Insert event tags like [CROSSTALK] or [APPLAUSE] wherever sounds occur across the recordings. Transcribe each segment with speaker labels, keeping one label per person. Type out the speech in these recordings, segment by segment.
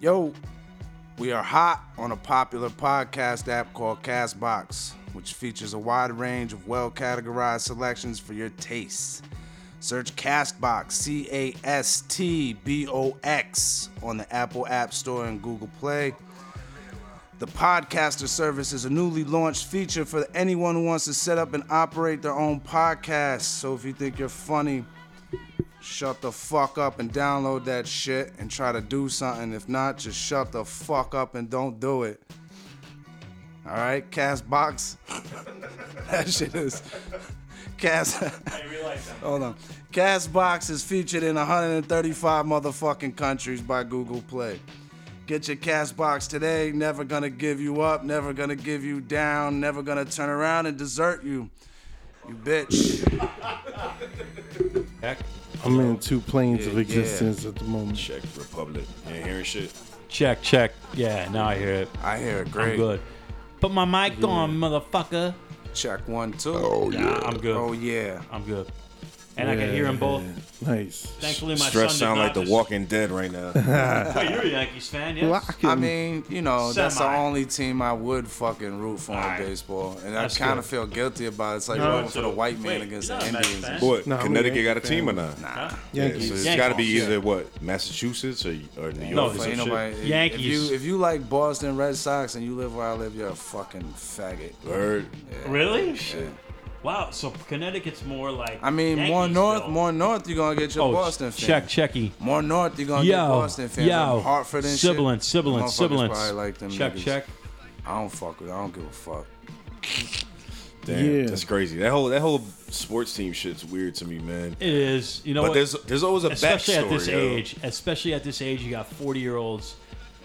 Speaker 1: Yo, we are hot on a popular podcast app called Castbox, which features a wide range of well categorized selections for your tastes. Search Castbox, C A S T B O X, on the Apple App Store and Google Play. The podcaster service is a newly launched feature for anyone who wants to set up and operate their own podcast. So if you think you're funny, shut the fuck up and download that shit and try to do something. If not, just shut the fuck up and don't do it. All right, Castbox. [LAUGHS] that shit is [LAUGHS] Cast. Hold on. Castbox is featured in 135 motherfucking countries by Google Play. Get your Castbox today. Never gonna give you up. Never gonna give you down. Never gonna turn around and desert you. You bitch.
Speaker 2: Heck,
Speaker 3: I'm in two planes of
Speaker 1: Yeah,
Speaker 3: existence at the moment.
Speaker 2: Czech Republic. You ain't hearing shit.
Speaker 4: Check, check. Yeah, now I hear it.
Speaker 1: I hear it. Great.
Speaker 4: I'm good. Put my mic on, motherfucker.
Speaker 1: Check one, two.
Speaker 4: Yeah, I'm good.
Speaker 1: Oh yeah.
Speaker 4: I'm good. And I can hear them both.
Speaker 3: Nice.
Speaker 4: Thankfully, my
Speaker 2: Stress
Speaker 4: son
Speaker 2: sound
Speaker 4: did
Speaker 2: like
Speaker 4: not
Speaker 2: The
Speaker 4: just-
Speaker 2: Walking Dead right
Speaker 3: [LAUGHS]
Speaker 2: now.
Speaker 4: Wait, you're a Yankees fan, yes?
Speaker 3: Lock
Speaker 1: I
Speaker 3: him.
Speaker 1: mean, you know, that's the
Speaker 4: Semi.
Speaker 1: only team I would fucking root for in
Speaker 4: Alright.
Speaker 1: baseball, and I
Speaker 4: That's
Speaker 1: kind of
Speaker 4: good.
Speaker 1: feel guilty about it. It's like rooting for the white man
Speaker 4: Wait,
Speaker 1: against
Speaker 4: you're
Speaker 1: the
Speaker 4: not a Mets
Speaker 1: Indians.
Speaker 4: fan.
Speaker 2: what?
Speaker 3: Nah, we
Speaker 2: Connecticut got a
Speaker 3: Yankee
Speaker 2: team or not?
Speaker 4: Huh?
Speaker 2: Yeah, so
Speaker 3: Yankees.
Speaker 2: it's got to be
Speaker 4: Yankees.
Speaker 2: either what Massachusetts or, or New York.
Speaker 4: No,
Speaker 2: or
Speaker 4: it's
Speaker 1: But
Speaker 2: some
Speaker 1: ain't
Speaker 2: shit.
Speaker 1: nobody, if- If
Speaker 4: Yankees.
Speaker 1: you, if you like Boston Red Sox and you live where I live, you're a fucking faggot.
Speaker 2: Word.
Speaker 4: Really? Wow, so Connecticut's more like.
Speaker 1: I mean, more
Speaker 4: Yankees,
Speaker 1: north,
Speaker 4: though.
Speaker 1: more north, you're gonna get your
Speaker 4: Oh,
Speaker 1: Boston fans.
Speaker 4: check, checky.
Speaker 1: More north, you're gonna get
Speaker 4: Yo,
Speaker 1: Boston fans.
Speaker 4: yo,
Speaker 1: Like Hartford and
Speaker 4: sibilance,
Speaker 1: shit. Them
Speaker 4: sibilance,
Speaker 1: motherfuckers
Speaker 4: sibilance.
Speaker 1: probably Like them
Speaker 4: check,
Speaker 1: niggas.
Speaker 4: check.
Speaker 1: I don't fuck with. it. I don't give a fuck.
Speaker 2: Damn,
Speaker 3: Yeah.
Speaker 2: that's crazy. That whole that whole sports team shit's weird to me, man.
Speaker 4: It is, you know
Speaker 2: But
Speaker 4: what?
Speaker 2: there's there's always a
Speaker 4: especially
Speaker 2: backstory.
Speaker 4: at this
Speaker 2: yo.
Speaker 4: age, especially at this age, you got forty year olds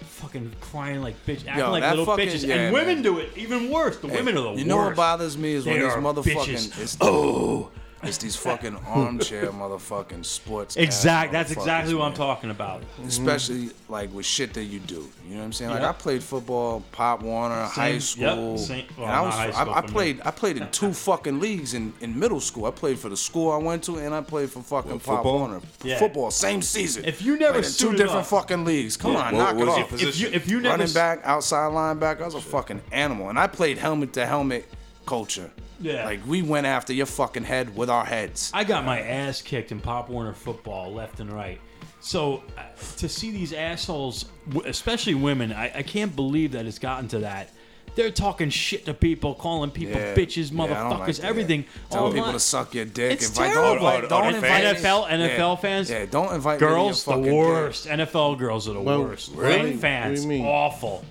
Speaker 4: fucking crying like bitch, acting
Speaker 1: Yo,
Speaker 4: like
Speaker 1: that
Speaker 4: little
Speaker 1: fucking-
Speaker 4: bitches,
Speaker 1: yeah,
Speaker 4: and
Speaker 1: man.
Speaker 4: women do it even worse. The women are the
Speaker 1: you
Speaker 4: worst.
Speaker 1: know what bothers me is when
Speaker 4: They
Speaker 1: these
Speaker 4: are
Speaker 1: motherfucking
Speaker 4: bitches. [LAUGHS]
Speaker 1: it's oh it's these fucking armchair motherfucking sports.
Speaker 4: Exact. That's exactly what I'm
Speaker 1: talking.
Speaker 4: talking about.
Speaker 1: Especially like with shit that you do. You know what I'm saying? Like
Speaker 4: Yep.
Speaker 1: I played football, Pop Warner, high
Speaker 4: yep,
Speaker 1: school.
Speaker 4: same- well,
Speaker 1: and I
Speaker 4: not
Speaker 1: was
Speaker 4: high
Speaker 1: I-
Speaker 4: school
Speaker 1: I,
Speaker 4: for me.
Speaker 1: played I played in two fucking leagues in, in middle school. I played for the school I went to and I played for fucking
Speaker 2: What,
Speaker 1: Pop
Speaker 2: football?
Speaker 1: Warner.
Speaker 4: Yeah.
Speaker 1: Football, same season.
Speaker 4: If you never
Speaker 1: Played in two
Speaker 4: suited
Speaker 1: different
Speaker 4: up-
Speaker 1: fucking leagues. Come on,
Speaker 2: What-
Speaker 1: knock
Speaker 2: what
Speaker 1: it
Speaker 2: was
Speaker 1: off.
Speaker 2: your
Speaker 4: If you if you never
Speaker 1: Running
Speaker 4: s-
Speaker 1: back, outside linebacker, I was a fucking animal. And I played helmet to helmet culture.
Speaker 4: Yeah.
Speaker 1: Like we went after your fucking head with our heads.
Speaker 4: I got my ass kicked in Pop Warner football left and right. So uh, to see these assholes, w- especially women, I, I can't believe that it's gotten to that. They're talking shit to people, calling people
Speaker 1: Yeah.
Speaker 4: bitches,
Speaker 1: Yeah, I don't like
Speaker 4: motherfuckers,
Speaker 1: that.
Speaker 4: everything.
Speaker 1: Telling people
Speaker 4: online.
Speaker 1: to suck your dick.
Speaker 4: It's
Speaker 1: Invite-
Speaker 4: terrible.
Speaker 1: Don't invite, don't
Speaker 2: Or
Speaker 1: invite
Speaker 2: fans.
Speaker 4: NFL
Speaker 1: yeah.
Speaker 4: NFL fans.
Speaker 1: Yeah, don't invite me to your
Speaker 4: Girls, the
Speaker 1: fucking dick.
Speaker 4: worst. NFL girls are the
Speaker 3: Well,
Speaker 4: worst.
Speaker 3: really?
Speaker 4: Really? Fans,
Speaker 3: What do you mean?
Speaker 4: awful.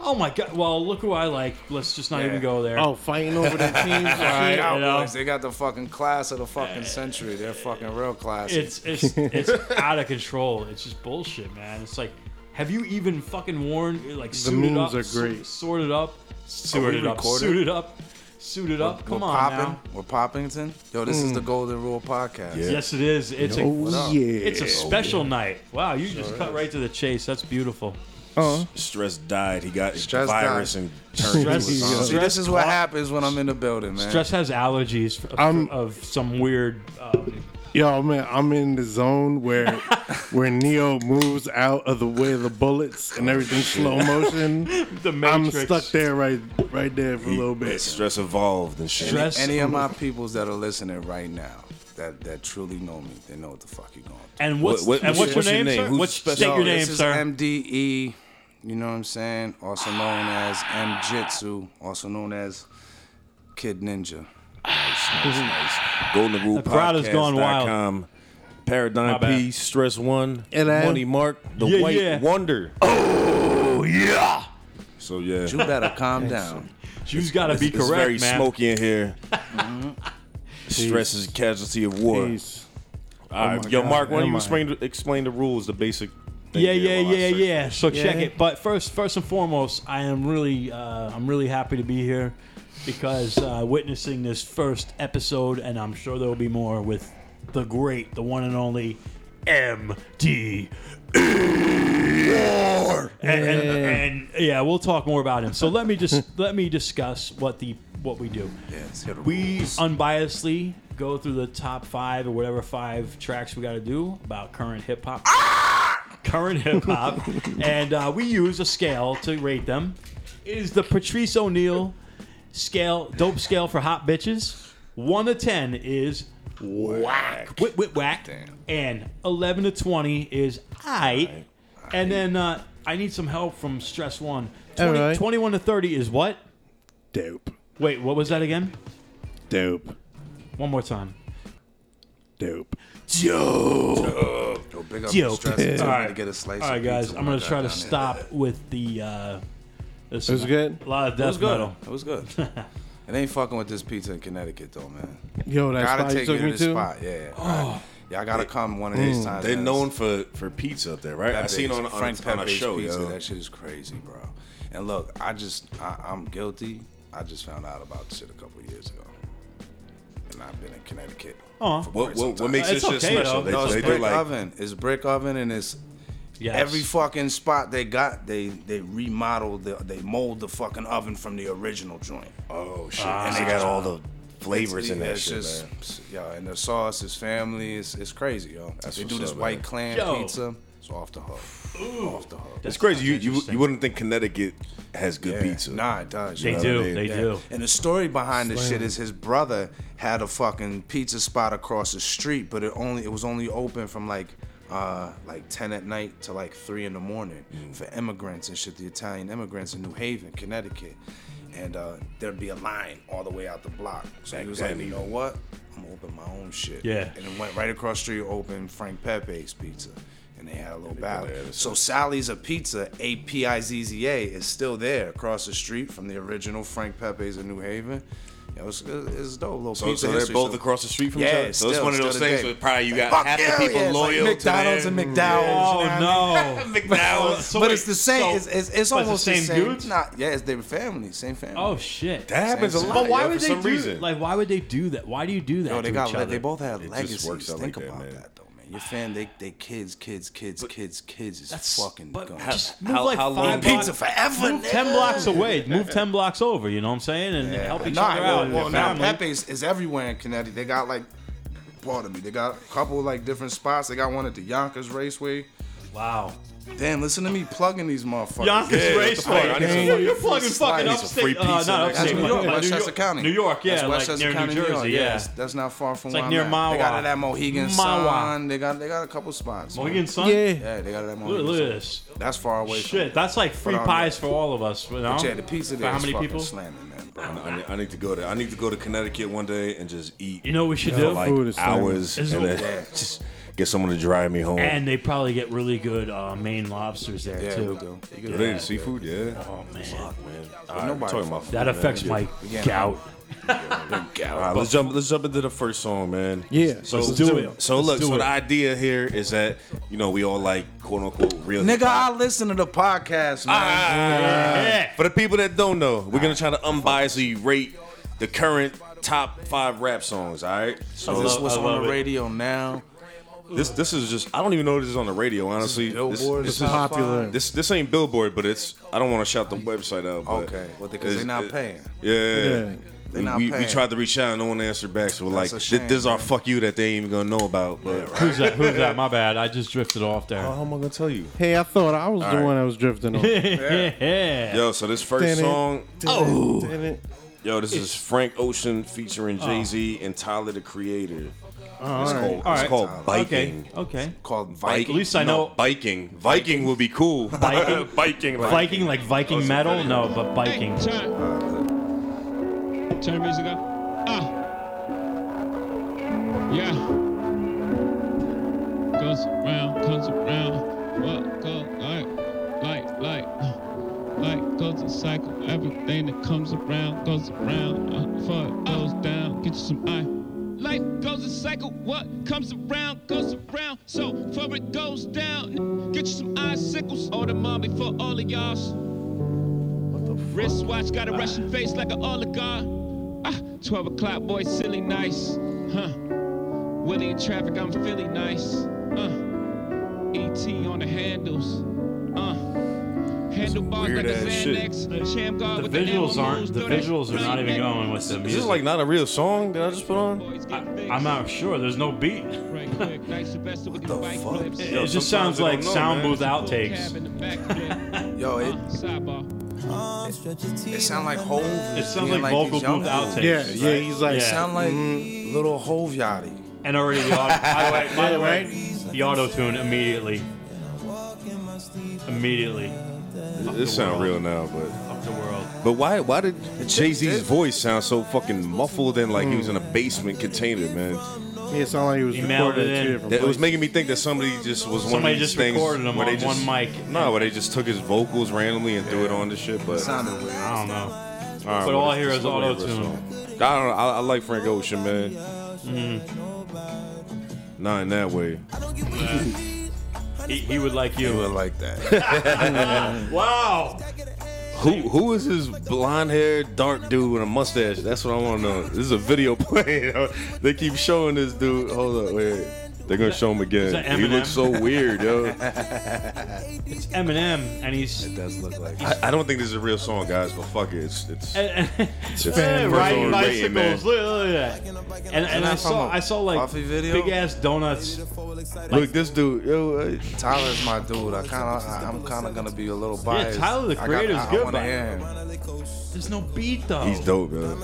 Speaker 4: Oh my god. Well, look who I like. Let's just not
Speaker 1: Yeah.
Speaker 4: even go there.
Speaker 3: oh, fighting over the
Speaker 1: [LAUGHS]
Speaker 3: teams. and shit?
Speaker 1: Right,
Speaker 4: you know?
Speaker 1: Cowboys, they got the fucking class of the fucking century. They're fucking real class.
Speaker 4: It's it's
Speaker 3: [LAUGHS]
Speaker 4: it's out of control. It's just bullshit, man. It's like, have you even fucking worn like suited
Speaker 3: memes
Speaker 4: up,
Speaker 3: are
Speaker 4: su-
Speaker 3: great.
Speaker 4: sorted up, suited up,
Speaker 1: recording?
Speaker 4: suited up, suited up. Come on
Speaker 1: popping.
Speaker 4: now.
Speaker 1: We're Poppington. Yo, this is the Golden Rule podcast.
Speaker 2: Yeah.
Speaker 4: Yes, it is. It's a
Speaker 3: Oh, yeah.
Speaker 4: it's a special night. Wow, you just cut right to the chase. That's beautiful.
Speaker 3: Uh,
Speaker 2: Stress died. He got
Speaker 1: Stress
Speaker 2: virus
Speaker 1: died.
Speaker 2: and turned into
Speaker 3: [LAUGHS]
Speaker 2: a
Speaker 3: Stress-
Speaker 2: zombie.
Speaker 1: See, this is what happens when I'm in the building, man.
Speaker 4: Stress has allergies f-
Speaker 3: I'm-
Speaker 4: of some weird. Um,
Speaker 3: yo, man, I'm in the zone [LAUGHS] where where Neo moves out of the way of the bullets and everything slow motion.
Speaker 1: [LAUGHS]
Speaker 4: the
Speaker 3: I'm
Speaker 4: Matrix.
Speaker 3: stuck there, right, right there for a
Speaker 2: He-
Speaker 3: little bit.
Speaker 2: Stress evolved and shit.
Speaker 4: Stress-
Speaker 1: Any of my peoples that are listening right now that, that truly know me, they know what the fuck you're going through.
Speaker 4: And what's,
Speaker 2: What- what-
Speaker 4: and what's,
Speaker 2: what's
Speaker 4: your
Speaker 2: your
Speaker 4: name, sir?
Speaker 2: name? Who's
Speaker 4: What's
Speaker 2: special-
Speaker 4: state your
Speaker 1: Yo,
Speaker 4: name,
Speaker 1: this is
Speaker 4: sir?
Speaker 1: MDE. You know what I'm saying? Also known as M Jitsu, also known as Kid Ninja.
Speaker 2: Golden Rule
Speaker 4: The crowd has gone wild.
Speaker 2: Podcast.com.
Speaker 4: My
Speaker 2: Paradigm
Speaker 4: bad.
Speaker 2: P, Stress One,
Speaker 3: And I-
Speaker 2: Money Mark, The
Speaker 4: Yeah,
Speaker 2: White
Speaker 4: yeah.
Speaker 2: Wonder. Oh yeah. So yeah,
Speaker 1: You better calm down.
Speaker 4: You've got to be
Speaker 2: it's very
Speaker 4: correct, man.
Speaker 2: smoky
Speaker 4: [LAUGHS]
Speaker 2: in here. Mm-hmm. Stress is a casualty of war.
Speaker 3: Jeez.
Speaker 2: All
Speaker 4: Oh
Speaker 2: right,
Speaker 3: my
Speaker 2: yo,
Speaker 3: God,
Speaker 2: Mark, why don't
Speaker 3: am
Speaker 2: you
Speaker 3: I-
Speaker 2: explain explain the rules, the basic. thing
Speaker 4: Yeah, yeah,
Speaker 2: here while I
Speaker 4: yeah,
Speaker 2: search.
Speaker 4: yeah. So check
Speaker 3: Yeah.
Speaker 4: it. But first, first and foremost, I am really, uh, I'm really happy to be here because uh, witnessing this first episode, and I'm sure there will be more with the great, the one and only MD. And, and, and yeah, we'll talk more about him. So let me just [LAUGHS] let me discuss what the what we do.
Speaker 1: Yeah, let's hear the
Speaker 4: We
Speaker 1: rules.
Speaker 4: unbiasedly go through the top five or whatever five tracks we got to do about current hip hop. current hip hop, and uh, we use a scale to rate them. It is the Patrice O'Neill scale, dope scale for hot bitches. One to ten is whack, whip, whip, whack, and eleven to twenty is I. And then uh, I need some help from Stress One. 20,
Speaker 3: All right.
Speaker 4: Twenty-one to thirty is what?
Speaker 3: Dope.
Speaker 4: Wait, what was that again?
Speaker 3: Dope.
Speaker 4: One more time.
Speaker 3: Dope.
Speaker 1: Yo, big up
Speaker 4: Yo,
Speaker 1: the stress.
Speaker 3: yeah.
Speaker 1: It's time
Speaker 4: Alright.
Speaker 1: to get a slice.
Speaker 4: All right,
Speaker 1: of
Speaker 4: guys,
Speaker 1: pizza
Speaker 4: I'm
Speaker 1: when I
Speaker 4: gonna
Speaker 1: got
Speaker 4: try to
Speaker 1: down here.
Speaker 4: stop with the. Uh, this
Speaker 3: It was good.
Speaker 4: A lot of
Speaker 1: It was
Speaker 4: death
Speaker 1: good.
Speaker 4: metal.
Speaker 1: It was good. it ain't fucking with this pizza in Connecticut though, man.
Speaker 3: Yo, that
Speaker 1: Gotta
Speaker 3: spot you
Speaker 1: take you
Speaker 3: took
Speaker 1: to
Speaker 3: me
Speaker 1: this
Speaker 3: to.
Speaker 1: spot. Yeah. Oh. Y'all gotta come one of
Speaker 4: Mm.
Speaker 1: these times.
Speaker 2: They're
Speaker 1: man.
Speaker 2: known for, for pizza up there, right? I
Speaker 1: That
Speaker 2: seen
Speaker 1: bitch,
Speaker 2: on, on,
Speaker 1: Frank
Speaker 2: on a
Speaker 1: Pepe's
Speaker 2: show,
Speaker 1: pizza.
Speaker 2: yo.
Speaker 1: That shit is crazy, bro. And look, I just I, I'm guilty. I just found out about this shit a couple years ago, and I've been in Connecticut.
Speaker 4: Aw.
Speaker 1: for
Speaker 2: What, what,
Speaker 1: quite some
Speaker 2: what
Speaker 1: time.
Speaker 2: makes
Speaker 4: It's
Speaker 2: this shit
Speaker 4: okay,
Speaker 2: special?
Speaker 4: though.
Speaker 1: no, it's
Speaker 2: They, they do
Speaker 1: brick
Speaker 2: like
Speaker 1: oven. It's brick oven, and it's
Speaker 4: Yes.
Speaker 1: every fucking spot they got. They they remodel the they mold the fucking oven from the original joint.
Speaker 2: oh shit,
Speaker 1: Ah.
Speaker 2: and they got all the flavors in
Speaker 1: It's-
Speaker 2: that
Speaker 1: it's
Speaker 2: shit,
Speaker 1: just,
Speaker 2: man.
Speaker 1: Yo, and the sauce is family. It's, it's crazy, yo. they
Speaker 2: what's
Speaker 1: do this
Speaker 2: up,
Speaker 1: white
Speaker 2: man.
Speaker 1: clam
Speaker 4: Yo.
Speaker 1: pizza. It's off the hook. Off the hook.
Speaker 2: It's crazy. You, you
Speaker 4: interesting.
Speaker 2: you wouldn't think Connecticut has good
Speaker 1: Yeah.
Speaker 2: pizza.
Speaker 1: Nah, it does.
Speaker 4: They
Speaker 1: yo.
Speaker 4: do.
Speaker 2: I mean?
Speaker 4: they
Speaker 1: Yeah.
Speaker 4: do.
Speaker 1: And the story behind this shit is his brother had a fucking pizza spot across the street, but it only it was only open from like uh like ten at night to like three in the morning for immigrants and shit, the Italian immigrants in New Haven, Connecticut. And uh there'd be a line all the way out the block. So he was like,
Speaker 2: then,
Speaker 1: you know what? I'm gonna open my own shit.
Speaker 4: Yeah.
Speaker 1: And it went right across the street, opened Frank Pepe's pizza. And they had a little battle.
Speaker 2: there, that's
Speaker 1: So Sally's a Pizza, A P I Z Z A, is still there across the street from the original Frank Pepe's in New Haven. Yo, it's, it's dope. Little
Speaker 2: So,
Speaker 1: pizza
Speaker 2: so they're
Speaker 1: history,
Speaker 2: both
Speaker 1: so-
Speaker 2: across the street from
Speaker 1: Yeah,
Speaker 2: each other. So it's
Speaker 1: still-
Speaker 2: one of those
Speaker 1: still
Speaker 2: things
Speaker 1: today.
Speaker 2: where probably you got
Speaker 1: Fuck
Speaker 2: half
Speaker 1: yeah,
Speaker 2: the people
Speaker 1: yeah, it's like
Speaker 2: loyal
Speaker 1: McDonald's
Speaker 2: to
Speaker 1: and
Speaker 2: their-
Speaker 1: McDowell's. you know what I
Speaker 4: Oh
Speaker 2: [LAUGHS]
Speaker 1: mean?
Speaker 4: no!
Speaker 2: McDowell's.
Speaker 4: So
Speaker 1: but
Speaker 4: wait,
Speaker 1: it's the same.
Speaker 4: so-
Speaker 1: it's it's, it's
Speaker 4: but
Speaker 1: almost
Speaker 4: the same, dudes.
Speaker 1: Nah, yeah, it's their family, same family.
Speaker 4: Oh shit!
Speaker 2: That happens a
Speaker 1: Same
Speaker 2: lot.
Speaker 1: spot.
Speaker 4: but why
Speaker 2: yo,
Speaker 4: would
Speaker 2: for
Speaker 4: they
Speaker 2: some
Speaker 4: do
Speaker 2: reason.
Speaker 4: like? Why would they do that? Why do you do that?
Speaker 1: Yo, they
Speaker 4: to
Speaker 1: got
Speaker 4: each
Speaker 1: le-
Speaker 4: other?
Speaker 1: they both had
Speaker 2: It just
Speaker 1: legacies.
Speaker 2: works out
Speaker 1: Think
Speaker 2: like that,
Speaker 1: about
Speaker 2: man.
Speaker 1: that though, man. Your fan, they they kids, kids, kids, kids, kids is
Speaker 4: That's
Speaker 1: fucking
Speaker 4: but
Speaker 1: gone.
Speaker 4: just move
Speaker 2: How-
Speaker 4: like
Speaker 2: how long-
Speaker 4: five
Speaker 2: Pizza
Speaker 4: blocks-
Speaker 1: forever,
Speaker 4: Move
Speaker 1: nigga.
Speaker 4: ten blocks away. Move ten blocks over. You know what I'm saying? And
Speaker 1: Yeah.
Speaker 4: help each
Speaker 1: Nah,
Speaker 4: other
Speaker 1: well,
Speaker 4: out.
Speaker 1: Well,
Speaker 4: your
Speaker 1: now
Speaker 4: family.
Speaker 1: Pepe's is everywhere in Connecticut. They got like, pardon me, they got a couple like different spots. They got one at the Yonkers Raceway.
Speaker 4: Wow.
Speaker 1: Damn, listen to me plugging these motherfuckers.
Speaker 4: Yonkers
Speaker 2: Yeah, what the fuck?
Speaker 4: Raceway.
Speaker 2: I need some-
Speaker 4: You're, you're fucking
Speaker 1: Slice.
Speaker 4: fucking
Speaker 1: I need some
Speaker 4: upstate.
Speaker 2: free
Speaker 4: uh,
Speaker 2: pizza
Speaker 4: not
Speaker 2: next
Speaker 1: That's
Speaker 4: upstate.
Speaker 1: New
Speaker 2: Same
Speaker 1: York,
Speaker 4: but New
Speaker 1: Westchester
Speaker 4: York,
Speaker 1: County.
Speaker 4: New York, yeah,
Speaker 1: That's
Speaker 4: like
Speaker 1: Westchester
Speaker 4: near
Speaker 1: County,
Speaker 4: New Jersey.
Speaker 1: York.
Speaker 4: Yeah.
Speaker 1: That's, that's not far from
Speaker 4: It's
Speaker 1: where
Speaker 4: like
Speaker 1: I'm
Speaker 4: near
Speaker 1: at.
Speaker 4: Mawa.
Speaker 1: They got it at Mohegan
Speaker 4: Mawa.
Speaker 1: Sun. They got they got a couple spots. man.
Speaker 4: Mohegan Sun.
Speaker 3: Yeah.
Speaker 1: Yeah, they got it at
Speaker 4: Look,
Speaker 1: Mohegan.
Speaker 4: look at
Speaker 1: Sun.
Speaker 4: this.
Speaker 1: That's far away. from-
Speaker 4: Shit, that's like free
Speaker 1: But I'm-
Speaker 4: pies for all of us. You know?
Speaker 1: Yeah, the pizza
Speaker 4: for
Speaker 1: there
Speaker 4: how
Speaker 1: is
Speaker 4: many
Speaker 1: fucking
Speaker 4: people?
Speaker 1: slamming, man. Bro.
Speaker 2: I need, I need to go to I need to go to Connecticut one day and just eat.
Speaker 4: You know what we should
Speaker 2: for
Speaker 4: do?
Speaker 2: like
Speaker 3: Food is
Speaker 2: hours
Speaker 4: fine.
Speaker 2: and then
Speaker 1: Yeah.
Speaker 2: [LAUGHS] just get someone to drive me home.
Speaker 4: And they probably get really good uh, Maine lobsters there
Speaker 1: Yeah, we
Speaker 4: too.
Speaker 1: do. You
Speaker 2: Are
Speaker 1: can-
Speaker 2: they seafood, yeah.
Speaker 4: Oh man,
Speaker 2: Fuck, man. All right,
Speaker 1: nobody-
Speaker 2: talking about food,
Speaker 4: that
Speaker 2: man.
Speaker 4: affects my
Speaker 1: Yeah.
Speaker 4: gout.
Speaker 2: All right, let's jump. Let's jump into the first song, man.
Speaker 3: Yeah.
Speaker 2: So
Speaker 3: Let's
Speaker 4: do it.
Speaker 2: So
Speaker 4: Let's
Speaker 2: look.
Speaker 4: do
Speaker 2: So
Speaker 4: it.
Speaker 2: the idea here is that you know we all like quote unquote real.
Speaker 1: Nigga, I
Speaker 2: hip-hop.
Speaker 1: listen to the podcast, man.
Speaker 4: Yeah.
Speaker 2: For the people that don't know, we're gonna try to unbiasedly rate the current top five rap songs. All right. So
Speaker 1: This
Speaker 4: love-
Speaker 1: was
Speaker 4: I
Speaker 1: on
Speaker 4: love
Speaker 1: the
Speaker 4: it.
Speaker 1: radio now.
Speaker 2: this this is just I don't even know this is on the radio. Honestly, this
Speaker 1: Billboard
Speaker 2: this
Speaker 1: is
Speaker 2: is
Speaker 1: popular.
Speaker 2: this this ain't Billboard, but it's I don't want to shout the website out. But
Speaker 1: Okay, well, because
Speaker 2: it's-
Speaker 1: they're not
Speaker 2: it-
Speaker 1: paying.
Speaker 2: Yeah.
Speaker 1: They're not
Speaker 2: we, we, we
Speaker 1: paying.
Speaker 2: tried to reach out and no one answered back. So we're like,
Speaker 1: That's a
Speaker 2: this,
Speaker 1: shame,
Speaker 2: this is our fuck you that they ain't even gonna know about. But [LAUGHS]
Speaker 4: Who's that? Who's that? My bad. I just drifted off there.
Speaker 1: Uh,
Speaker 2: how am I gonna tell you?
Speaker 3: Hey, I thought I was the
Speaker 2: right.
Speaker 3: one that was drifting
Speaker 1: [LAUGHS]
Speaker 3: on.
Speaker 4: Yeah.
Speaker 2: Yo, so this first
Speaker 3: Dun-dun.
Speaker 2: song,
Speaker 3: oh. It.
Speaker 2: yo, this is Frank Ocean featuring Jay Z and Tyler the Creator.
Speaker 3: right.
Speaker 2: It's called,
Speaker 4: Oh. All
Speaker 2: it's
Speaker 4: right.
Speaker 2: called Biking.
Speaker 4: Okay.
Speaker 1: [LAUGHS]
Speaker 4: Okay.
Speaker 1: Called
Speaker 2: Biking.
Speaker 1: Viking.
Speaker 4: least I
Speaker 2: No,
Speaker 4: know-
Speaker 2: biking. Viking will be cool. [LAUGHS]
Speaker 4: Biking?
Speaker 2: biking, like-
Speaker 4: Viking like Viking metal? No, but Viking.
Speaker 5: Hey, turn. Turn the music up. Ah. Yeah. Goes around, comes around. What go like, like, like, uh, like goes a cycle. Everything that comes around goes around. Uh, before it goes down, get you some eye. Life goes in cycle. What comes around goes around. So before it goes down, get you some icicles. Order mom before all of y'all's. Wristwatch got a
Speaker 2: Ah.
Speaker 5: Russian face like an oligarch. Ah, 12 o'clock, boy, silly nice. Huh. Willie in traffic, I'm Philly nice. Uh. ET on the handles. Uh. Handlebars like a
Speaker 2: weird-ass shit.
Speaker 5: Xanax. Sham guard
Speaker 4: The
Speaker 5: with
Speaker 4: visuals
Speaker 5: ammo
Speaker 4: aren't.
Speaker 5: moves,
Speaker 4: The
Speaker 5: throw that
Speaker 4: visuals are
Speaker 5: right
Speaker 4: not even
Speaker 5: back.
Speaker 4: going with the
Speaker 2: Is
Speaker 4: music.
Speaker 2: this like not a real song that I just put on?
Speaker 5: Boys
Speaker 4: I,
Speaker 5: get fixed.
Speaker 4: I'm not sure. There's no beat.
Speaker 5: Right. right quick.
Speaker 4: [LAUGHS]
Speaker 5: Like Sylvester with these
Speaker 2: the
Speaker 5: bike
Speaker 2: fuck?
Speaker 5: flips.
Speaker 2: Yo,
Speaker 4: It just
Speaker 2: sometimes
Speaker 4: sounds
Speaker 2: I don't
Speaker 4: like
Speaker 2: know,
Speaker 4: sound
Speaker 2: man.
Speaker 4: booth
Speaker 5: Cab
Speaker 4: outtakes.
Speaker 5: in the back
Speaker 4: [LAUGHS]
Speaker 5: flip.
Speaker 1: Yo, it,
Speaker 5: Sidebar.
Speaker 1: it sound like Hove.
Speaker 4: It sounds
Speaker 1: being
Speaker 4: like vocal
Speaker 1: these young
Speaker 4: booth
Speaker 1: dudes.
Speaker 4: outtakes. Mm-hmm.
Speaker 3: Yeah, yeah, he's like,
Speaker 1: It
Speaker 4: Yeah.
Speaker 1: sound like little Hove Yachty.
Speaker 4: And already the auto, by the way, by the way, the auto tune immediately, immediately
Speaker 2: This sound real now, but
Speaker 4: up the world.
Speaker 2: but why why did Jay Z's voice sound so fucking muffled and like he was in
Speaker 1: Hmm.
Speaker 2: a basement container, man?
Speaker 3: yeah, it sounded like he was
Speaker 4: He mailed
Speaker 3: recorded
Speaker 4: it
Speaker 3: at
Speaker 4: in.
Speaker 3: two different
Speaker 2: That, it was
Speaker 3: places.
Speaker 2: making me think that somebody just was one
Speaker 4: Somebody
Speaker 2: of these
Speaker 4: just
Speaker 2: things
Speaker 4: recorded him
Speaker 2: where they
Speaker 4: on one
Speaker 2: just-
Speaker 4: mic.
Speaker 2: No, where they just took his vocals randomly and threw it on the shit. But
Speaker 1: Sounded weird.
Speaker 4: I don't know.
Speaker 2: All right,
Speaker 4: But
Speaker 2: well,
Speaker 4: all
Speaker 2: it's
Speaker 4: I hear
Speaker 2: just
Speaker 4: is
Speaker 2: a whatever
Speaker 4: auto-tune.
Speaker 2: song. I don't know. I, I like Frank Ocean, man.
Speaker 4: Mm-hmm.
Speaker 2: Not in that way.
Speaker 4: He, he would like
Speaker 1: It
Speaker 4: you.
Speaker 1: was like that.
Speaker 4: Wow.
Speaker 2: Who who is this blonde haired dark dude with a mustache? That's what I want to know. This is a video [LAUGHS] playing. they keep showing this dude. Hold up, wait. They're gonna show him
Speaker 4: that
Speaker 2: again. He
Speaker 4: Eminem?
Speaker 2: looks so
Speaker 4: [LAUGHS]
Speaker 2: weird, yo.
Speaker 4: It's Eminem, and he's.
Speaker 1: It does look like that.
Speaker 2: I, I don't think this is a real song, guys. But fuck it, it's it's, it's
Speaker 4: Yeah,
Speaker 2: fucking
Speaker 4: riding
Speaker 2: rating,
Speaker 4: bicycles. Look, look at that. And, and I
Speaker 1: that from
Speaker 4: saw
Speaker 1: a
Speaker 4: I saw like
Speaker 1: Buffy video?
Speaker 4: big ass donuts.
Speaker 2: Look, this dude, yo, uh,
Speaker 1: Tyler's my dude. I kind of, I'm kind of gonna be a little biased.
Speaker 4: Tyler, the
Speaker 1: I got-
Speaker 4: creator's
Speaker 1: I- I
Speaker 4: good,
Speaker 1: wanna
Speaker 4: but-
Speaker 1: hear him.
Speaker 4: There's no beat though.
Speaker 2: he's dope, yo.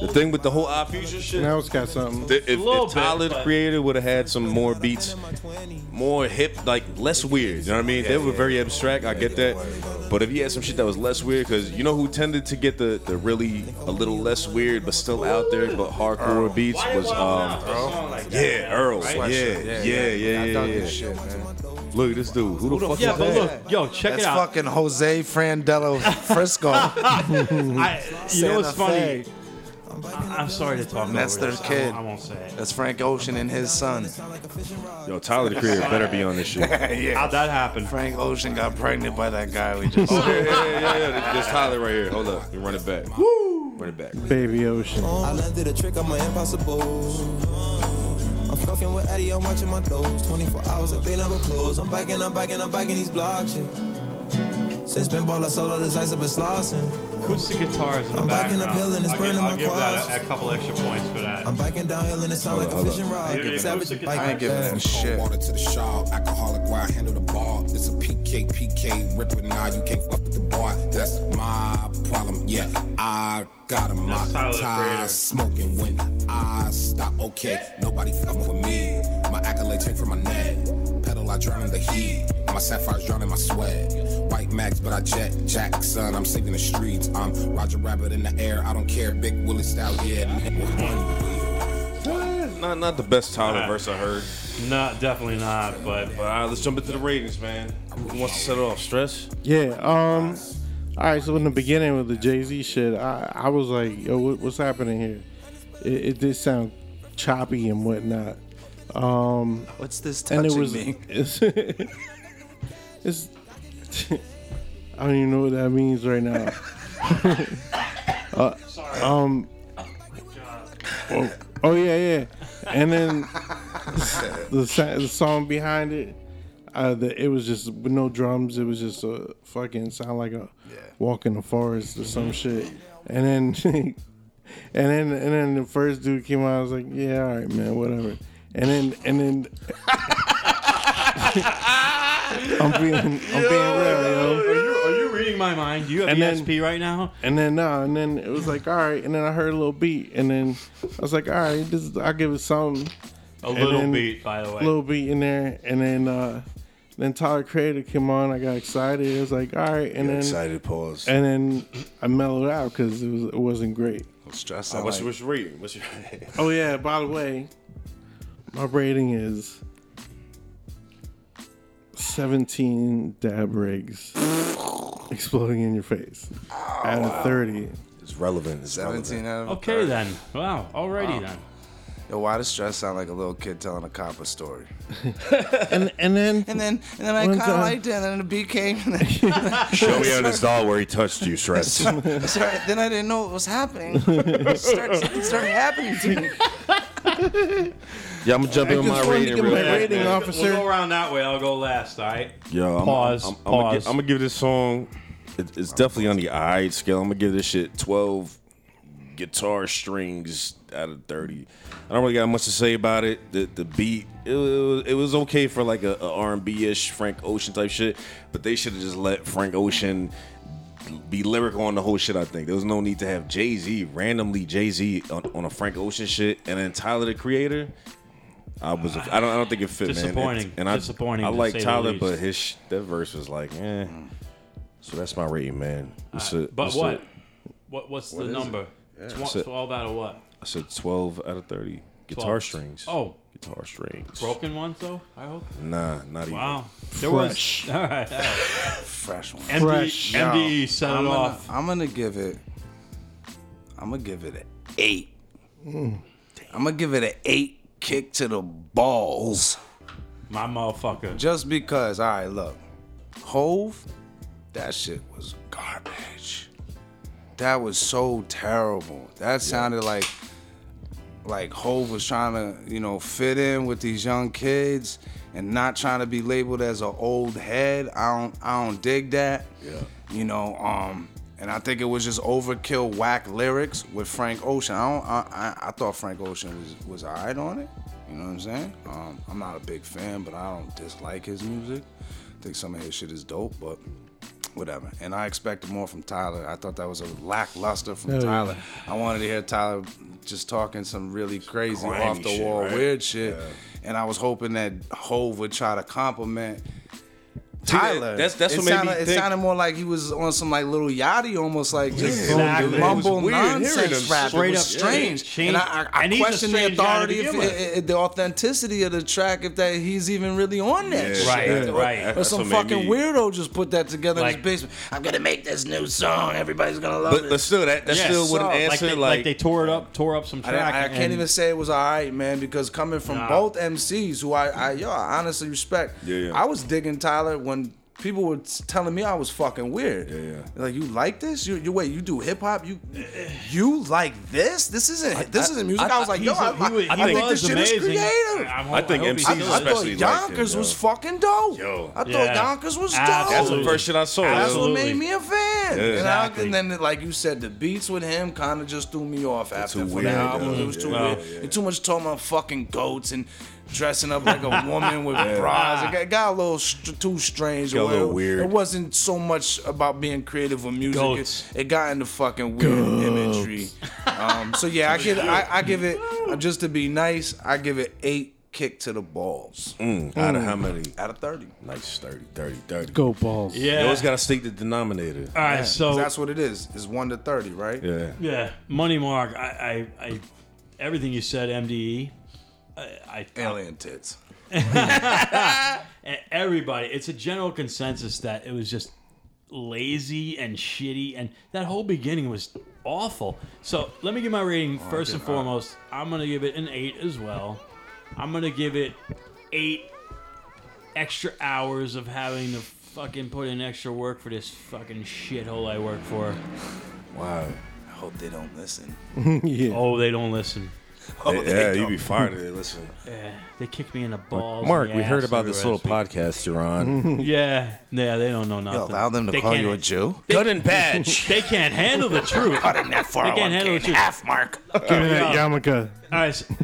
Speaker 2: The thing with the whole I Future shit.
Speaker 3: Now it's got something.
Speaker 2: Th- if,
Speaker 4: A little
Speaker 2: if Tyler
Speaker 4: bit,
Speaker 2: the
Speaker 4: but-
Speaker 2: Creator would have had some more beats, more hip, like less weird. You know what I mean? they were very abstract. I get that. But if he had some shit that was less weird, because you know who tended to get the, the really a little less weird but still out there but hardcore beats was um yeah Earl yeah yeah yeah yeah yeah,
Speaker 1: I dug
Speaker 2: yeah.
Speaker 1: this shit, man.
Speaker 2: Look at this dude. Who the fuck
Speaker 4: Yeah,
Speaker 2: is
Speaker 4: but
Speaker 2: that?
Speaker 4: look, yo, check
Speaker 1: That's
Speaker 4: it out.
Speaker 1: fucking Jose
Speaker 4: [LAUGHS]
Speaker 1: Frandello Frisco.
Speaker 4: I, you know what's
Speaker 1: Santa
Speaker 4: funny?
Speaker 1: Fe.
Speaker 4: I, am sorry to talk.
Speaker 1: That's
Speaker 4: over
Speaker 1: their
Speaker 4: this. I
Speaker 1: kid.
Speaker 4: won't- I won't say it.
Speaker 1: That's Frank Ocean and
Speaker 4: [LAUGHS]
Speaker 1: his son.
Speaker 2: Yo, Tyler the Creator better be on this shit. [LAUGHS] yeah,
Speaker 4: How'd that happen?
Speaker 1: Frank Ocean got pregnant by that guy
Speaker 3: [LAUGHS]
Speaker 1: we just.
Speaker 3: Oh,
Speaker 2: yeah, yeah, yeah, yeah. This Tyler right here. Hold up, let me run it back. Woo, run it back.
Speaker 3: Baby Ocean.
Speaker 6: I landed a trick, I'm an impossible. I'm fucking with Eddie, I'm watching my toes. 24 hours, if they never close. I'm biking, I'm biking, I'm biking these blocks. Yeah. Since been ball, I sold all this ice, I've been slossing.
Speaker 4: Acoustic guitars in the
Speaker 6: I'm back in
Speaker 4: background.
Speaker 6: the building, it's
Speaker 4: I'll
Speaker 6: burning
Speaker 4: give,
Speaker 6: my
Speaker 4: I'll give that
Speaker 6: quads.
Speaker 4: a, a couple extra points for
Speaker 6: I'm
Speaker 4: that.
Speaker 6: biking downhill and it sound like a
Speaker 2: hold
Speaker 6: fishing rod.
Speaker 4: Dude,
Speaker 6: Savage
Speaker 4: acoustic
Speaker 6: bike
Speaker 1: I ain't
Speaker 6: like
Speaker 1: giving
Speaker 6: that.
Speaker 1: them
Speaker 7: Cold
Speaker 1: [LAUGHS] shit.
Speaker 7: water to the shawl, alcoholic where I handle the bar. It's a PK, PK, ripping now. You can't fuck with the bar. That's my problem. Yeah, I got a
Speaker 4: That's
Speaker 7: mock
Speaker 4: Tyler, the
Speaker 7: tie
Speaker 4: creator.
Speaker 7: smoking when I stop. Okay, nobody fucking with me. My accolade take from my neck. Pedal, I drown in the heat. My sapphire's drowning my sweat. White max, but I jet Jackson. I'm saving the streets. I'm Roger Rabbit in the air. I don't care. Big Willie style, yeah.
Speaker 2: Not not the best Tyler
Speaker 4: Alright.
Speaker 2: verse I heard.
Speaker 4: No, definitely not. But
Speaker 2: All right, let's jump into the ratings, man. Who wants to set it off? Stress?
Speaker 3: Yeah. Um. All right. So in the beginning with the Jay Z shit, I, I was like, yo, what, what's happening here? It, it did sound choppy and whatnot,
Speaker 1: What's this
Speaker 3: and
Speaker 1: touching
Speaker 3: it was.
Speaker 1: me?
Speaker 3: [LAUGHS] It's, it's- I don't even know what that means
Speaker 4: [LAUGHS]
Speaker 3: right now. Uh,
Speaker 4: sorry.
Speaker 3: um, Oh, oh, yeah, yeah. And then
Speaker 4: [LAUGHS]
Speaker 3: the sa- the song behind it, uh, the, it was just with no drums. It was just a fucking sound like a walk in the forest or some shit. And then [LAUGHS] and then and then the first dude came out. I was like, yeah, all right, man, whatever. And then and then. [LAUGHS] I'm being, I'm being real, yo.
Speaker 4: are, you, are you reading my mind? You have
Speaker 3: And then-
Speaker 4: ESP right now.
Speaker 3: And then nah, and then it was like all right, and then I heard a little beat, and then I was like all right, this is, I'll give it something,
Speaker 4: A little
Speaker 3: then-
Speaker 4: beat, by the way.
Speaker 3: a little beat in there, and then uh then Tyler Creator came on, I got excited, it was like all right, and then
Speaker 2: pause.
Speaker 3: and then I mellowed out because it was it wasn't great.
Speaker 1: [LAUGHS]
Speaker 2: what's,
Speaker 1: Stress like,
Speaker 2: your, what's your rating? What's your [LAUGHS]
Speaker 3: Oh yeah, by the way, my rating is seventeen dab rigs [LAUGHS] exploding in your face out of thirty.
Speaker 2: It's relevant. It's
Speaker 1: 17 out of
Speaker 4: okay then. Wow. Alrighty then.
Speaker 1: Yo, why does stress sound like a little kid telling a cop a story?
Speaker 3: And and then
Speaker 1: And then, and then I
Speaker 3: One
Speaker 1: kind of
Speaker 3: time-
Speaker 1: liked it, and then the beat came. And then,
Speaker 2: Show me on this doll where he touched you, Stress.
Speaker 1: I started- then [LAUGHS] I didn't know what was
Speaker 3: [LAUGHS]
Speaker 1: happening. It started, something started happening to me.
Speaker 2: [LAUGHS] yeah, I'm gonna jump
Speaker 3: I
Speaker 2: in with
Speaker 3: just wanted
Speaker 2: my
Speaker 3: to
Speaker 2: rating
Speaker 3: get
Speaker 2: real
Speaker 3: my
Speaker 2: quick,
Speaker 3: rating
Speaker 2: man.
Speaker 3: off.
Speaker 4: We'll
Speaker 3: Officer.
Speaker 4: go around that way. I'll go last. All right.
Speaker 2: Yo, I'm,
Speaker 4: Pause,
Speaker 2: I'm, I'm,
Speaker 4: pause.
Speaker 2: I'm, gonna give this song. It, it's definitely on the I scale. I'm gonna give this shit 12 guitar strings out of 30. I don't really got much to say about it. The the beat, it was, it was okay for like a, a R&B-ish Frank Ocean type shit, but they should have just let Frank Ocean be lyrical on the whole shit. I think there was no need to have Jay Z randomly Jay Z on, on a Frank Ocean shit, and then Tyler the Creator. I was I don't I don't think it fit. man.
Speaker 4: Disappointing.
Speaker 2: And, and I
Speaker 4: Disappointing,
Speaker 2: I
Speaker 4: to
Speaker 2: like
Speaker 4: say the
Speaker 2: Tyler,
Speaker 4: least.
Speaker 2: but his sh- that verse was like, eh. So that's my rating, man. It's a,
Speaker 4: Uh, But
Speaker 2: it's a-
Speaker 4: what? What? What's the
Speaker 2: is
Speaker 4: number? Tw-
Speaker 2: It's a-
Speaker 4: Twelve out of what?
Speaker 2: I said 12 out of 30. Guitar
Speaker 4: 12.
Speaker 2: strings.
Speaker 4: Oh.
Speaker 2: Guitar strings.
Speaker 4: Broken ones though. I hope.
Speaker 2: Nah, not
Speaker 4: Wow. There
Speaker 3: Fresh.
Speaker 4: was. All right. all right.
Speaker 1: Fresh one.
Speaker 4: MD,
Speaker 3: Fresh.
Speaker 1: Yo,
Speaker 4: MD E set
Speaker 1: I'm
Speaker 4: it
Speaker 1: gonna,
Speaker 4: off.
Speaker 1: I'm gonna give it. I'm gonna give it an eight.
Speaker 3: Mm.
Speaker 1: I'm gonna give it an eight kick to the balls.
Speaker 4: My motherfucker.
Speaker 1: Just because, all right, look, Hove, that shit was garbage. That was so terrible. That sounded like like Hove was trying to, you know, fit in with these young kids and not trying to be labeled as an old head. I don't I don't dig that. Yeah. You know, um, and I think it was just overkill whack lyrics with Frank Ocean. I don't I, I, I thought Frank Ocean was was alright on it. You know what I'm saying? Um, I'm not a big fan, but I don't dislike his music. I think some of his shit is dope, but whatever. And I expected more from Tyler. I thought that was a lackluster from
Speaker 3: Hell yeah.
Speaker 1: Tyler. I wanted to hear Tyler just talking some really crazy,
Speaker 2: Grimy
Speaker 1: off the
Speaker 2: shit,
Speaker 1: wall,
Speaker 2: right?
Speaker 1: weird shit. And I was hoping that Hove would try to compliment
Speaker 2: that-
Speaker 1: Tyler.
Speaker 2: that's- that's
Speaker 1: it
Speaker 2: what made me
Speaker 1: sounded, It
Speaker 2: think-
Speaker 1: sounded more like he was on some like little yachty, almost like just
Speaker 4: Exactly. It was
Speaker 1: mumble
Speaker 2: weird hearing him
Speaker 1: nonsense rap.
Speaker 2: straight
Speaker 1: it was
Speaker 2: up
Speaker 1: strange.
Speaker 4: strange.
Speaker 1: And I, I, I
Speaker 4: And he's a
Speaker 1: question the
Speaker 4: strange guy to
Speaker 1: authority, if,
Speaker 4: begin with.
Speaker 1: i- i- the authenticity of the track, if that he's even really on that. shit.
Speaker 4: Right,
Speaker 2: Yeah.
Speaker 4: right.
Speaker 1: Or
Speaker 2: That's
Speaker 1: some
Speaker 2: what made
Speaker 1: fucking
Speaker 2: me-
Speaker 1: weirdo just put that together in
Speaker 4: Like-
Speaker 1: his basement. I'm gonna make this new song. Everybody's gonna love
Speaker 2: But,
Speaker 1: it.
Speaker 2: but still, that, that
Speaker 4: Yeah,
Speaker 2: still wouldn't
Speaker 1: so,
Speaker 4: Like
Speaker 2: answer.
Speaker 4: they,
Speaker 2: Like,
Speaker 4: like they tore it up, tore up some
Speaker 1: I,
Speaker 4: track.
Speaker 1: didn't- I can't
Speaker 4: and-
Speaker 1: even say it was all right, man, because coming from
Speaker 4: Nah.
Speaker 1: both MCs, who I, I yo, I honestly respect.
Speaker 2: Yeah, yeah.
Speaker 1: I was digging Tyler when people were t- telling me I was fucking weird. Yeah,
Speaker 2: yeah.
Speaker 1: Like you like this? You, you wait, you do hip hop? You you like this? This isn't this isn't music. I, was like,
Speaker 4: He's
Speaker 1: yo,
Speaker 4: a-
Speaker 1: I,
Speaker 4: he was-
Speaker 1: I
Speaker 4: he
Speaker 1: think
Speaker 4: was
Speaker 1: this shit is
Speaker 4: amazing.
Speaker 1: creative.
Speaker 4: I'm-
Speaker 2: I think
Speaker 4: hope
Speaker 2: MCs
Speaker 4: he
Speaker 1: I,
Speaker 4: does.
Speaker 1: I thought
Speaker 2: especially liked him,
Speaker 1: Yonkers
Speaker 2: yo.
Speaker 1: was fucking dope.
Speaker 2: Yo.
Speaker 1: I thought
Speaker 4: Yeah.
Speaker 1: Yonkers was dope.
Speaker 2: that's the
Speaker 4: Absolutely.
Speaker 2: first shit I saw.
Speaker 1: That's
Speaker 2: yo.
Speaker 1: what
Speaker 4: Absolutely.
Speaker 1: made me a fan.
Speaker 2: Yeah.
Speaker 1: And, I,
Speaker 4: Exactly.
Speaker 1: and then, like you said, the beats with him kind of just threw me off after
Speaker 2: too
Speaker 1: for
Speaker 2: weird,
Speaker 1: the album.
Speaker 2: yeah.
Speaker 1: It was too
Speaker 2: Yeah.
Speaker 1: weird. And too much talking about fucking goats and dressing
Speaker 2: [LAUGHS]
Speaker 1: up like a woman with bras. It got, got a little str too strange.
Speaker 2: Got a little
Speaker 1: Well,
Speaker 2: weird.
Speaker 1: It wasn't so much about being creative with music.
Speaker 4: Goats.
Speaker 1: It, it got into fucking weird imagery. Um, so yeah, I give I, I give it uh, just to be nice. I give it eight kick to the balls
Speaker 2: Mm, Out of how many?
Speaker 1: out of thirty.
Speaker 2: Nice 30, 30, 30.
Speaker 3: Go balls.
Speaker 2: You
Speaker 4: Yeah.
Speaker 2: always got to stick the denominator.
Speaker 4: All right. So
Speaker 1: That's what it is. It's one to thirty, right?
Speaker 2: Oh. Yeah.
Speaker 4: yeah, money mark. I, I, I everything you said, MDE. I, I,
Speaker 1: Alien tits.
Speaker 4: e- everybody. It's a general consensus that it was just lazy and shitty, and that whole beginning was awful. So let me give my
Speaker 2: Oh,
Speaker 4: rating first and foremost. I'm gonna give it an eight as well. I'm gonna give it eight extra hours of having to fucking put in extra work for this fucking shithole I work for.
Speaker 2: [LAUGHS] Wow.
Speaker 1: I hope they don't listen.
Speaker 3: yeah.
Speaker 4: Oh, they don't listen.
Speaker 1: Oh,
Speaker 2: yeah,
Speaker 1: they
Speaker 2: you
Speaker 1: don't.
Speaker 2: be fired today. Listen.
Speaker 4: Yeah, Eh, they kicked me in the balls.
Speaker 2: Mark,
Speaker 4: and
Speaker 2: we
Speaker 4: the
Speaker 2: heard
Speaker 4: ass
Speaker 2: about this little
Speaker 4: everywhere
Speaker 2: podcast you're on.
Speaker 4: this week. Yeah, yeah, they don't know nothing.
Speaker 1: allow them to
Speaker 4: They
Speaker 1: call
Speaker 4: can't-
Speaker 1: you a Jew.
Speaker 2: Good
Speaker 3: [LAUGHS]
Speaker 2: and bad.
Speaker 4: They can't handle the truth. All
Speaker 1: Cutting that
Speaker 4: can't handle
Speaker 1: 401k
Speaker 4: the
Speaker 1: in
Speaker 4: truth.
Speaker 1: half, Mark.
Speaker 3: Give me that yarmulke.
Speaker 4: right, so-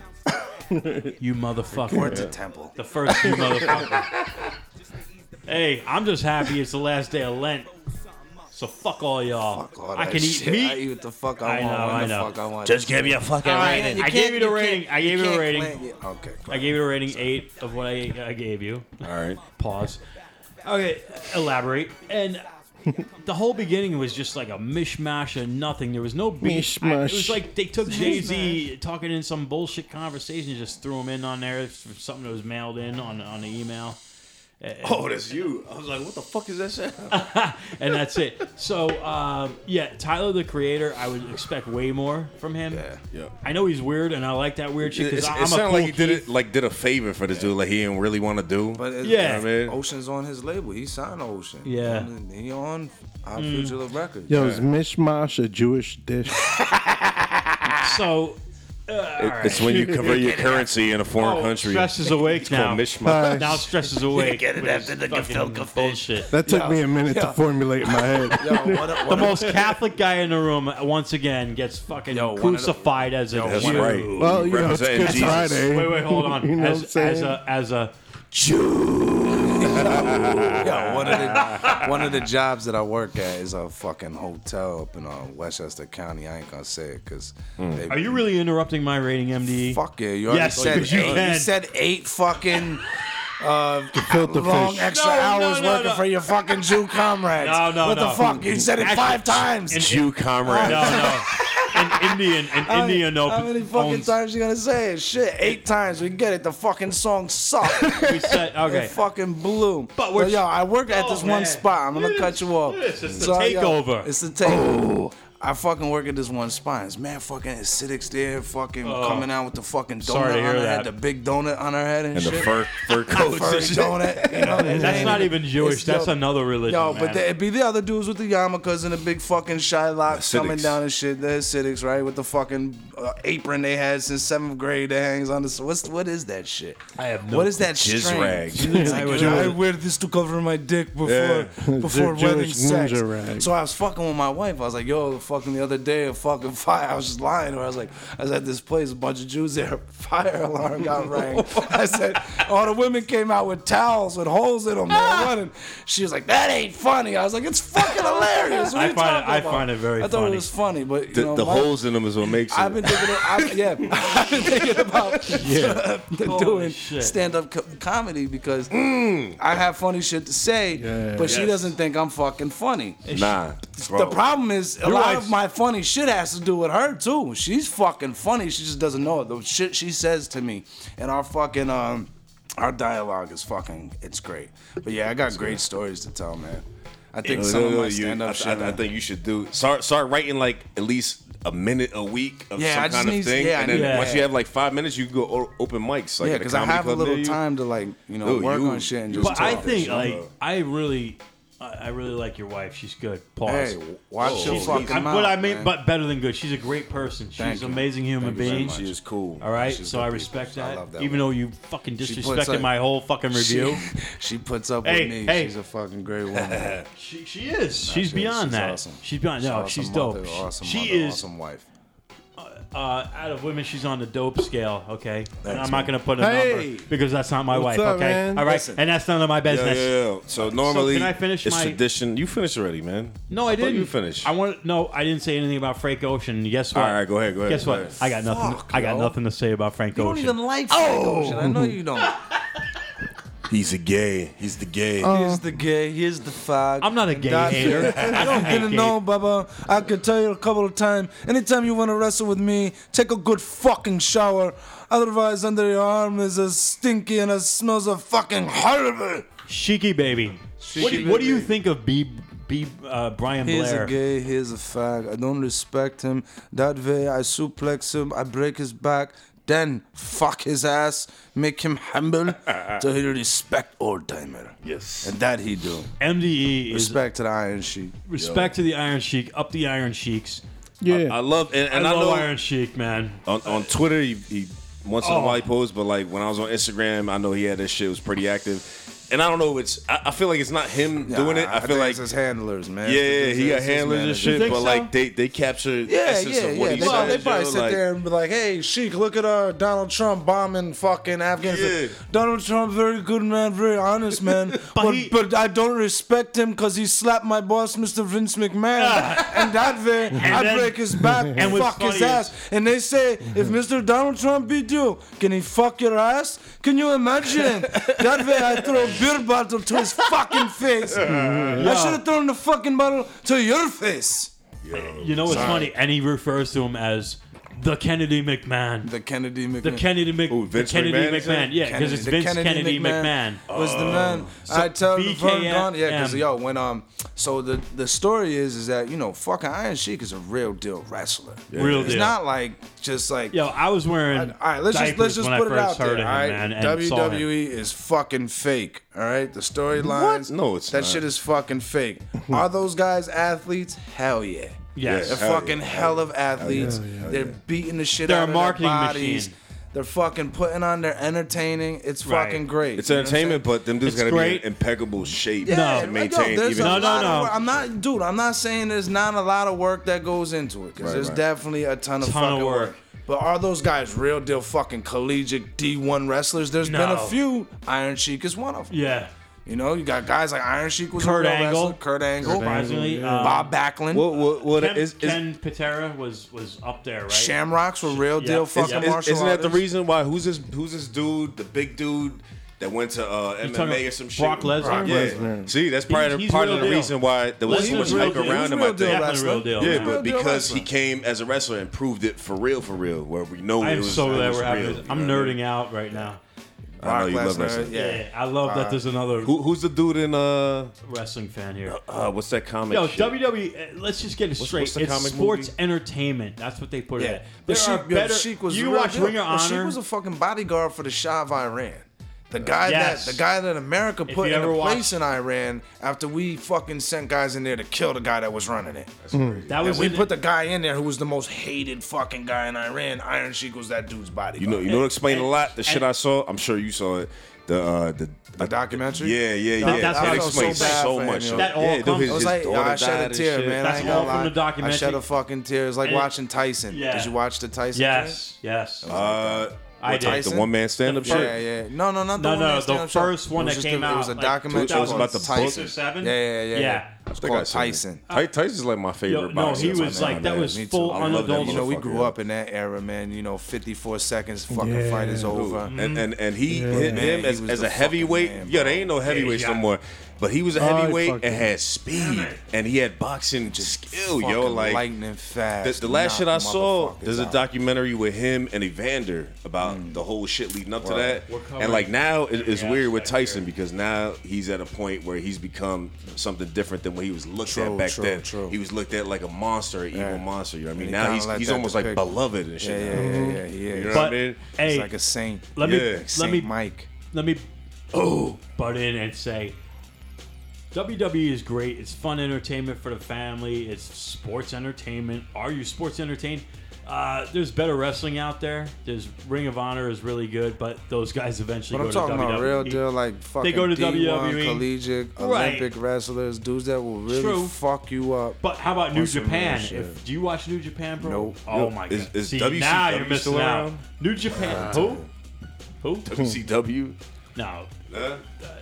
Speaker 4: [LAUGHS] you motherfucker.
Speaker 1: to temple.
Speaker 4: The first you motherfucker. Hey, I'm just happy it's the last day of Lent. So fuck all y'all.
Speaker 1: Fuck all
Speaker 4: I
Speaker 1: that
Speaker 4: can eat
Speaker 1: shit.
Speaker 4: meat.
Speaker 1: I eat what the fuck
Speaker 4: I
Speaker 1: I, want.
Speaker 4: know,
Speaker 1: when
Speaker 4: I
Speaker 1: the
Speaker 4: know.
Speaker 1: Fuck I want.
Speaker 2: give you a fucking
Speaker 4: rating. I gave you the rating. I gave you a rating.
Speaker 1: Okay.
Speaker 4: I gave you a rating eight of what I, I gave you.
Speaker 2: [LAUGHS] All right.
Speaker 4: Pause. Okay, elaborate. And the whole beginning was just like a mishmash of nothing. There was no beat. I- it was
Speaker 3: Mishmash.
Speaker 4: like they took Jay Z talking in some bullshit conversation, just threw him in on there for something that was mailed in on on the email.
Speaker 2: Oh, that's you. I was like, what the fuck is that shit?
Speaker 4: and that's it. So um, yeah, Tyler the Creator, I would expect way more from him. Yeah,
Speaker 2: Yeah.
Speaker 4: I know he's weird, and I like that weird shit
Speaker 2: It, it,
Speaker 4: because I'm a
Speaker 2: sounded
Speaker 4: cool
Speaker 2: like he did
Speaker 4: kid.
Speaker 2: it like did a favor for this dude, like he didn't really want to do.
Speaker 1: But it,
Speaker 4: Yeah.
Speaker 2: You know what I mean?
Speaker 1: Ocean's on his label. He signed Ocean.
Speaker 4: Yeah. Mm.
Speaker 1: And He on uh, our Future Love Records.
Speaker 3: Yo, is mishmash a Jewish dish?
Speaker 4: So
Speaker 2: It- It's when you [LAUGHS] convert your currency in a foreign
Speaker 4: Oh,
Speaker 2: country.
Speaker 4: Stress is awake now.
Speaker 2: called mishmash.
Speaker 4: Now stress
Speaker 1: [LAUGHS]
Speaker 4: is awake.
Speaker 1: Get it after the gefilte fish.
Speaker 3: That took me a minute to formulate in my head.
Speaker 4: [LAUGHS] The most Catholic guy in the room uh, once again gets fucking
Speaker 1: Yo, one of the-
Speaker 4: crucified as a
Speaker 2: That's
Speaker 4: Jew.
Speaker 2: right.
Speaker 3: well, you know, it's
Speaker 2: Representing
Speaker 3: Good
Speaker 2: Jesus.
Speaker 3: Friday.
Speaker 4: Wait, wait, hold
Speaker 1: [LAUGHS]
Speaker 4: on.
Speaker 3: You know
Speaker 4: as,
Speaker 3: what I'm
Speaker 4: as
Speaker 3: saying?
Speaker 4: a as a
Speaker 1: Yo, one of the one of the jobs that I work at is a fucking hotel up in uh, Westchester County. I ain't gonna say it because they
Speaker 4: Are you really interrupting my rating, MD?
Speaker 1: fuck yeah. You already
Speaker 4: Yes,
Speaker 1: said
Speaker 4: you can.
Speaker 1: You said eight fucking uh, [LAUGHS]
Speaker 3: Filter
Speaker 1: long
Speaker 3: fish.
Speaker 1: extra
Speaker 4: No, no,
Speaker 1: hours
Speaker 4: no,
Speaker 1: working
Speaker 4: no.
Speaker 1: for your fucking Jew comrades.
Speaker 4: No, no,
Speaker 1: what
Speaker 4: no.
Speaker 1: the fuck? You said it
Speaker 4: Actually,
Speaker 1: five times.
Speaker 2: Jew comrade.
Speaker 4: No, no. An Indian, an
Speaker 1: How many-
Speaker 4: Indian open.
Speaker 1: How many fucking
Speaker 4: owns-
Speaker 1: times you gonna say it? Shit, eight times. We get it. The fucking song sucks.
Speaker 4: We
Speaker 1: [LAUGHS]
Speaker 4: said [LAUGHS] okay.
Speaker 1: It fucking blew.
Speaker 4: But we're-
Speaker 1: so, yo, I work at this
Speaker 4: Oh,
Speaker 1: one
Speaker 4: man.
Speaker 1: spot. I'm gonna
Speaker 4: Look at
Speaker 1: cut
Speaker 4: this.
Speaker 1: you off.
Speaker 4: Look at this. It's the
Speaker 1: yo,
Speaker 4: takeover. Oh.
Speaker 1: it's the takeover. I fucking work at this one spot. It's man fucking acidics there, fucking coming out with the fucking donut
Speaker 4: Oh. Sorry to
Speaker 1: on
Speaker 4: hear
Speaker 1: her head,
Speaker 4: that.
Speaker 1: the big donut on her head and,
Speaker 2: And the
Speaker 1: shit.
Speaker 2: fur [LAUGHS] fur coats.
Speaker 1: Furry donut. You know, it
Speaker 4: That's
Speaker 1: ain't
Speaker 4: not even Jewish.
Speaker 1: it's
Speaker 4: That's
Speaker 1: yo-
Speaker 4: another religion.
Speaker 1: Yo, but
Speaker 4: man.
Speaker 1: the, it'd be the other dudes with the yarmulkes and the big fucking shy locks
Speaker 2: The
Speaker 1: coming
Speaker 2: Hasidics.
Speaker 1: down and shit. The Hasidics, right, with the fucking uh, apron they had since seventh grade that hangs on the. What's what is that shit? I
Speaker 4: have no
Speaker 1: What is that
Speaker 2: Jizz
Speaker 1: string?
Speaker 2: rag.
Speaker 1: It's
Speaker 4: [LAUGHS]
Speaker 1: like,
Speaker 4: I would-
Speaker 1: I wear this to cover my dick before
Speaker 2: Yeah.
Speaker 4: [LAUGHS]
Speaker 1: before
Speaker 3: Jewish
Speaker 1: wedding sex.
Speaker 3: ninja rag.
Speaker 1: So I was fucking with my wife. I was like, yo, fucking the other day, a fucking fire. I was just lying. to her. I was like, I was at this place, a bunch of Jews there. [LAUGHS] Fire alarm
Speaker 4: [LAUGHS]
Speaker 1: got rang. I said, all the women came out with towels with holes in them.
Speaker 4: Ah.
Speaker 1: Man, running. She was like, that ain't funny. I was like, it's fucking hilarious. What
Speaker 4: I
Speaker 1: are
Speaker 4: find it-
Speaker 1: you talking
Speaker 4: I
Speaker 1: about?
Speaker 4: find it very
Speaker 1: I thought
Speaker 4: funny.
Speaker 1: it was funny, but you
Speaker 2: The,
Speaker 1: know,
Speaker 2: the
Speaker 1: my-
Speaker 2: holes in them is what makes
Speaker 1: I've been
Speaker 2: it.
Speaker 1: thinking. Of, I, yeah, [LAUGHS]
Speaker 4: [LAUGHS]
Speaker 1: I've been thinking about [LAUGHS]
Speaker 4: Holy
Speaker 1: doing
Speaker 4: shit.
Speaker 1: stand-up co- comedy because
Speaker 2: Mm.
Speaker 1: I have funny shit to say,
Speaker 3: Yeah.
Speaker 1: but she
Speaker 4: Yes.
Speaker 1: doesn't think I'm fucking funny.
Speaker 2: Nah, bro.
Speaker 1: The problem is a
Speaker 4: Your
Speaker 1: lot
Speaker 4: wife's-
Speaker 1: of my funny shit has to do with her too. She's fucking funny. She just doesn't know it. The shit she says to me and our fucking um our dialogue is fucking it's great. But yeah, I got great stories to tell, man. I think
Speaker 2: No,
Speaker 1: some
Speaker 2: no,
Speaker 1: of
Speaker 2: no,
Speaker 1: my
Speaker 2: you-
Speaker 1: stand-up
Speaker 2: I,
Speaker 1: shit.
Speaker 2: I, I
Speaker 1: man.
Speaker 2: think you should do start start writing like at least a minute a week of
Speaker 1: Yeah,
Speaker 2: some
Speaker 1: I just
Speaker 2: kind of
Speaker 1: need-
Speaker 2: thing,
Speaker 1: yeah, I
Speaker 2: and then
Speaker 4: need- yeah.
Speaker 2: once you have like five minutes, you can go o- open mics. Like
Speaker 1: yeah,
Speaker 2: at a
Speaker 1: because I
Speaker 2: comedy
Speaker 1: have a
Speaker 2: club
Speaker 1: little
Speaker 2: near you.
Speaker 1: time to like you know
Speaker 2: Dude,
Speaker 1: work
Speaker 2: you-
Speaker 1: on shit and
Speaker 2: you-
Speaker 1: just.
Speaker 4: But I
Speaker 1: talk.
Speaker 4: think
Speaker 2: Shut
Speaker 4: like
Speaker 2: up.
Speaker 4: I really, I I really like your wife. She's good. Pause.
Speaker 1: Hey, watch your
Speaker 4: She's-
Speaker 1: fucking
Speaker 4: I'm-
Speaker 1: mouth.
Speaker 4: what I mean,
Speaker 1: man.
Speaker 4: but better than good. She's a great person. She's
Speaker 1: Thank
Speaker 4: an
Speaker 1: you.
Speaker 4: amazing human
Speaker 1: Thank you very
Speaker 4: being.
Speaker 1: much.
Speaker 2: She is cool.
Speaker 4: All right,
Speaker 1: She's
Speaker 4: so
Speaker 1: good
Speaker 4: I
Speaker 1: people.
Speaker 4: respect
Speaker 1: I
Speaker 4: that.
Speaker 1: love that
Speaker 4: Even
Speaker 1: woman.
Speaker 4: though you fucking
Speaker 1: She puts
Speaker 4: disrespected
Speaker 1: up-
Speaker 4: my whole fucking review,
Speaker 1: [LAUGHS] She, she puts up
Speaker 4: Hey,
Speaker 1: with me.
Speaker 4: hey.
Speaker 1: She's a fucking great woman.
Speaker 4: she, she is. she's
Speaker 1: She-
Speaker 4: beyond
Speaker 1: she's
Speaker 4: that.
Speaker 1: Awesome.
Speaker 4: She's beyond. No,
Speaker 1: awesome
Speaker 4: she's
Speaker 1: mother,
Speaker 4: dope.
Speaker 1: Awesome
Speaker 4: she
Speaker 1: mother,
Speaker 4: is
Speaker 1: awesome wife.
Speaker 4: uh, out of women. She's on the dope scale. Okay, and
Speaker 1: Thanks,
Speaker 4: I'm not
Speaker 1: man.
Speaker 4: gonna put a
Speaker 3: Hey!
Speaker 4: number because that's not my
Speaker 3: What's
Speaker 4: wife.
Speaker 3: up,
Speaker 4: okay,
Speaker 3: man?
Speaker 4: all right,
Speaker 1: Listen.
Speaker 4: and that's none of my
Speaker 2: Yeah,
Speaker 4: business.
Speaker 2: yeah, yeah. So normally,
Speaker 4: can I finish
Speaker 2: it's
Speaker 4: my-
Speaker 2: tradition. You finished already, man.
Speaker 4: No, I
Speaker 2: I thought
Speaker 4: didn't.
Speaker 2: you finished.
Speaker 4: I want no. I didn't say anything about Frank Ocean. Guess what?
Speaker 2: All right, go ahead, go ahead,
Speaker 4: Guess
Speaker 2: go
Speaker 4: what?
Speaker 2: ahead.
Speaker 4: I got nothing.
Speaker 1: Fuck,
Speaker 4: I got
Speaker 1: yo.
Speaker 4: nothing to say about Frank
Speaker 1: You don't
Speaker 4: Ocean.
Speaker 1: even like Frank Ocean. I know you don't.
Speaker 2: He's a gay. He's the gay.
Speaker 1: [LAUGHS] Here's the gay. Here's the fog.
Speaker 4: I'm not a gay
Speaker 1: That's-
Speaker 4: hater. I don't hate
Speaker 1: Didn't
Speaker 4: gay-
Speaker 1: know, Bubba. I could tell you a couple of times. Anytime you want to wrestle with me, take a good fucking shower. Otherwise, under your arm is a stinky and it smells of fucking horrible.
Speaker 4: Shiki baby. what, do,
Speaker 1: Shiki
Speaker 4: what do you
Speaker 1: baby.
Speaker 4: think of B B uh, Brian
Speaker 1: He's
Speaker 4: Blair?
Speaker 1: a gay, he's a fag. I don't respect him. That way, I suplex him, I break his back, then fuck his ass, make him humble
Speaker 4: [LAUGHS]
Speaker 1: till he respect old timer. Yes. And that he do.
Speaker 4: MDE E is
Speaker 1: Respect to the Iron Sheik.
Speaker 4: respect to the Iron Sheik. Up the Iron Sheiks.
Speaker 2: I
Speaker 3: Yeah.
Speaker 2: love and, and
Speaker 4: I,
Speaker 2: I,
Speaker 4: love
Speaker 2: know
Speaker 4: Iron Sheik, man.
Speaker 2: on, on Twitter he, he once in
Speaker 4: Oh.
Speaker 2: a while he posts, but like when I was on Instagram, I know he had that shit was pretty active. And I don't know, it's I, I feel like it's not him doing it. I, feel
Speaker 1: think
Speaker 2: like
Speaker 1: it's his handlers, man.
Speaker 2: Yeah,
Speaker 1: It's
Speaker 2: yeah,
Speaker 1: his-
Speaker 2: he got
Speaker 1: it's his
Speaker 2: handlers and
Speaker 1: managers.
Speaker 2: shit,
Speaker 4: think
Speaker 2: but
Speaker 4: so?
Speaker 2: like they they capture the
Speaker 1: Yeah,
Speaker 2: essence
Speaker 1: yeah,
Speaker 2: of what
Speaker 1: yeah.
Speaker 2: he
Speaker 1: They,
Speaker 2: said.
Speaker 1: probably, they probably
Speaker 2: yo,
Speaker 1: sit
Speaker 2: like,
Speaker 1: there and be like, "Hey, Sheik, look at uh, Donald Trump bombing fucking Afghanistan.
Speaker 2: Yeah.
Speaker 1: Donald Trump, very good man, very honest man, but but,
Speaker 4: he-
Speaker 1: I don't respect him because he slapped my boss, Mr. Vince McMahon, and that way I
Speaker 4: then-
Speaker 1: break his back,
Speaker 4: and what's
Speaker 1: fuck his
Speaker 4: funny
Speaker 1: ass. And they say, if Mr. Donald Trump beat you, can he fuck your ass? Can you imagine? that way I throw a beer bottle to his fucking face. I should have thrown the fucking bottle to your face.
Speaker 4: You know what's funny? And he refers to him as the Kennedy McMahon.
Speaker 1: The Kennedy McMahon.
Speaker 4: The Kennedy Mc,
Speaker 2: Who, Vince
Speaker 4: the Kennedy
Speaker 2: McMahon
Speaker 4: McMahon,
Speaker 2: is that?
Speaker 4: yeah, because it's
Speaker 1: the
Speaker 4: Vince Kennedy, McMahon. Oh.
Speaker 1: was the man. I tell the
Speaker 4: BKM.
Speaker 1: Vern Gagne, yeah, because yo, when um So the the story is is that you know fucking Iron Sheik is a real deal wrestler.
Speaker 4: Real
Speaker 1: It's
Speaker 4: deal.
Speaker 1: not like just like
Speaker 4: Yo, I was wearing.
Speaker 1: all right, let's just let's
Speaker 4: diapers
Speaker 1: just
Speaker 4: when
Speaker 1: put
Speaker 4: I
Speaker 1: it
Speaker 4: first
Speaker 1: out there.
Speaker 4: heard of him,
Speaker 1: all right, E.
Speaker 4: man, and saw him.
Speaker 1: WWE is fucking fake. All right, the storylines.
Speaker 2: No, it's
Speaker 1: that
Speaker 2: not.
Speaker 1: shit is
Speaker 2: [LAUGHS]
Speaker 1: fucking fake. Are those guys athletes? Hell yeah.
Speaker 4: Yes.
Speaker 1: They're
Speaker 2: Hell yeah,
Speaker 1: fucking
Speaker 2: hell
Speaker 1: hell of athletes. They're beating the shit
Speaker 4: They're a
Speaker 1: out of
Speaker 4: marketing
Speaker 1: their bodies.
Speaker 4: machine.
Speaker 1: They're fucking putting on. They're entertaining. It's
Speaker 4: Right.
Speaker 1: fucking great.
Speaker 2: It's
Speaker 1: You know what I'm saying?
Speaker 2: entertainment, but them dudes
Speaker 4: It's
Speaker 2: gotta
Speaker 4: great.
Speaker 2: be in impeccable shape
Speaker 1: Yeah,
Speaker 2: to
Speaker 1: no,
Speaker 2: maintain
Speaker 1: there's
Speaker 2: even.
Speaker 1: a
Speaker 4: No, no,
Speaker 1: lot of
Speaker 4: no.
Speaker 1: work. I'm not, dude. I'm not saying there's not a lot of work that goes into it because
Speaker 2: Right,
Speaker 1: there's
Speaker 2: right.
Speaker 1: definitely a ton of
Speaker 4: Ton of
Speaker 1: fucking work.
Speaker 4: work.
Speaker 1: But are those guys real deal fucking collegiate D1 wrestlers? There's been
Speaker 4: No.
Speaker 1: a few. Iron Sheik is one of them.
Speaker 4: Yeah.
Speaker 1: You know, you got guys like Iron Sheik was
Speaker 4: Kurt
Speaker 1: a real
Speaker 4: Angle.
Speaker 1: wrestler. Kurt Angle,
Speaker 4: Surprisingly, um,
Speaker 1: Bob Backlund,
Speaker 2: What what what
Speaker 4: Ken,
Speaker 2: is, is,
Speaker 4: Ken Patera was was up there, right?
Speaker 1: Shamrocks were real
Speaker 4: Yeah.
Speaker 1: deal
Speaker 4: Is-
Speaker 1: fucking
Speaker 2: is-
Speaker 1: martial
Speaker 2: isn't that the
Speaker 1: artists.
Speaker 2: reason why who's this who's this dude, the big dude that went to uh,
Speaker 4: talking
Speaker 2: MMA or some shit?
Speaker 4: Brock Lesnar? Brock
Speaker 2: Yeah.
Speaker 3: Lesnar.
Speaker 2: See, that's part
Speaker 4: He's-
Speaker 2: of
Speaker 4: he's
Speaker 2: part of
Speaker 4: real
Speaker 2: the
Speaker 4: deal.
Speaker 2: reason why there was so
Speaker 4: Lesnar's
Speaker 2: much
Speaker 4: real
Speaker 2: hype
Speaker 4: deal.
Speaker 2: around
Speaker 4: He's
Speaker 2: him,
Speaker 1: real
Speaker 2: I
Speaker 1: deal
Speaker 2: think.
Speaker 4: Definitely real
Speaker 1: wrestler.
Speaker 4: deal.
Speaker 2: Yeah,
Speaker 4: man.
Speaker 2: but
Speaker 1: deal
Speaker 2: because he
Speaker 1: wrestler.
Speaker 2: came as a wrestler and proved it for real, for real, where we know
Speaker 4: I
Speaker 2: it
Speaker 4: am
Speaker 2: was.
Speaker 4: so
Speaker 2: it
Speaker 4: glad
Speaker 2: was
Speaker 4: we're
Speaker 2: real,
Speaker 4: having.
Speaker 2: you
Speaker 4: I'm
Speaker 2: know what I mean?
Speaker 4: nerding out right now.
Speaker 2: I know you
Speaker 1: Brock
Speaker 2: love
Speaker 1: Lesnar,
Speaker 2: wrestling.
Speaker 1: Yeah.
Speaker 4: Yeah, I love that. There's another
Speaker 2: Who, who's the dude in uh,
Speaker 4: wrestling fan here.
Speaker 2: uh what's that comic?
Speaker 4: Yo,
Speaker 2: shit?
Speaker 4: WWE. uh, Let's just get it straight.
Speaker 2: what's the
Speaker 4: it's
Speaker 2: comic
Speaker 4: sports
Speaker 2: movie?
Speaker 4: entertainment. That's what they put
Speaker 1: Yeah,
Speaker 4: it. at.
Speaker 1: but
Speaker 4: There
Speaker 1: she,
Speaker 4: are
Speaker 1: yo,
Speaker 4: better.
Speaker 1: Sheik was
Speaker 4: you
Speaker 1: real
Speaker 4: watch
Speaker 1: deal.
Speaker 4: Ring of
Speaker 1: But Sheik
Speaker 4: Honor. Uh,
Speaker 1: was a fucking bodyguard for the Shah of Iran. The guy
Speaker 4: Yes.
Speaker 1: that the guy that America put
Speaker 4: you
Speaker 1: in
Speaker 4: ever
Speaker 1: a place
Speaker 4: watched-
Speaker 1: in Iran after we fucking sent guys in there to kill the guy that was running it.
Speaker 4: that
Speaker 1: And
Speaker 4: was
Speaker 1: we
Speaker 4: in-
Speaker 1: put the guy in there who was the most hated fucking guy in Iran. Iron Sheik was that dude's bodyguard.
Speaker 2: You know, you know what explained a
Speaker 4: and-
Speaker 2: lot. The shit
Speaker 4: and-
Speaker 2: I saw, I'm sure you saw it. The uh, the
Speaker 1: the documentary.
Speaker 2: yeah, yeah, yeah.
Speaker 4: That- that's what I
Speaker 2: it
Speaker 4: felt so
Speaker 2: explains so,
Speaker 1: bad for him,
Speaker 2: much.
Speaker 1: yo.
Speaker 4: That all
Speaker 2: yeah, dude,
Speaker 4: comes-
Speaker 2: his-
Speaker 1: It was
Speaker 2: his
Speaker 1: like, yo,
Speaker 2: daughter
Speaker 1: I shed
Speaker 2: died
Speaker 1: a
Speaker 2: and
Speaker 1: tear,
Speaker 2: shit.
Speaker 1: man.
Speaker 4: That's
Speaker 1: I ain't gonna
Speaker 4: all from
Speaker 1: lie.
Speaker 4: the
Speaker 1: I shed
Speaker 4: documentary.
Speaker 1: a fucking tear. It's like
Speaker 4: And-
Speaker 1: watching Tyson.
Speaker 4: Yeah.
Speaker 1: Did you watch the Tyson? joint?
Speaker 4: Yes, yes.
Speaker 1: Oh,
Speaker 2: Uh,
Speaker 4: I
Speaker 2: what's
Speaker 4: did.
Speaker 2: it,
Speaker 1: Tyson?
Speaker 2: The one man stand up
Speaker 4: The first-
Speaker 2: shit.
Speaker 1: Yeah, yeah. No, no, not the
Speaker 4: No,
Speaker 1: one
Speaker 4: no,
Speaker 1: man
Speaker 4: the
Speaker 1: stand-up show.
Speaker 4: first one
Speaker 1: It was
Speaker 4: that
Speaker 1: just
Speaker 4: came
Speaker 1: a- It was
Speaker 4: out,
Speaker 1: a
Speaker 4: like,
Speaker 1: documentary.
Speaker 2: It was about the
Speaker 1: called
Speaker 2: book.
Speaker 1: Tyson.
Speaker 4: Six or seven?
Speaker 1: Yeah, yeah, yeah.
Speaker 4: Yeah.
Speaker 1: It's
Speaker 2: That guy's
Speaker 1: called Tyson.
Speaker 2: Ty- Tyson's like my favorite.
Speaker 4: Yo, no,
Speaker 2: boxer
Speaker 4: he
Speaker 2: of all
Speaker 4: was
Speaker 2: time,
Speaker 4: like- that
Speaker 2: man.
Speaker 4: was
Speaker 2: Me too.
Speaker 4: full
Speaker 2: I love that
Speaker 4: unadulterated.
Speaker 1: You know, we
Speaker 2: motherfucker,
Speaker 1: grew
Speaker 2: yo.
Speaker 1: up in that era, man. You know, 54 seconds, fucking
Speaker 3: Yeah.
Speaker 1: fight is
Speaker 2: Dude,
Speaker 1: over.
Speaker 2: And and and he
Speaker 3: Yeah.
Speaker 2: hit
Speaker 1: Man,
Speaker 2: him
Speaker 1: he
Speaker 2: as,
Speaker 1: was
Speaker 2: as
Speaker 1: the
Speaker 2: a heavyweight.
Speaker 1: fucking man,
Speaker 2: yeah, they ain't no heavyweights
Speaker 4: Yeah,
Speaker 2: no
Speaker 4: yeah.
Speaker 2: more. But he was a
Speaker 3: Oh, he
Speaker 2: heavyweight
Speaker 3: fucking-
Speaker 2: and had speed, and he had boxing skill,
Speaker 1: Fucking
Speaker 2: yo. Like
Speaker 1: lightning
Speaker 2: the,
Speaker 1: fast.
Speaker 2: the last shit I
Speaker 1: knock
Speaker 2: saw,
Speaker 1: motherfuckers
Speaker 2: there's a
Speaker 1: out.
Speaker 2: documentary with him and Evander about
Speaker 1: Mm.
Speaker 2: the whole shit leading up to that.
Speaker 4: We're covering
Speaker 2: And like now, it, it's
Speaker 4: every
Speaker 2: weird with
Speaker 4: aspect
Speaker 2: Tyson because now he's at a point where he's become something different than when he was looked
Speaker 1: True,
Speaker 2: at back
Speaker 1: true,
Speaker 2: then.
Speaker 1: true.
Speaker 2: He was looked at like a monster, an evil monster. You know what I mean?
Speaker 1: he
Speaker 2: Now
Speaker 1: kinda
Speaker 2: he's
Speaker 1: let
Speaker 2: he's
Speaker 1: that
Speaker 2: almost like
Speaker 1: depict-
Speaker 2: beloved and
Speaker 1: Yeah,
Speaker 2: shit.
Speaker 1: yeah,
Speaker 2: now.
Speaker 1: yeah, yeah, he is.
Speaker 2: You know what
Speaker 4: Mm-hmm. But
Speaker 2: I mean?
Speaker 4: hey,
Speaker 1: He's like a saint.
Speaker 4: let me
Speaker 2: yeah,
Speaker 4: let
Speaker 1: Saint
Speaker 4: me
Speaker 1: Mike.
Speaker 4: let me oh butt in and say WWE is great. It's fun entertainment for the family. It's sports entertainment. Are you sports entertained? Uh, there's better wrestling out there. There's Ring of Honor is really good, but those guys eventually
Speaker 1: But I'm
Speaker 4: go
Speaker 1: talking
Speaker 4: to E. WWE.
Speaker 1: about real deal, like fucking
Speaker 4: go to
Speaker 1: D1
Speaker 4: WWE.
Speaker 1: collegiate,
Speaker 4: Right.
Speaker 1: Olympic wrestlers, dudes that will really
Speaker 4: True.
Speaker 1: fuck you up.
Speaker 4: But how about New
Speaker 1: What's the real
Speaker 4: Japan?
Speaker 1: shit?
Speaker 4: If, do you watch New Japan, bro?
Speaker 1: Nope.
Speaker 4: Oh
Speaker 2: Yo,
Speaker 4: my god.
Speaker 2: is- is
Speaker 4: See,
Speaker 2: WCW
Speaker 4: now you're missing
Speaker 2: still
Speaker 4: out.
Speaker 2: around?
Speaker 4: New Japan. Who? Who?
Speaker 2: [LAUGHS] WCW.
Speaker 4: No.
Speaker 2: Huh?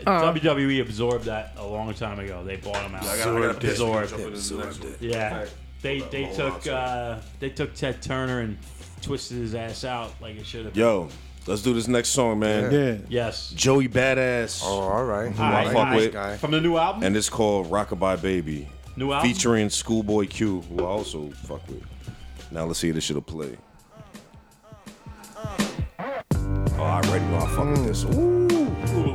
Speaker 4: WWE absorbed that a long time ago. They bought them out.
Speaker 2: I gotta- I gotta piss.
Speaker 4: absorbed it.
Speaker 2: Absorbed it.
Speaker 4: Yeah, they they
Speaker 2: hold on
Speaker 4: took
Speaker 2: to it.
Speaker 4: uh, they took Ted Turner and twisted his ass out like it should have. been.
Speaker 2: Yo, let's do this next song, man.
Speaker 3: Yeah.
Speaker 4: Yes.
Speaker 2: Joey Badass.
Speaker 1: Oh, all right.
Speaker 4: All
Speaker 2: I
Speaker 4: right,
Speaker 2: fuck
Speaker 4: all right.
Speaker 2: with.
Speaker 1: guy.
Speaker 4: From the new album.
Speaker 2: And it's called Rockabye Baby.
Speaker 4: New album?
Speaker 2: Featuring Schoolboy Q, who I also fuck with. Now let's see if this shit'll play. Oh, I already know I fuck with this. Mm. Ooh.
Speaker 4: Ooh.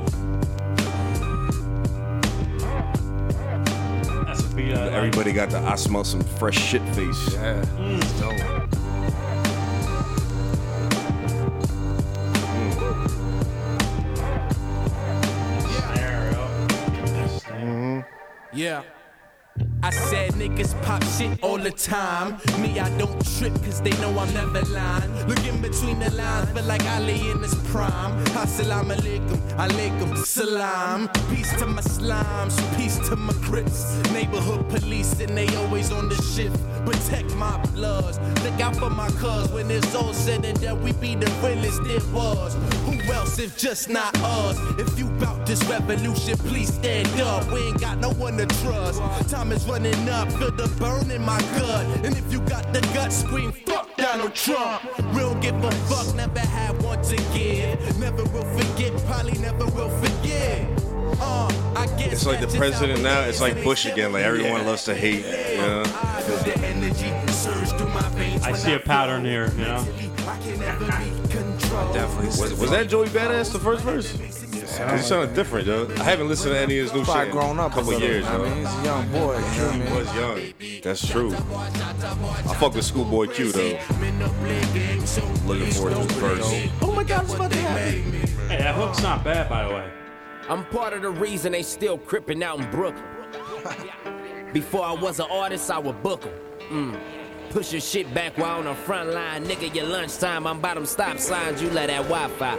Speaker 4: That's a beat. Uh, like,
Speaker 2: Everybody got the I smell some fresh shit face.
Speaker 1: Yeah. It's
Speaker 4: Mm.
Speaker 1: dope.
Speaker 4: snare, yo. Snare.
Speaker 8: Yeah. I said niggas pop shit all the time. Me, I don't trip cause they know I'm never lying. Looking between the lines, but like Ali in his prime. Assalamu alaikum, alaikum, salam. Peace to my slimes, peace to my crips. Neighborhood police, and they always on the shift. Protect my bloods, look out for my cuz. When it's all said and done, we be the realest it was. Who else if just not us? If you bout this revolution, please stand up. We ain't got no one to trust. Time is running up, feel the burn in my gut. And if you got the gut, scream fuck Donald Trump. We don't give a fuck, never had one to give. Never will forget, probably never will forget. Uh, I guess
Speaker 2: It's like the
Speaker 8: that's just how
Speaker 2: president
Speaker 8: it
Speaker 2: now,
Speaker 8: is,
Speaker 2: it's like
Speaker 8: and they
Speaker 2: Bush
Speaker 8: still
Speaker 2: again. Like
Speaker 8: hate
Speaker 2: everyone
Speaker 8: it.
Speaker 2: loves to hate. You know?
Speaker 8: I feel the energy surge through my veins
Speaker 4: I
Speaker 8: when
Speaker 4: see a pattern
Speaker 8: flow.
Speaker 4: here, you know?
Speaker 8: Mentally, I can never be controlled.
Speaker 1: Definitely.
Speaker 2: Was, was that Joey Badass the first verse?
Speaker 8: Yes.
Speaker 2: He sounded different, yo. I haven't listened to any of his new
Speaker 1: Probably
Speaker 2: shit.
Speaker 1: grown
Speaker 2: in
Speaker 1: up
Speaker 2: a couple
Speaker 1: a little,
Speaker 2: years,
Speaker 1: I
Speaker 2: yo.
Speaker 1: mean, he's a young boy. You know what I
Speaker 2: He
Speaker 1: mean?
Speaker 2: was young. That's true. I fuck with Schoolboy Q though. Looking forward to his verse.
Speaker 8: Oh my God, what's about to happen?
Speaker 4: Hey, that hook's not bad, by the way.
Speaker 9: I'm part of the reason they still crippin' out in Brooklyn. Before I was an artist, I would book 'em. Mm. Push your shit back while on the front line. Nigga, your lunchtime, I'm by them stop signs, you let that Wi Fi.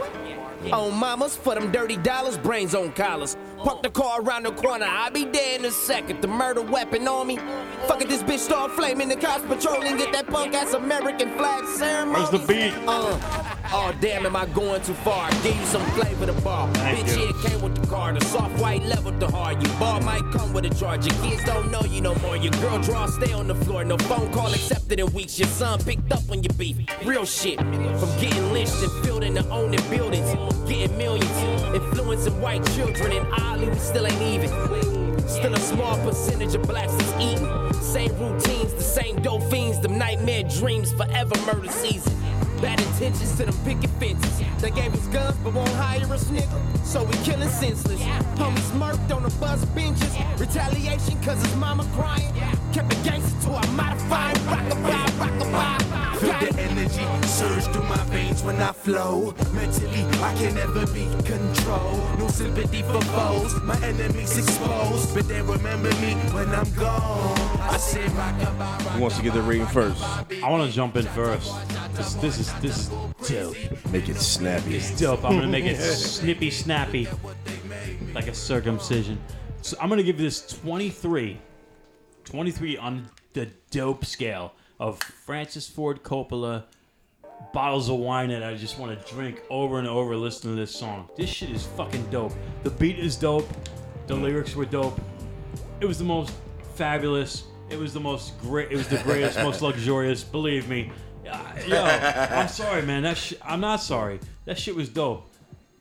Speaker 9: On mamas, for them dirty dollars, brains on collars. Park the car around the corner, I'll be there in a second. The murder weapon on me. Fuck it, this bitch start flaming, the cops patrolling, get that punk ass American flag ceremony.
Speaker 4: Where's the beat?
Speaker 9: Uh, oh damn, am I going too far? Give you some flavor to bar. Bitch,
Speaker 4: you.
Speaker 9: yeah, it came with the car. The soft white leveled the hard. You ball might come with a charge. Your kids don't know you no more. Your girl draw, stay on the floor. No phone call accepted in weeks. Your son picked up on your beef. Real shit. From getting lynched and building to owning buildings, getting millions, influencing white children, and oddly we still ain't even. Still a small percentage of blacks is eating. Same routines, the same dope fiends, them nightmare dreams, forever murder season. Bad intentions to them picket fences. They gave us guns but won't hire us, nigga. So we killing senseless. Homies murked on the bus benches. Retaliation cause his mama crying. Kept a gangster to a modified rockabye, rockabye.
Speaker 8: Feel
Speaker 9: Got it.
Speaker 8: the energy surge through my veins when I flow. Mentally, I can never be controlled. No sympathy for foes, my enemies exposed. But they remember me when I'm gone. I say rock about
Speaker 2: Who wants to get the rating first?
Speaker 4: I want to jump in first. This, this is this is dope.
Speaker 2: Make it snappy.
Speaker 4: It's dope. I'm gonna make it snippy snappy, like a circumcision. So I'm gonna give this 23, 23 on the dope scale of Francis Ford Coppola bottles of wine that I just want to drink over and over listening to this song. This shit is fucking dope. The beat is dope. The lyrics were dope. It was the most fabulous. It was the most great. It was the greatest,
Speaker 2: [LAUGHS]
Speaker 4: most luxurious. Believe me. Uh, Yo, I'm sorry, man. That sh- I'm not sorry. That shit was dope.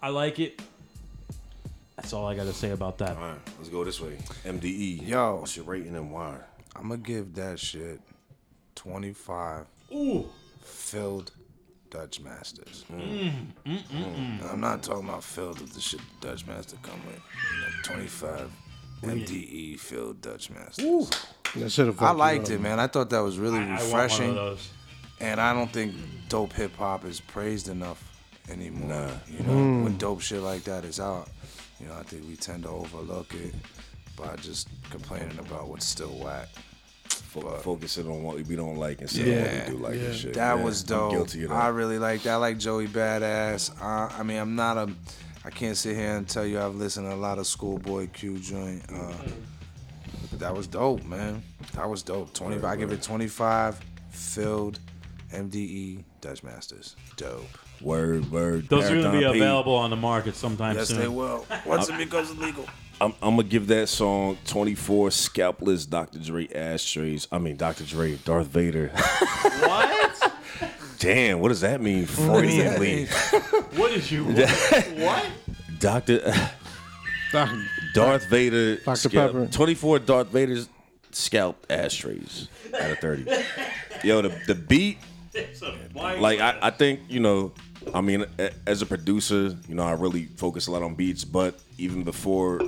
Speaker 4: I like it. That's all I got to say about that.
Speaker 2: All right, let's go this way. MDE.
Speaker 1: Yo.
Speaker 2: what's your rating and why?
Speaker 1: I'm gonna give that shit 25
Speaker 4: Ooh,
Speaker 1: filled Dutch masters.
Speaker 4: Mm.
Speaker 1: Mm, I'm not talking about filled with the shit the Dutch master come with. You know, 25 MDE filled E Dutch masters.
Speaker 3: That should have.
Speaker 1: I liked it, man. I thought that was really
Speaker 4: I- I want one
Speaker 1: refreshing.
Speaker 4: of those.
Speaker 1: and I don't think dope hip hop is praised enough anymore. You know, when dope shit like that is out, you know, I think we tend to overlook it by just complaining about what's still whack.
Speaker 2: Fo- Focusing on what we don't like instead
Speaker 1: Yeah,
Speaker 2: of what we do like and shit.
Speaker 1: That
Speaker 2: Yeah,
Speaker 1: was
Speaker 2: I'm
Speaker 1: dope.
Speaker 2: guilty of that.
Speaker 1: I really like that. I like Joey Badass. Uh, I, I mean, I'm not a. I can't sit here and tell you I've listened to a lot of Schoolboy Q joint. Uh, but that was dope, man. That was dope. Twenty. I give it 25. Filled. MDE Dutch Masters. Dope.
Speaker 2: word, word.
Speaker 4: Those are going to be
Speaker 2: Marathon P.
Speaker 4: available on the market sometime
Speaker 1: Yes,
Speaker 4: soon.
Speaker 1: they will. Once it
Speaker 2: [LAUGHS]
Speaker 1: becomes illegal.
Speaker 2: I'm, I'm gonna give that song 24 scalpless Dr. Dre ashtrays. I mean Dr. Dre, Darth Vader. [LAUGHS]
Speaker 4: What?
Speaker 2: Damn, what does that mean? Freudian leap.
Speaker 4: what did
Speaker 2: [LAUGHS]
Speaker 4: you? What?
Speaker 2: Dr. [LAUGHS] Darth Vader.
Speaker 3: Dr.
Speaker 2: scalp-
Speaker 3: Pepper.
Speaker 2: 24 Darth Vader's scalped ashtrays out of 30. Yo, the, the beat
Speaker 4: It's a white-
Speaker 2: like I, I think you know i mean a- as a producer you know i really focus a lot on beats but even before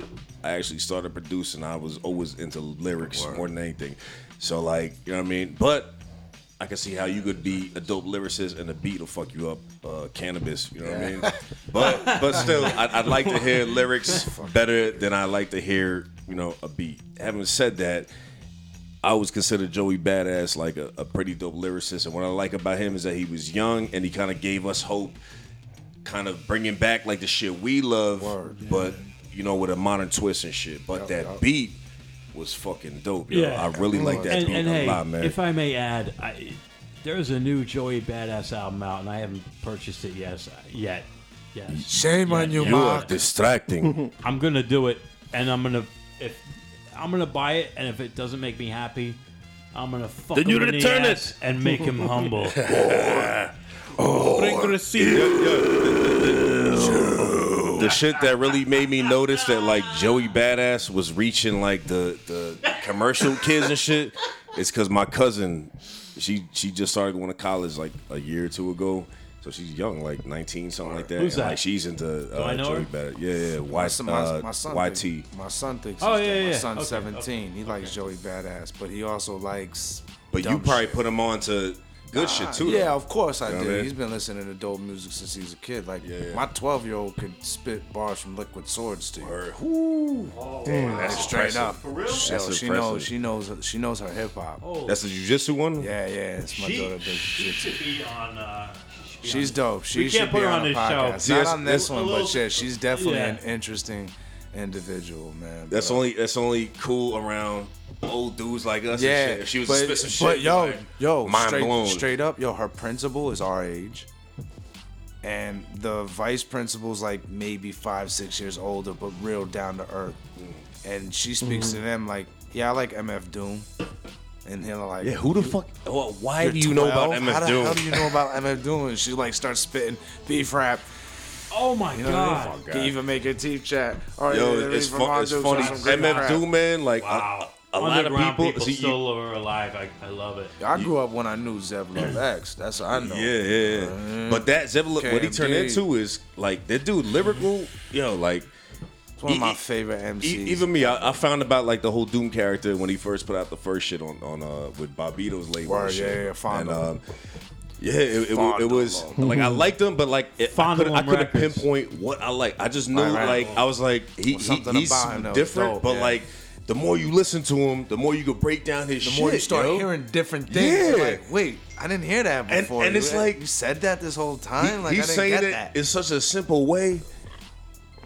Speaker 2: i actually started producing i was always into lyrics more than anything so like you know what i mean but i can see how you could be a dope lyricist and a beat will fuck you up uh, cannabis you know what i mean [LAUGHS] but but still I, i'd like to hear lyrics better than i like to hear you know a beat having said that I always consider Joey Badass like a, a pretty dope lyricist. And what I like about him is that he was young and he kind of gave us hope, kind of bringing back like the shit we love, but you know, with a modern twist and shit. But that beat was fucking dope. Yo.
Speaker 4: Yeah.
Speaker 2: I really like that
Speaker 4: and,
Speaker 2: beat
Speaker 4: and
Speaker 2: a
Speaker 4: hey,
Speaker 2: lot, man.
Speaker 4: if I may add, I, there's a new Joey Badass album out, and I haven't purchased it yes yet. Yes,
Speaker 1: Shame on you,
Speaker 2: you are
Speaker 4: [LAUGHS]
Speaker 1: Mark.
Speaker 2: distracting.
Speaker 4: I'm gonna do it, and I'm gonna if I'm gonna buy it, and if it doesn't make me happy, I'm gonna fuck
Speaker 2: Then
Speaker 4: him
Speaker 2: you
Speaker 4: in the
Speaker 2: return it.
Speaker 4: ass and make him [LAUGHS] humble.
Speaker 2: the shit that really made me notice that like Joey Badass was reaching like the the commercial kids and shit is because my cousin, she she just started going to college like a year or two ago, So she's young, like 19, something like that.
Speaker 4: Who's
Speaker 2: And,
Speaker 4: that?
Speaker 2: Like she's into uh,
Speaker 4: I know
Speaker 2: Joey
Speaker 4: her?
Speaker 2: Bennett. Yeah, yeah. Y,
Speaker 1: My son, my,
Speaker 2: uh,
Speaker 1: my son
Speaker 2: YT.
Speaker 1: Think, my son thinks.
Speaker 4: Oh,
Speaker 1: he's
Speaker 4: yeah,
Speaker 1: dope.
Speaker 4: yeah,
Speaker 1: My
Speaker 4: yeah.
Speaker 1: son's
Speaker 4: Okay,
Speaker 1: seventeen. He likes Joey Badass, but he also likes.
Speaker 2: But you
Speaker 1: dumb
Speaker 2: probably
Speaker 1: shit.
Speaker 2: put him on to good shit too.
Speaker 1: Yeah,
Speaker 2: though.
Speaker 1: of course I
Speaker 2: You know
Speaker 1: do.
Speaker 2: what I mean?
Speaker 1: He's been listening to dope music since he was a kid. Like
Speaker 2: yeah.
Speaker 1: my twelve year old could spit bars from Liquid Swords to you.
Speaker 2: Word. Whew.
Speaker 1: That's straight
Speaker 2: impressive.
Speaker 1: up.
Speaker 2: For real?
Speaker 1: So
Speaker 2: That's
Speaker 1: she
Speaker 2: impressive.
Speaker 1: knows. She knows. She knows her hip hop.
Speaker 2: That's the jujitsu one.
Speaker 1: Yeah, yeah. It's my daughter.
Speaker 4: Oh. She,
Speaker 1: does
Speaker 4: she
Speaker 1: shit.
Speaker 4: should be on. Uh, she should be
Speaker 1: She's
Speaker 4: on-
Speaker 1: dope. She
Speaker 4: We
Speaker 1: should
Speaker 4: can't put
Speaker 1: be
Speaker 4: her on
Speaker 1: a
Speaker 4: this
Speaker 1: podcast.
Speaker 4: show.
Speaker 2: See,
Speaker 1: Not
Speaker 2: that's-
Speaker 1: on this
Speaker 2: that's-
Speaker 1: one, but yeah, she's definitely
Speaker 4: Yeah.
Speaker 1: an interesting individual, man.
Speaker 2: That's
Speaker 1: But-
Speaker 2: only that's only cool around old dudes like us.
Speaker 1: Yeah,
Speaker 2: and shit. If she was
Speaker 1: but,
Speaker 2: to spit some shit,
Speaker 1: but
Speaker 2: you'd
Speaker 1: yo,
Speaker 2: be like,
Speaker 1: yo,
Speaker 2: mind
Speaker 1: straight,
Speaker 2: blown.
Speaker 1: straight up, yo, her principal is our age, and the vice principal's like maybe five, six years older, but real down to earth. And she speaks
Speaker 2: Mm-hmm.
Speaker 1: to them like, "Yeah, I like MF Doom," and they're like,
Speaker 2: Yeah, who the fuck? Well, why do
Speaker 1: "You're
Speaker 2: you know about
Speaker 1: 12? How
Speaker 2: MF
Speaker 1: the
Speaker 2: Doom?
Speaker 1: hell do you know about MF Doom?" And she like starts spitting beef rap.
Speaker 4: Oh my
Speaker 1: You know what I
Speaker 4: god.
Speaker 1: mean? Can even make your teeth chat. All right,
Speaker 2: Yo,
Speaker 1: yeah,
Speaker 2: it's,
Speaker 1: from
Speaker 2: fun,
Speaker 1: our
Speaker 2: it's
Speaker 1: dudes,
Speaker 2: funny.
Speaker 1: some great
Speaker 2: MF
Speaker 1: rap.
Speaker 2: Doom, man, like
Speaker 4: Wow.
Speaker 2: a, a lot of
Speaker 4: Underground
Speaker 2: people. see, you-
Speaker 4: still are alive. I, I love it.
Speaker 1: I grew up when I knew Zeb Love X. That's what I know.
Speaker 2: yeah, yeah. yeah.
Speaker 1: Uh,
Speaker 2: but that Zebulon, what he turned
Speaker 1: KMD.
Speaker 2: into is like that dude lyrical. Yo, like
Speaker 1: It's one of
Speaker 2: E-
Speaker 1: my
Speaker 2: e-
Speaker 1: favorite MCs.
Speaker 2: E- even me, I, I found about like the whole Doom character when he first put out the first shit on on uh with Bobito's label.
Speaker 1: Word,
Speaker 2: and shit.
Speaker 1: yeah, yeah, Fondo.
Speaker 2: And, um, yeah, it, it, wa- it
Speaker 1: Fondo.
Speaker 2: was like I liked him, but like it, I
Speaker 4: Fondo
Speaker 2: couldn't, I
Speaker 4: on
Speaker 2: couldn't
Speaker 4: records.
Speaker 2: pinpoint what I like. I just knew
Speaker 1: Right, right.
Speaker 2: like I was like he, he-
Speaker 1: Well, something
Speaker 2: he's
Speaker 1: about him that was
Speaker 2: different,
Speaker 1: dope,
Speaker 2: but
Speaker 1: yeah.
Speaker 2: like the more you listen to him, the more you could break down his
Speaker 1: the
Speaker 2: shit.
Speaker 1: more you start
Speaker 2: yo.
Speaker 1: hearing different things,
Speaker 2: Yeah.
Speaker 1: you're like, wait, I didn't hear that
Speaker 2: And-
Speaker 1: before.
Speaker 2: and
Speaker 1: You-
Speaker 2: it's like-
Speaker 1: you said that this whole
Speaker 2: He-
Speaker 1: time. like I
Speaker 2: he's
Speaker 1: didn't
Speaker 2: saying
Speaker 1: get
Speaker 2: it
Speaker 1: that.
Speaker 2: in such a simple way,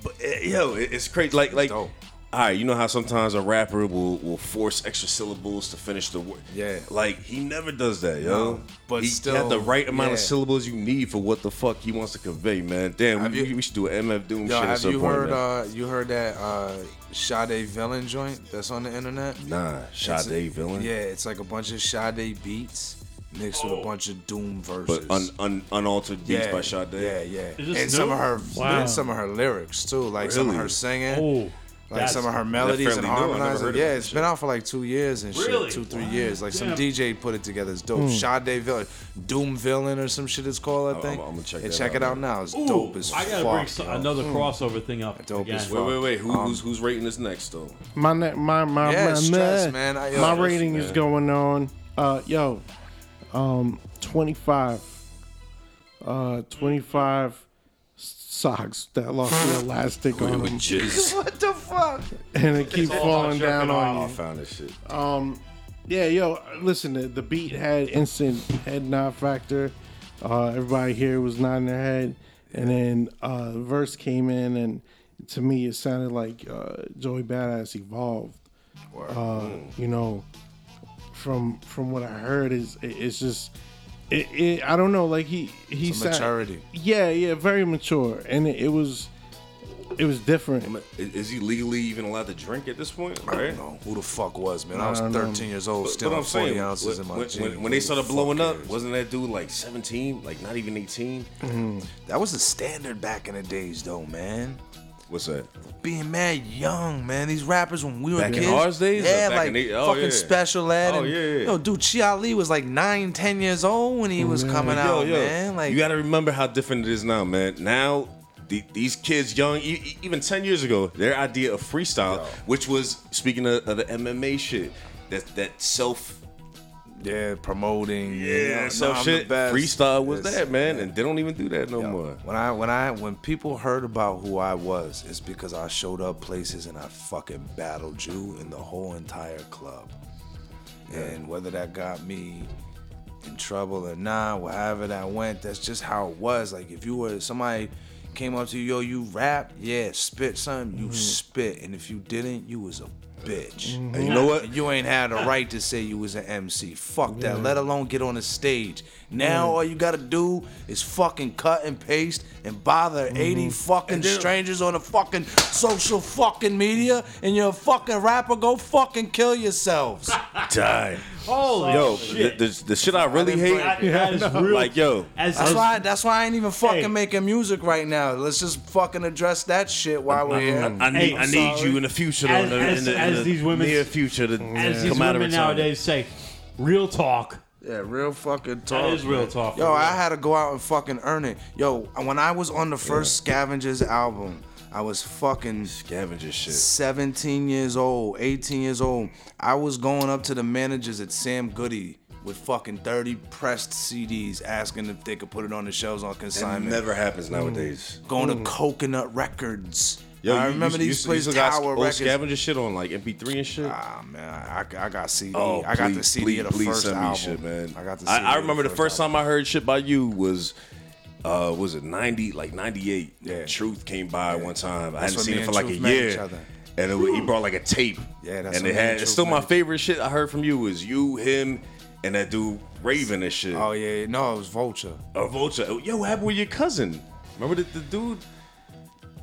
Speaker 2: but eh, yo, it- it's crazy. Like, like,
Speaker 1: Dope.
Speaker 2: all right, you know how sometimes a rapper will will force extra syllables to finish the word.
Speaker 1: Yeah.
Speaker 2: like he never does that, yo.
Speaker 1: No, but
Speaker 2: he
Speaker 1: still,
Speaker 2: had the right amount of
Speaker 1: yeah.
Speaker 2: syllables you need for what the fuck he wants to convey, man. Damn,
Speaker 1: Have
Speaker 2: we,
Speaker 1: you-
Speaker 2: we should do an MF Doom
Speaker 1: Yo,
Speaker 2: shit at
Speaker 1: have
Speaker 2: some
Speaker 1: you
Speaker 2: point.
Speaker 1: heard?
Speaker 2: man.
Speaker 1: Uh, you heard that uh, Sade villain joint that's on the internet?
Speaker 2: nah,
Speaker 1: It's a-
Speaker 2: Sade villain.
Speaker 1: Yeah, it's like a bunch of Sade beats mixed
Speaker 2: Oh.
Speaker 1: with a bunch of Doom verses.
Speaker 2: but un, un, unaltered beats
Speaker 1: yeah,
Speaker 2: by Sade.
Speaker 1: Yeah, yeah.
Speaker 4: Is
Speaker 1: And
Speaker 4: this
Speaker 1: some
Speaker 4: new?
Speaker 1: of her,
Speaker 4: Wow.
Speaker 1: and some of her lyrics too, like some of
Speaker 2: Really?
Speaker 1: her singing.
Speaker 4: Oh,
Speaker 1: like some of her
Speaker 2: They're
Speaker 1: melodies and
Speaker 2: fairly new. I never heard
Speaker 1: harmonizing.
Speaker 2: of
Speaker 1: Yeah,
Speaker 2: that
Speaker 1: it's been out for like two years and
Speaker 4: Really?
Speaker 1: shit, two three years. Like some
Speaker 4: Damn.
Speaker 1: DJ put it together. It's
Speaker 2: Hmm.
Speaker 1: dope. Sade Villain, Doom Villain or some shit it's called. I
Speaker 2: I'm-
Speaker 1: think.
Speaker 2: I'm gonna check
Speaker 1: and
Speaker 2: that
Speaker 1: check
Speaker 2: out,
Speaker 1: it out
Speaker 2: man.
Speaker 1: now. It's
Speaker 4: Ooh,
Speaker 1: dope as
Speaker 4: I gotta
Speaker 1: fuck.
Speaker 4: bring some,
Speaker 1: yo.
Speaker 4: another crossover thing up.
Speaker 1: Dope
Speaker 4: again.
Speaker 1: as
Speaker 2: Wait,
Speaker 1: fuck.
Speaker 2: wait, wait. Who,
Speaker 1: Um,
Speaker 2: who's who's rating this next
Speaker 1: [LAUGHS]
Speaker 2: though?
Speaker 3: My ne- my my
Speaker 1: Yeah,
Speaker 3: my,
Speaker 1: stress,
Speaker 3: my-
Speaker 1: man. I- yo,
Speaker 3: my
Speaker 1: listen,
Speaker 3: rating is going on. Uh, yo, um, twenty five. Uh, twenty five socks that lost
Speaker 1: [LAUGHS]
Speaker 3: the elastic on them,
Speaker 2: Jizz.
Speaker 1: What the fuck?
Speaker 3: and it keeps falling down
Speaker 1: Oh,
Speaker 3: on
Speaker 2: I
Speaker 3: you.
Speaker 2: found this shit.
Speaker 3: Yeah, yo, listen, the, the beat had instant head nod factor. Uh, everybody here was nodding their head, and then uh, the verse came in, and to me, it sounded like uh, Joey Badass evolved. Uh,
Speaker 1: Mm.
Speaker 3: you know, from from what I heard, is it, it's just. It, it, I don't know, like he he
Speaker 1: Some maturity.
Speaker 3: Yeah, yeah, very mature, and it, it was, it was different.
Speaker 2: Is, is he legally even allowed to drink at this point?
Speaker 1: I
Speaker 2: Right?
Speaker 1: don't know who the fuck was man. I was
Speaker 3: I don't know.
Speaker 1: 13 years old, still on 40 ounces in my
Speaker 2: when,
Speaker 1: jeans.
Speaker 2: when,
Speaker 1: Who
Speaker 2: when they
Speaker 1: the
Speaker 2: started
Speaker 1: fuck
Speaker 2: blowing up,
Speaker 1: cares?
Speaker 2: wasn't that dude like 17? Like not even 18?
Speaker 1: that was the standard back in the days, though, man.
Speaker 2: What's that?
Speaker 1: being mad young, man. These rappers when we were
Speaker 2: Back in
Speaker 1: kids,
Speaker 2: ours days or
Speaker 1: yeah,
Speaker 2: back
Speaker 1: like
Speaker 2: in the- oh,
Speaker 1: fucking
Speaker 2: yeah.
Speaker 1: special ed.
Speaker 2: Oh,
Speaker 1: and,
Speaker 2: yeah, yeah.
Speaker 1: You know, dude, Chi Ali was like nine, ten years old when he was coming
Speaker 2: Yo,
Speaker 1: out,
Speaker 2: yo,
Speaker 1: man. Like,
Speaker 2: you got to remember how different it is now, man. Now, the, these kids, young, e- e- even 10 years ago, their idea of freestyle, which was speaking of, of the MMA shit, that that self
Speaker 1: yeah, promoting, yeah,
Speaker 2: self shit freestyle was that, man, and they don't even do that no
Speaker 1: Yo,
Speaker 2: more.
Speaker 1: When I when I when people heard about who I was, it's because I showed up places and I fucking battled you and the whole entire club. And whether that got me in trouble or not, wherever that went, that's just how it was. Like if you were somebody came up to you, yo, you rap, yeah, spit something, you spit. And if you didn't, you was a bitch.
Speaker 2: And you know what?
Speaker 1: And you ain't had a right to say you was an MC. Fuck that. Let alone get on a stage. Now all you gotta do is fucking cut and paste and bother 80 fucking strangers on the fucking social fucking media and you're a fucking rapper. Go fucking kill yourselves.
Speaker 2: Die.
Speaker 4: Holy
Speaker 2: Yo,
Speaker 4: shit.
Speaker 2: the, the, the shit I really
Speaker 1: didn't
Speaker 2: hate,
Speaker 1: bring-
Speaker 4: That- that is real.
Speaker 2: like, yo,
Speaker 4: as,
Speaker 1: That's
Speaker 4: as-
Speaker 1: why. That's why I ain't even fucking
Speaker 4: Hey.
Speaker 1: making music right now. Let's just fucking address that shit while we're here.
Speaker 2: I need,
Speaker 4: Hey,
Speaker 2: I
Speaker 4: I'm
Speaker 2: need
Speaker 4: sorry.
Speaker 2: you in the future, though,
Speaker 4: As-
Speaker 2: in the,
Speaker 4: as-
Speaker 2: in the, in
Speaker 4: as
Speaker 2: the
Speaker 4: these women-
Speaker 2: near future, to
Speaker 4: as
Speaker 2: come
Speaker 4: these
Speaker 2: out of
Speaker 4: women
Speaker 2: retirement.
Speaker 4: nowadays say, real talk.
Speaker 1: Yeah, real fucking talk.
Speaker 4: That is real
Speaker 1: man.
Speaker 4: talk,
Speaker 1: Yo,
Speaker 4: for real.
Speaker 1: I had to go out and fucking earn it. Yo, when I was on the first Scavengers album, I was fucking
Speaker 2: Scavenger shit.
Speaker 1: 17 years old, 18 years old. I was going up to the managers at Sam Goody with fucking 30 pressed CDs asking if they could put it on the shelves on
Speaker 2: That
Speaker 1: consignment.
Speaker 2: never happens nowadays.
Speaker 1: going to Coconut Records.
Speaker 2: Yo,
Speaker 1: I
Speaker 2: you-
Speaker 1: remember
Speaker 2: you,
Speaker 1: these
Speaker 2: you,
Speaker 1: places,
Speaker 2: you still got
Speaker 1: Tower
Speaker 2: old
Speaker 1: Records.
Speaker 2: Scavenger shit on like MP3 and shit.
Speaker 1: Ah man, I, I got CD.
Speaker 2: Oh,
Speaker 1: I got the
Speaker 2: please-
Speaker 1: CD of the
Speaker 2: please
Speaker 1: first
Speaker 2: send me
Speaker 1: album.
Speaker 2: shit, man.
Speaker 1: I got the.
Speaker 2: I,
Speaker 1: CD of
Speaker 2: remember the first
Speaker 1: album.
Speaker 2: time I heard shit by you was, uh, was it ninety like ninety eight?
Speaker 1: Yeah.
Speaker 2: Truth came by one time. I
Speaker 1: That's
Speaker 2: hadn't
Speaker 1: when
Speaker 2: seen
Speaker 1: me
Speaker 2: it for
Speaker 1: and
Speaker 2: like
Speaker 1: Truth
Speaker 2: a
Speaker 1: met each
Speaker 2: year.
Speaker 1: other.
Speaker 2: And it, wa- he brought like a tape.
Speaker 1: Yeah,
Speaker 2: and
Speaker 1: that's when
Speaker 2: it
Speaker 1: me and
Speaker 2: had.
Speaker 1: Truth
Speaker 2: It's still
Speaker 1: met
Speaker 2: my
Speaker 1: each other.
Speaker 2: favorite shit I heard from you was you, him, and that dude Raven and shit.
Speaker 1: Oh yeah, yeah. no, it was Vulture.
Speaker 2: Or Vulture. Yo, what happened with your cousin? Remember the, the dude?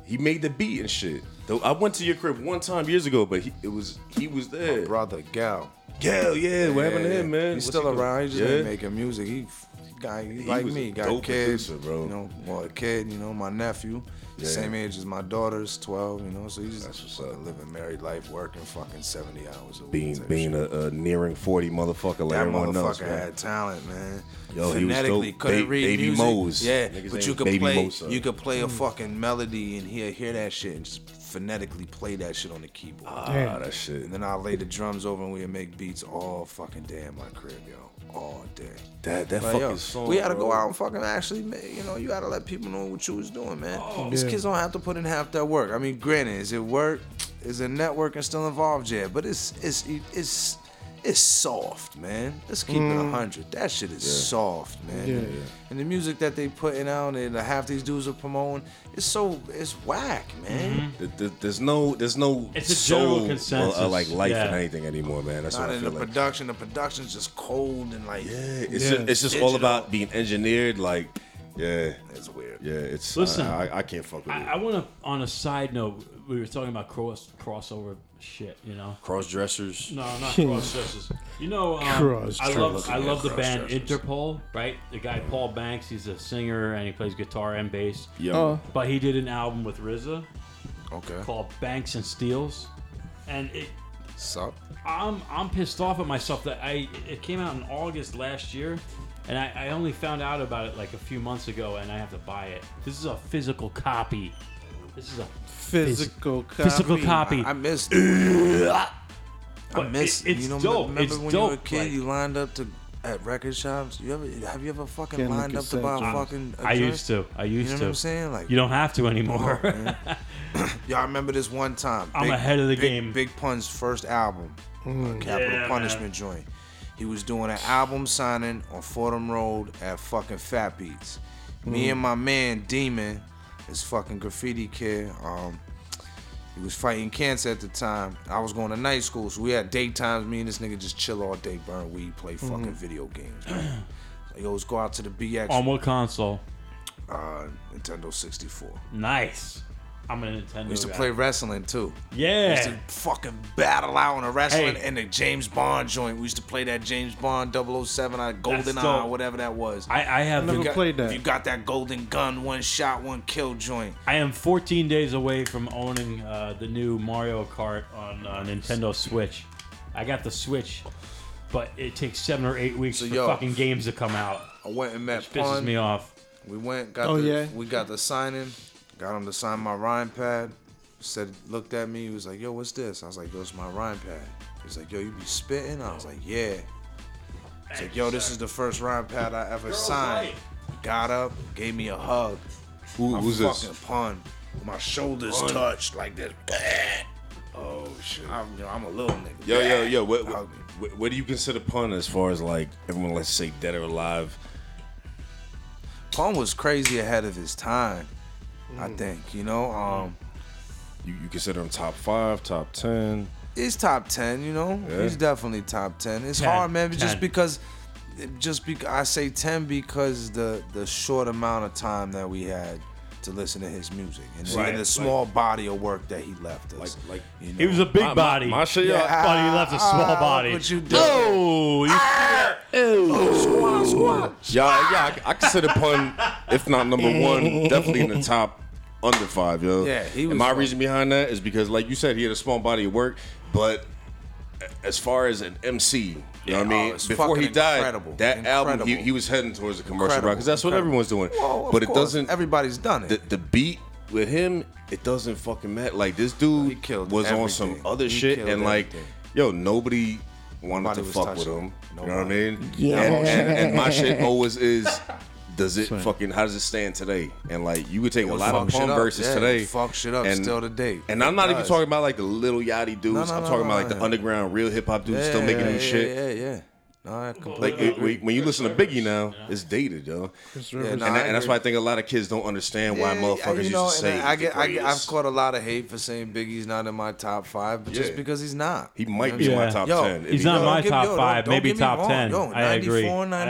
Speaker 2: He made the beat and shit. Though I went to your crib one time years ago, but he, it was he was there.
Speaker 1: Brother Gal.
Speaker 2: Hell yeah, what happened to
Speaker 1: Yeah,
Speaker 2: him, man?
Speaker 1: He's
Speaker 2: What's
Speaker 1: still
Speaker 2: he
Speaker 1: around. He just
Speaker 2: doing?
Speaker 1: ain't making music. He, f- he got he like
Speaker 2: was a
Speaker 1: me. Got
Speaker 2: dope
Speaker 1: kids,
Speaker 2: producer, bro.
Speaker 1: You know, well, a kid. You know, my nephew,
Speaker 2: Yeah.
Speaker 1: same age as my daughter's, twelve. You know, so he's
Speaker 2: That's
Speaker 1: just
Speaker 2: what's
Speaker 1: fucking
Speaker 2: up.
Speaker 1: living married life, working fucking seventy hours a week.
Speaker 2: being
Speaker 1: type
Speaker 2: being
Speaker 1: shit.
Speaker 2: a, a nearing forty motherfucker like
Speaker 1: that
Speaker 2: everyone
Speaker 1: motherfucker
Speaker 2: else. man.
Speaker 1: had talent, man.
Speaker 2: Yo, he was
Speaker 1: Phonetically,
Speaker 2: dope.
Speaker 1: couldn't
Speaker 2: Ba-
Speaker 1: read
Speaker 2: Baby
Speaker 1: music.
Speaker 2: Mose.
Speaker 1: Yeah,
Speaker 2: Niggas
Speaker 1: but
Speaker 2: named
Speaker 1: you could
Speaker 2: Baby Mm.
Speaker 1: play
Speaker 2: Mose, son.
Speaker 1: you could play a fucking melody and hear hear that shit and just phonetically play that shit on the keyboard.
Speaker 2: Ah, that shit.
Speaker 1: And then I'll lay the drums over and we'll make beats all fucking day in my crib, yo. All day.
Speaker 2: That that
Speaker 1: But,
Speaker 2: fucking
Speaker 1: yo,
Speaker 2: song.
Speaker 1: we gotta
Speaker 2: bro.
Speaker 1: go out and fucking actually, ma- you know, you gotta let people know what you was doing, man.
Speaker 2: Oh.
Speaker 1: These
Speaker 3: Yeah.
Speaker 1: kids don't have to put in half that work. I mean, granted, is it work? Is the networking still involved yet? But it's it's it's it's soft, man. Let's keep it it hundred. That shit is soft, man.
Speaker 3: Mm. Yeah.
Speaker 1: And the music that they putting out and half these dudes are promoting, it's so it's whack, man.
Speaker 2: Th- th- There's no there's no
Speaker 4: It's a general
Speaker 2: soul or-
Speaker 4: consensus.
Speaker 2: or, like life
Speaker 4: Yeah.
Speaker 2: in anything anymore, man. That's
Speaker 1: Not
Speaker 2: what I
Speaker 1: in
Speaker 2: feel
Speaker 1: the
Speaker 2: like.
Speaker 1: production. The production's just cold and like
Speaker 2: yeah, it's
Speaker 3: Yeah.
Speaker 2: just, it's just all
Speaker 1: Digital.
Speaker 2: about being engineered. Like, yeah,
Speaker 1: it's weird.
Speaker 2: yeah. It's uh,
Speaker 4: Listen.
Speaker 2: I, I, I can't fuck with
Speaker 4: I,
Speaker 2: it.
Speaker 4: I want to. On a side note, we were talking about cross crossover shit. You know.
Speaker 2: Cross dressers.
Speaker 4: No, not cross dressers. You know, um,
Speaker 3: Cross
Speaker 4: I love I
Speaker 2: dressers.
Speaker 4: love the
Speaker 2: Cross
Speaker 4: band
Speaker 2: dressers.
Speaker 4: Interpol, right? The guy Paul Banks, he's a singer and he plays guitar and bass.
Speaker 3: Uh,
Speaker 1: mm.
Speaker 2: Yo,
Speaker 4: But he did an album with RZA
Speaker 1: Okay.
Speaker 4: called Banks and Steals, and it,
Speaker 1: Sup?
Speaker 4: I'm I'm pissed off at myself that I it came out in August last year, and I, I only found out about it like a few months ago, and I have to buy it. This is a physical copy. This is a
Speaker 3: Physical copy.
Speaker 4: physical copy.
Speaker 1: I, I missed.
Speaker 2: [CLEARS THROAT]
Speaker 1: it. I
Speaker 4: But
Speaker 1: missed.
Speaker 4: it-
Speaker 1: it.
Speaker 4: it's
Speaker 1: you know,
Speaker 4: dope.
Speaker 1: remember
Speaker 4: It's
Speaker 1: when you were a
Speaker 4: dope,
Speaker 1: kid,
Speaker 4: like-
Speaker 1: you lined up to at record shops. You ever have you ever fucking
Speaker 3: Getting a
Speaker 1: lined up to buy
Speaker 3: cassette
Speaker 1: a
Speaker 3: tape.
Speaker 1: fucking? I
Speaker 4: I used to. I used
Speaker 1: know
Speaker 4: to.
Speaker 1: what I'm saying? Like-
Speaker 4: you don't have to anymore.
Speaker 1: Y'all remember this one time?
Speaker 4: I'm ahead of the
Speaker 1: Big-
Speaker 4: game.
Speaker 1: Big Pun's first album, uh, Capital
Speaker 4: Yeah,
Speaker 1: Punishment joint. He was doing an album signing on Fordham Road at fucking Fat Beats. Me and my man Demon, this fucking graffiti kid, um, He was fighting cancer at the time. I was going to night school, so we had daytimes. Me and this nigga just chill all day, burn weed, play fucking video games. man. like, yo, let's go out to the
Speaker 4: [LAUGHS]
Speaker 1: BX,
Speaker 4: On what console?
Speaker 1: uh, Nintendo 64.
Speaker 4: Nice. I'm a Nintendo.
Speaker 1: We used to
Speaker 4: guy.
Speaker 1: play wrestling too. We used
Speaker 4: Yeah.
Speaker 1: to fucking battle out in a wrestling
Speaker 4: Hey.
Speaker 1: and the James Bond joint. We used to play that James Bond 007 out Golden Eye,
Speaker 4: dope.
Speaker 1: uh, whatever that was.
Speaker 4: I, I have.
Speaker 3: Never
Speaker 1: You got-
Speaker 3: played that.
Speaker 1: You got that golden gun, one shot, one kill joint.
Speaker 4: I am 14 days away from owning uh, the new Mario Kart on uh, Nintendo Switch. I got the Switch, but it takes seven or eight weeks
Speaker 1: So,
Speaker 4: for
Speaker 1: yo,
Speaker 4: fucking games to come out.
Speaker 1: I went and met
Speaker 4: Which pisses
Speaker 1: Pun.
Speaker 4: me off.
Speaker 1: We went, got
Speaker 3: Oh,
Speaker 1: the,
Speaker 3: yeah?
Speaker 1: we got the signing, got him to sign my rhyme pad. Said looked at me, he was like, "Yo, what's this?" I was like, "Yo, it's my rhyme pad." He's like, "Yo, you be spitting?" I was like, "Yeah." He's like, "Yo, this is the first rhyme pad I ever signed."
Speaker 4: right.
Speaker 1: Got up, gave me a hug.
Speaker 2: Who,
Speaker 1: My
Speaker 2: who's
Speaker 1: fucking
Speaker 2: this?
Speaker 1: pun. My shoulders touched like this. Oh shit! I'm, you know, I'm a little nigga.
Speaker 2: Yo, yo, yo. What, what, what, what do you consider pun as far as like everyone? Let's say dead or alive.
Speaker 1: Pun was crazy ahead of his time. I
Speaker 2: Mm.
Speaker 1: think you know. Um,
Speaker 2: You, you consider them top five, top ten.
Speaker 1: he's top ten. You know,
Speaker 2: Yeah.
Speaker 1: he's definitely top ten. It's
Speaker 4: 10,
Speaker 1: hard, man,
Speaker 4: 10.
Speaker 1: just because, just because I say ten because the the short amount of time that we had to listen to his music and, the-
Speaker 2: Right,
Speaker 1: and the
Speaker 2: like-
Speaker 1: small body of work that he left us.
Speaker 2: like-
Speaker 1: you know?
Speaker 4: He was a big
Speaker 2: My- my-
Speaker 4: body.
Speaker 2: my shit, yo.
Speaker 1: Yeah.
Speaker 4: but he left a small
Speaker 1: Ah,
Speaker 4: body.
Speaker 1: what you doing?
Speaker 4: oh, you-
Speaker 1: Ah!
Speaker 2: Yeah, yeah, I, I consider pun, if not number one, definitely in the top under five, yo.
Speaker 1: Yeah, he
Speaker 2: And
Speaker 1: was
Speaker 2: my
Speaker 1: fun.
Speaker 2: reason behind that is because, like you said, he had a small body of work, but as far as an MC, you know what I
Speaker 1: Yeah, oh,
Speaker 2: mean?
Speaker 1: it's
Speaker 2: Before he
Speaker 1: fucking
Speaker 2: died,
Speaker 1: incredible.
Speaker 2: that album he,
Speaker 1: Incredible.
Speaker 2: he was heading towards the commercial
Speaker 1: Incredible.
Speaker 2: rock because that's what
Speaker 1: Incredible.
Speaker 2: everyone's doing.
Speaker 1: Well, of
Speaker 2: but it
Speaker 1: course,
Speaker 2: doesn't.
Speaker 1: Everybody's done it.
Speaker 2: the, the beat with him, it doesn't fucking matter. Like this dude
Speaker 1: he killed
Speaker 2: was on
Speaker 1: everything.
Speaker 2: some other
Speaker 1: He
Speaker 2: shit,
Speaker 1: killed
Speaker 2: and like,
Speaker 1: everything.
Speaker 2: yo, nobody wanted
Speaker 1: Nobody
Speaker 2: to
Speaker 1: was
Speaker 2: fuck with
Speaker 1: touching
Speaker 2: him.
Speaker 1: him.
Speaker 2: You know what I mean?
Speaker 3: Yeah.
Speaker 2: And, and, and my shit always is. Does it fucking? How does it stand today? And like, you could take a
Speaker 1: would
Speaker 2: lot of
Speaker 1: fuck shit
Speaker 2: punk
Speaker 1: up.
Speaker 2: verses
Speaker 1: Yeah,
Speaker 2: today,
Speaker 1: it fucks shit up still today.
Speaker 2: And I'm
Speaker 1: It
Speaker 2: not even
Speaker 1: does.
Speaker 2: talking about like the little yachty dudes.
Speaker 1: no,
Speaker 2: I'm
Speaker 1: no,
Speaker 2: talking
Speaker 1: no,
Speaker 2: about like
Speaker 1: yeah.
Speaker 2: the underground real hip hop dudes still
Speaker 1: Yeah,
Speaker 2: making
Speaker 1: yeah,
Speaker 2: new shit.
Speaker 1: Yeah, yeah, yeah. No, I completely
Speaker 2: Like it, when when you listen to Biggie now, it's dated, yo.
Speaker 1: Yeah,
Speaker 2: and,
Speaker 1: no,
Speaker 2: that-
Speaker 1: I
Speaker 2: and that's
Speaker 1: agree.
Speaker 2: why I think a lot of kids don't understand why
Speaker 1: Yeah,
Speaker 2: motherfuckers
Speaker 1: you
Speaker 2: used
Speaker 1: know,
Speaker 2: to
Speaker 1: and
Speaker 2: say. he's
Speaker 1: I
Speaker 2: the
Speaker 1: get, I get, I've
Speaker 2: greatest.
Speaker 1: caught a lot of hate for saying Biggie's not in my top five, but just
Speaker 2: Yeah.
Speaker 1: because he's not.
Speaker 2: He might be in my
Speaker 4: Yeah.
Speaker 2: top
Speaker 1: Yo,
Speaker 2: ten. if
Speaker 4: he's
Speaker 2: he
Speaker 4: not
Speaker 2: does.
Speaker 1: Yo,
Speaker 4: my
Speaker 1: don't get-
Speaker 4: top
Speaker 1: yo,
Speaker 4: five,
Speaker 1: don't
Speaker 4: maybe
Speaker 1: get me
Speaker 4: top
Speaker 1: wrong.
Speaker 4: 10.
Speaker 1: Yo,
Speaker 4: I agree.
Speaker 1: 94,
Speaker 4: I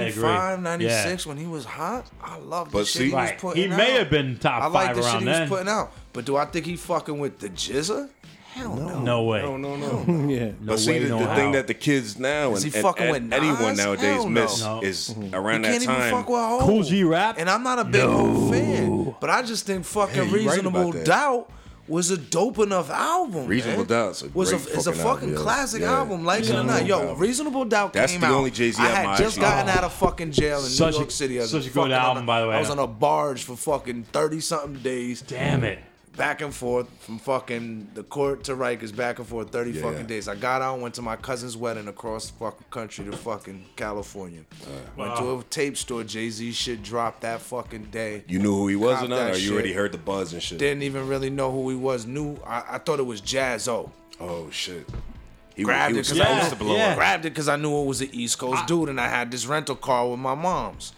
Speaker 4: agree.
Speaker 1: 95,
Speaker 4: Yeah.
Speaker 1: 96, when he was hot, I loved the
Speaker 2: But
Speaker 1: shit
Speaker 2: see-
Speaker 1: he was
Speaker 4: Right.
Speaker 1: putting
Speaker 4: He
Speaker 1: out.
Speaker 4: may have been top
Speaker 1: I like
Speaker 4: five
Speaker 1: the shit
Speaker 4: around
Speaker 1: he
Speaker 4: then.
Speaker 1: was putting out. But do I think he fucking with the Jizza? Hell no.
Speaker 4: No way.
Speaker 2: No, no, no.
Speaker 3: yeah.
Speaker 4: No
Speaker 2: But see,
Speaker 4: way,
Speaker 2: the,
Speaker 4: no
Speaker 2: the
Speaker 4: how.
Speaker 2: thing that the kids now
Speaker 1: Is
Speaker 2: and,
Speaker 1: he
Speaker 2: and-
Speaker 1: fucking
Speaker 2: and
Speaker 1: with
Speaker 2: anyone
Speaker 1: Nas?
Speaker 2: nowadays
Speaker 1: Hell
Speaker 2: miss
Speaker 1: no.
Speaker 2: is
Speaker 1: You
Speaker 2: around that
Speaker 1: can't even
Speaker 2: time.
Speaker 1: fuck with a hoe.
Speaker 4: Cool G Rap?
Speaker 1: And I'm not a big Hov fan, but I just think fucking
Speaker 2: Yeah, you right
Speaker 1: Reasonable
Speaker 2: about that.
Speaker 1: Doubt was a dope enough album.
Speaker 2: Reasonable
Speaker 1: man.
Speaker 2: Doubt's a
Speaker 1: was
Speaker 2: great
Speaker 1: it's a
Speaker 2: fucking
Speaker 1: fucking
Speaker 2: album, yo.
Speaker 1: classic
Speaker 2: Yeah.
Speaker 1: album. Like it or
Speaker 2: Reasonable
Speaker 1: not, yo,
Speaker 2: Doubt.
Speaker 1: Reasonable Doubt
Speaker 2: That's
Speaker 1: came
Speaker 2: the
Speaker 1: out.
Speaker 2: only Jay-Z
Speaker 1: I
Speaker 2: album
Speaker 1: had
Speaker 2: I
Speaker 1: just
Speaker 2: actually-
Speaker 1: gotten out of fucking jail in
Speaker 4: Such
Speaker 1: New
Speaker 4: a-
Speaker 1: York City. as
Speaker 4: such a good
Speaker 1: fucking
Speaker 4: album,
Speaker 1: on
Speaker 4: by the way.
Speaker 1: I was on a barge for fucking thirty something days
Speaker 4: Damn it.
Speaker 1: back and forth from fucking the court to Rikers, back and forth, 30
Speaker 2: Yeah.
Speaker 1: fucking days. I got out, went to my cousin's wedding across the fucking country to fucking California. Went to a tape store, Jay Z shit dropped that fucking day.
Speaker 2: You knew who he was
Speaker 1: Cop
Speaker 2: or not,
Speaker 1: that
Speaker 2: or you
Speaker 1: shit.
Speaker 2: already heard the buzz and shit.
Speaker 1: Didn't even really know who he was. Knew, I, I thought it was Jazzo.
Speaker 2: Oh shit. He, was-
Speaker 1: Grabbed
Speaker 2: he
Speaker 1: it
Speaker 2: was
Speaker 1: because
Speaker 2: supposed
Speaker 1: I,
Speaker 2: to
Speaker 1: knew-
Speaker 2: blow up.
Speaker 1: grabbed it 'cause I knew it was an East Coast dude and I had this rental car with my mom's.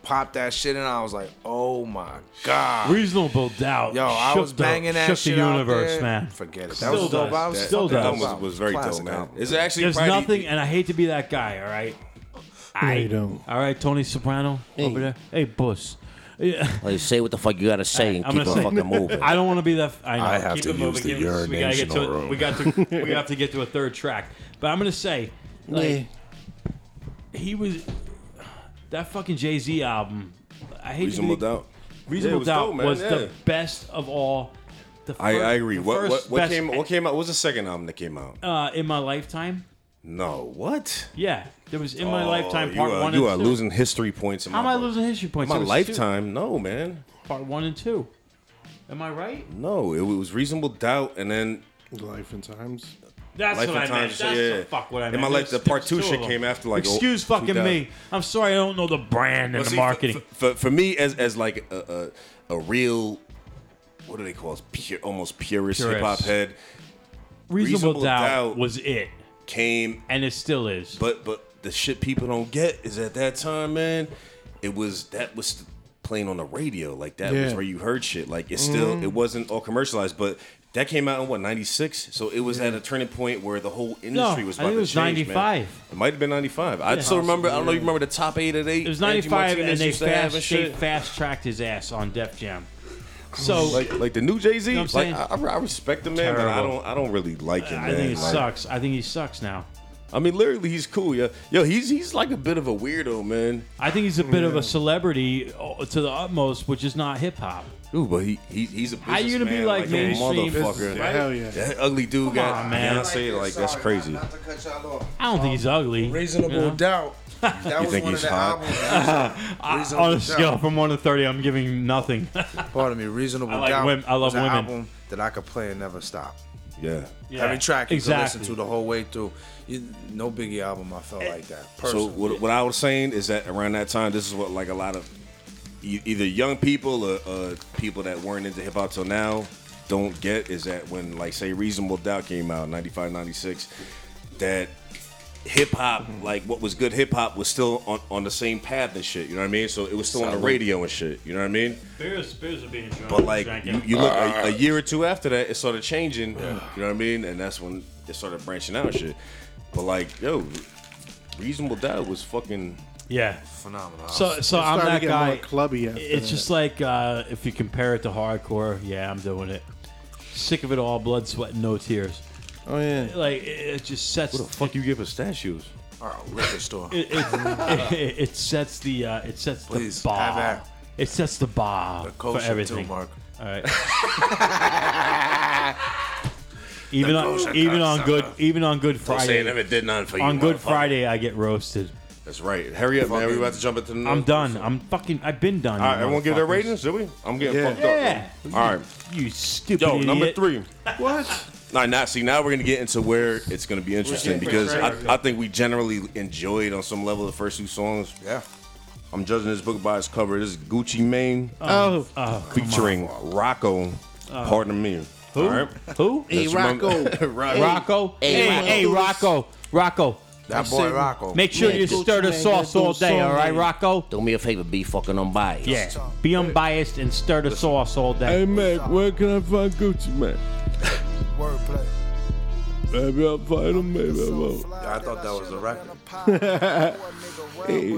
Speaker 1: Popped that shit and I was like, oh my God.
Speaker 4: Reasonable doubt.
Speaker 1: Yo, I
Speaker 4: shook
Speaker 1: was banging
Speaker 4: the,
Speaker 1: that
Speaker 4: shook
Speaker 1: shit
Speaker 4: the
Speaker 1: out
Speaker 4: universe,
Speaker 1: there.
Speaker 4: man.
Speaker 1: Forget it. That
Speaker 4: Still
Speaker 1: was a dope.
Speaker 4: does.
Speaker 1: album.
Speaker 4: Still
Speaker 1: Fucking
Speaker 4: does.
Speaker 2: That
Speaker 1: dope
Speaker 2: one
Speaker 1: album.
Speaker 2: was, was very
Speaker 1: Classic
Speaker 2: dope, man.
Speaker 1: album.
Speaker 2: It's actually
Speaker 4: There's
Speaker 2: probably-
Speaker 4: nothing, and I hate to be that guy. All right. I
Speaker 3: you don't.
Speaker 4: All right, Tony Soprano over there. Hey, Puss. Yeah.
Speaker 9: Like, say what the fuck you gotta say and
Speaker 4: I'm
Speaker 9: keep it
Speaker 4: gonna say- [LAUGHS]
Speaker 9: fucking moving.
Speaker 4: I don't want to be that. I, know.
Speaker 7: I have
Speaker 4: Keep
Speaker 7: to
Speaker 4: it moving.
Speaker 7: use the
Speaker 4: Give us- we gotta get to.
Speaker 7: urination
Speaker 4: We got to. [LAUGHS] we have to get to a third track. But I'm gonna say, like, he was that fucking Jay Z album. I hate to
Speaker 2: Reasonable
Speaker 4: be,
Speaker 2: doubt. Yeah, it
Speaker 4: Reasonable
Speaker 2: was
Speaker 4: doubt
Speaker 2: dope, man,
Speaker 4: was
Speaker 2: yeah.
Speaker 4: the best of all. The first,
Speaker 2: I, I agree.
Speaker 4: the
Speaker 2: What what,
Speaker 4: first
Speaker 2: what
Speaker 4: best,
Speaker 2: came what came out? What was the second album that came out?
Speaker 4: uh, in my lifetime?
Speaker 2: No, what?
Speaker 4: Yeah, there was in my
Speaker 2: Oh,
Speaker 4: lifetime
Speaker 2: you
Speaker 4: part
Speaker 2: are,
Speaker 4: one.
Speaker 2: You
Speaker 4: and
Speaker 2: are
Speaker 4: two.
Speaker 2: losing history points. In
Speaker 4: How am
Speaker 2: my
Speaker 4: I
Speaker 2: book.
Speaker 4: losing history points?
Speaker 2: My
Speaker 4: It was two.
Speaker 2: lifetime? No, man.
Speaker 4: Part one and two. Am I right?
Speaker 2: No, it was reasonable doubt, and then
Speaker 3: Life and times.
Speaker 4: That's what
Speaker 2: Life and
Speaker 4: I meant.
Speaker 2: Times,
Speaker 4: That's
Speaker 2: yeah.
Speaker 4: the fuck what I
Speaker 2: In
Speaker 4: meant.
Speaker 2: my life,
Speaker 4: There's-
Speaker 2: the part
Speaker 4: there's
Speaker 2: two
Speaker 4: of
Speaker 2: shit
Speaker 4: them.
Speaker 2: came after, like, oh,
Speaker 4: Excuse fucking
Speaker 2: 2000.
Speaker 4: me. I'm sorry I don't know the brand and
Speaker 2: But
Speaker 4: the
Speaker 2: see,
Speaker 4: marketing.
Speaker 2: For, for, for me, as as like a, a, a real, what do they call it? Pure, almost purist,
Speaker 4: Purist.
Speaker 2: hip hop head
Speaker 4: Reasonable,
Speaker 2: Reasonable
Speaker 4: doubt,
Speaker 2: Doubt-
Speaker 4: was it,
Speaker 2: came,
Speaker 4: and it still is.
Speaker 2: but but the shit people don't get is at that time, man, it was that was playing on the radio, like that was
Speaker 3: Yeah.
Speaker 2: where you heard shit. Like it still
Speaker 4: Mm-hmm.
Speaker 2: it wasn't all commercialized, but. That came out in what ninety six, so it was at a turning point where the whole industry was
Speaker 4: I
Speaker 2: about
Speaker 4: think it was
Speaker 2: to change.
Speaker 4: 95.
Speaker 2: Man. It might have been ninety five. I still remember. I don't know. You remember the top eight at eight?
Speaker 4: it was 95,
Speaker 2: Angie
Speaker 4: and
Speaker 2: Martinez
Speaker 4: they
Speaker 2: used to have Oh,
Speaker 4: fast, they fast tracked his ass on Def Jam. So
Speaker 2: like like the new Jay Z.
Speaker 4: know
Speaker 2: like
Speaker 4: what I'm
Speaker 2: I, I respect the man, but I
Speaker 4: Terrible.
Speaker 2: don't I don't really like him.
Speaker 4: I
Speaker 2: man.
Speaker 4: think it
Speaker 2: Like,
Speaker 4: sucks. I think he sucks now.
Speaker 2: I mean, literally, he's cool. Yeah, yo, he's he's like a bit of a weirdo, man.
Speaker 4: I think he's a bit of a celebrity uh, to the utmost, which is not hip hop.
Speaker 2: Dude, but he, he he's a businessman.
Speaker 4: you gonna be, like,
Speaker 2: a
Speaker 4: mainstream?
Speaker 2: motherfucker?
Speaker 3: Yeah, hell yeah.
Speaker 2: That ugly dude got
Speaker 4: on, man.
Speaker 2: man. Beyonce. Like that's
Speaker 1: Sorry,
Speaker 2: crazy.
Speaker 1: not- not to cut y'all off.
Speaker 4: I don't think he's ugly.
Speaker 1: Reasonable
Speaker 4: you know? [LAUGHS]
Speaker 1: doubt. That was
Speaker 2: think
Speaker 1: one of
Speaker 2: he's
Speaker 1: the
Speaker 2: hot?
Speaker 1: albums. that was- Reasonable
Speaker 4: On a scale
Speaker 1: Doubt.
Speaker 4: from one to thirty, I'm giving nothing.
Speaker 1: Pardon me.
Speaker 4: [LAUGHS]
Speaker 1: Reasonable
Speaker 4: I like
Speaker 1: doubt.
Speaker 4: women- I love
Speaker 1: was an
Speaker 4: women.
Speaker 1: Album that I could play and never stop.
Speaker 2: Yeah.
Speaker 4: Yeah,
Speaker 1: Every track you
Speaker 4: exactly.
Speaker 1: could listen to the whole way through. You, no Biggie album I felt like that.
Speaker 2: So
Speaker 1: Personally.
Speaker 2: what, what I was saying is that around that time, this is what like a lot of e- either young people or uh, people that weren't into hip hop till now don't get is that when like say Reasonable Doubt came out 95 96 that hip hop like what was good hip hop was still on, on the same path and shit you know what I mean so it was still on the radio and shit you know what I mean
Speaker 4: Beers, beers are being drunk.
Speaker 2: but like you, you look a, a year or two after that, it started changing. You know what I mean? And that's when it started branching out and shit. But like, yo, Reasonable Doubt was fucking.
Speaker 4: yeah.
Speaker 1: phenomenal.
Speaker 4: So, so I'm
Speaker 3: Started
Speaker 4: that
Speaker 3: getting
Speaker 4: guy.
Speaker 3: more clubby after
Speaker 4: It's
Speaker 3: that.
Speaker 4: just like uh, if you compare it to hardcore. Yeah, I'm doing it. Sick of it all. Blood, sweat, and no tears.
Speaker 3: Oh yeah.
Speaker 4: Like it, it just sets.
Speaker 2: Fuck you, give us statues.
Speaker 1: All right, liquor store.
Speaker 4: It, it, it, it sets the uh, it sets
Speaker 1: Please,
Speaker 4: the bar.
Speaker 1: have that.
Speaker 4: It sets the bar
Speaker 1: The
Speaker 4: for
Speaker 2: [LAUGHS]
Speaker 1: kosher too,
Speaker 4: everything.
Speaker 1: Mark.
Speaker 4: All right. Even on
Speaker 1: Negotiate,
Speaker 4: even on good
Speaker 1: cocksucker.
Speaker 4: even on Good
Speaker 2: Don't say I
Speaker 4: Friday.
Speaker 2: never did nothing for you.
Speaker 4: On Good
Speaker 2: motherfucker.
Speaker 4: Friday, I get roasted.
Speaker 2: That's right. Hurry up, man. We about to jump into the.
Speaker 4: I'm
Speaker 2: next
Speaker 4: done.
Speaker 2: episode.
Speaker 4: I'm fucking. I've been done.
Speaker 2: All right,
Speaker 4: you
Speaker 2: everyone give their
Speaker 4: motherfuckers.
Speaker 2: ratings, did we? I'm getting
Speaker 3: Yeah.
Speaker 2: fucked up. man. All right.
Speaker 4: You stupid.
Speaker 2: Yo,
Speaker 4: idiot.
Speaker 2: number three.
Speaker 3: What?
Speaker 2: All right, now see, now we're gonna get into where it's gonna be interesting because I, I think we generally enjoyed on some level the first two songs.
Speaker 1: Yeah.
Speaker 2: I'm judging this book by its cover. This is Gucci Mane
Speaker 3: Oh,
Speaker 4: Oh, come on. Oh.
Speaker 2: featuring Rocco. Pardon me.
Speaker 4: Who?
Speaker 2: All right.
Speaker 4: Who?
Speaker 2: Hey, Rocco.
Speaker 4: [LAUGHS]
Speaker 2: Rocco.
Speaker 4: Rocco. Hey, hey, Rocco. Rocco.
Speaker 1: That boy Rocco.
Speaker 4: Make sure you stir the sauce all day, all right, Rocco?
Speaker 9: Do me a favor, be fucking unbiased.
Speaker 4: Yeah. Be unbiased and stir the sauce all
Speaker 3: hey
Speaker 4: day.
Speaker 3: Mac, where can I find Gucci Mac?
Speaker 6: Wordplay.
Speaker 3: Maybe I'll find him, maybe I won't.
Speaker 1: Yeah, I thought that was the record.
Speaker 3: [LAUGHS] Hey,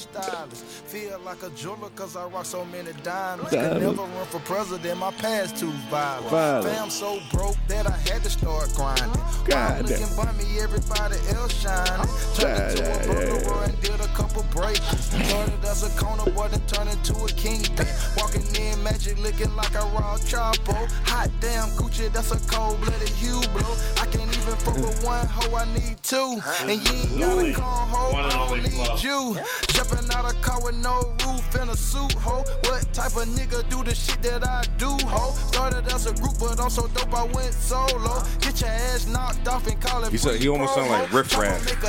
Speaker 6: Feel like a jeweler 'cause I rock so many diamonds. Could never run for president, my past too violent.
Speaker 3: Violent.
Speaker 6: Fam so broke that I had to start grinding.
Speaker 3: God
Speaker 6: Looking
Speaker 3: damn.
Speaker 6: by me, everybody else shining. Turned into a burglar and did a couple breaks. Started as a corner boy, then turned into a kingpin. Walking in magic, looking like a raw chopper. Hot damn Gucci, that's a cold-blooded Hublot. I can't even fuck with one hoe, I need two. And you ain't gotta call hoe, I don't need you. Jumping out a car with no roof and a suit, hoe. What type of nigga do the shit that I do, hoe? Started as a group, but I'm so dope I went solo. Get your ass knocked off and call it
Speaker 2: He said- he almost sound like Riff Raff.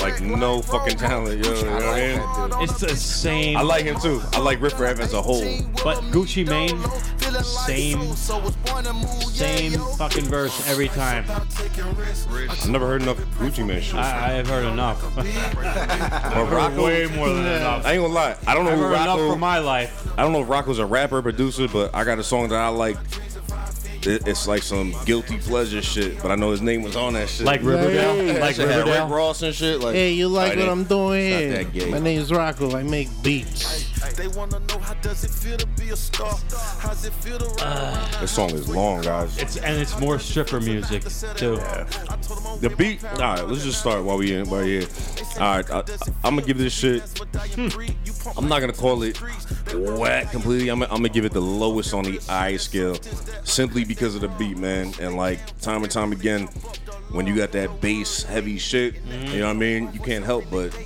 Speaker 2: Like, no fucking talent, yo, you know what I mean?
Speaker 4: It's the same.
Speaker 2: I like him too. I like Riff Raff as a whole.
Speaker 4: But Gucci Mane, same- Same fucking verse every time.
Speaker 2: I've never heard enough Gucci Mane shit. I,
Speaker 4: I, I have heard enough. [LAUGHS]
Speaker 2: Rocco,
Speaker 4: Way more than enough.
Speaker 2: I ain't gonna lie. I don't know
Speaker 4: I've
Speaker 2: who
Speaker 4: heard enough
Speaker 2: Rocco.
Speaker 4: for my life.
Speaker 2: I don't know if Rocco's a rapper, producer, but I got a song that I like. It- It's like some guilty pleasure shit, but I know his name was on that shit.
Speaker 4: Like Riverdale.
Speaker 3: Hey.
Speaker 4: Like
Speaker 2: Shit had Rick
Speaker 4: Riverdale.
Speaker 2: Ross and shit. Like,
Speaker 3: Hey, you like
Speaker 2: Alright,
Speaker 3: what
Speaker 2: it-
Speaker 3: I'm doing
Speaker 2: it's not
Speaker 3: here?
Speaker 2: that gay.
Speaker 3: My name's Rocco. I make beats.
Speaker 6: They wanna know how does it feel to be a star? How's it feel to run
Speaker 2: This song is long, guys.
Speaker 4: It's and it's more stripper music too.
Speaker 2: The beat. All right, let's just start while we in. While here. All right, I, am gonna give this shit. hmm, I'm not gonna call it whack completely. I'm, gonna- I'm gonna give it the lowest on the I scale, simply because of the beat, man. And like time and time again, when you got that bass heavy shit, you know what I mean. You can't help but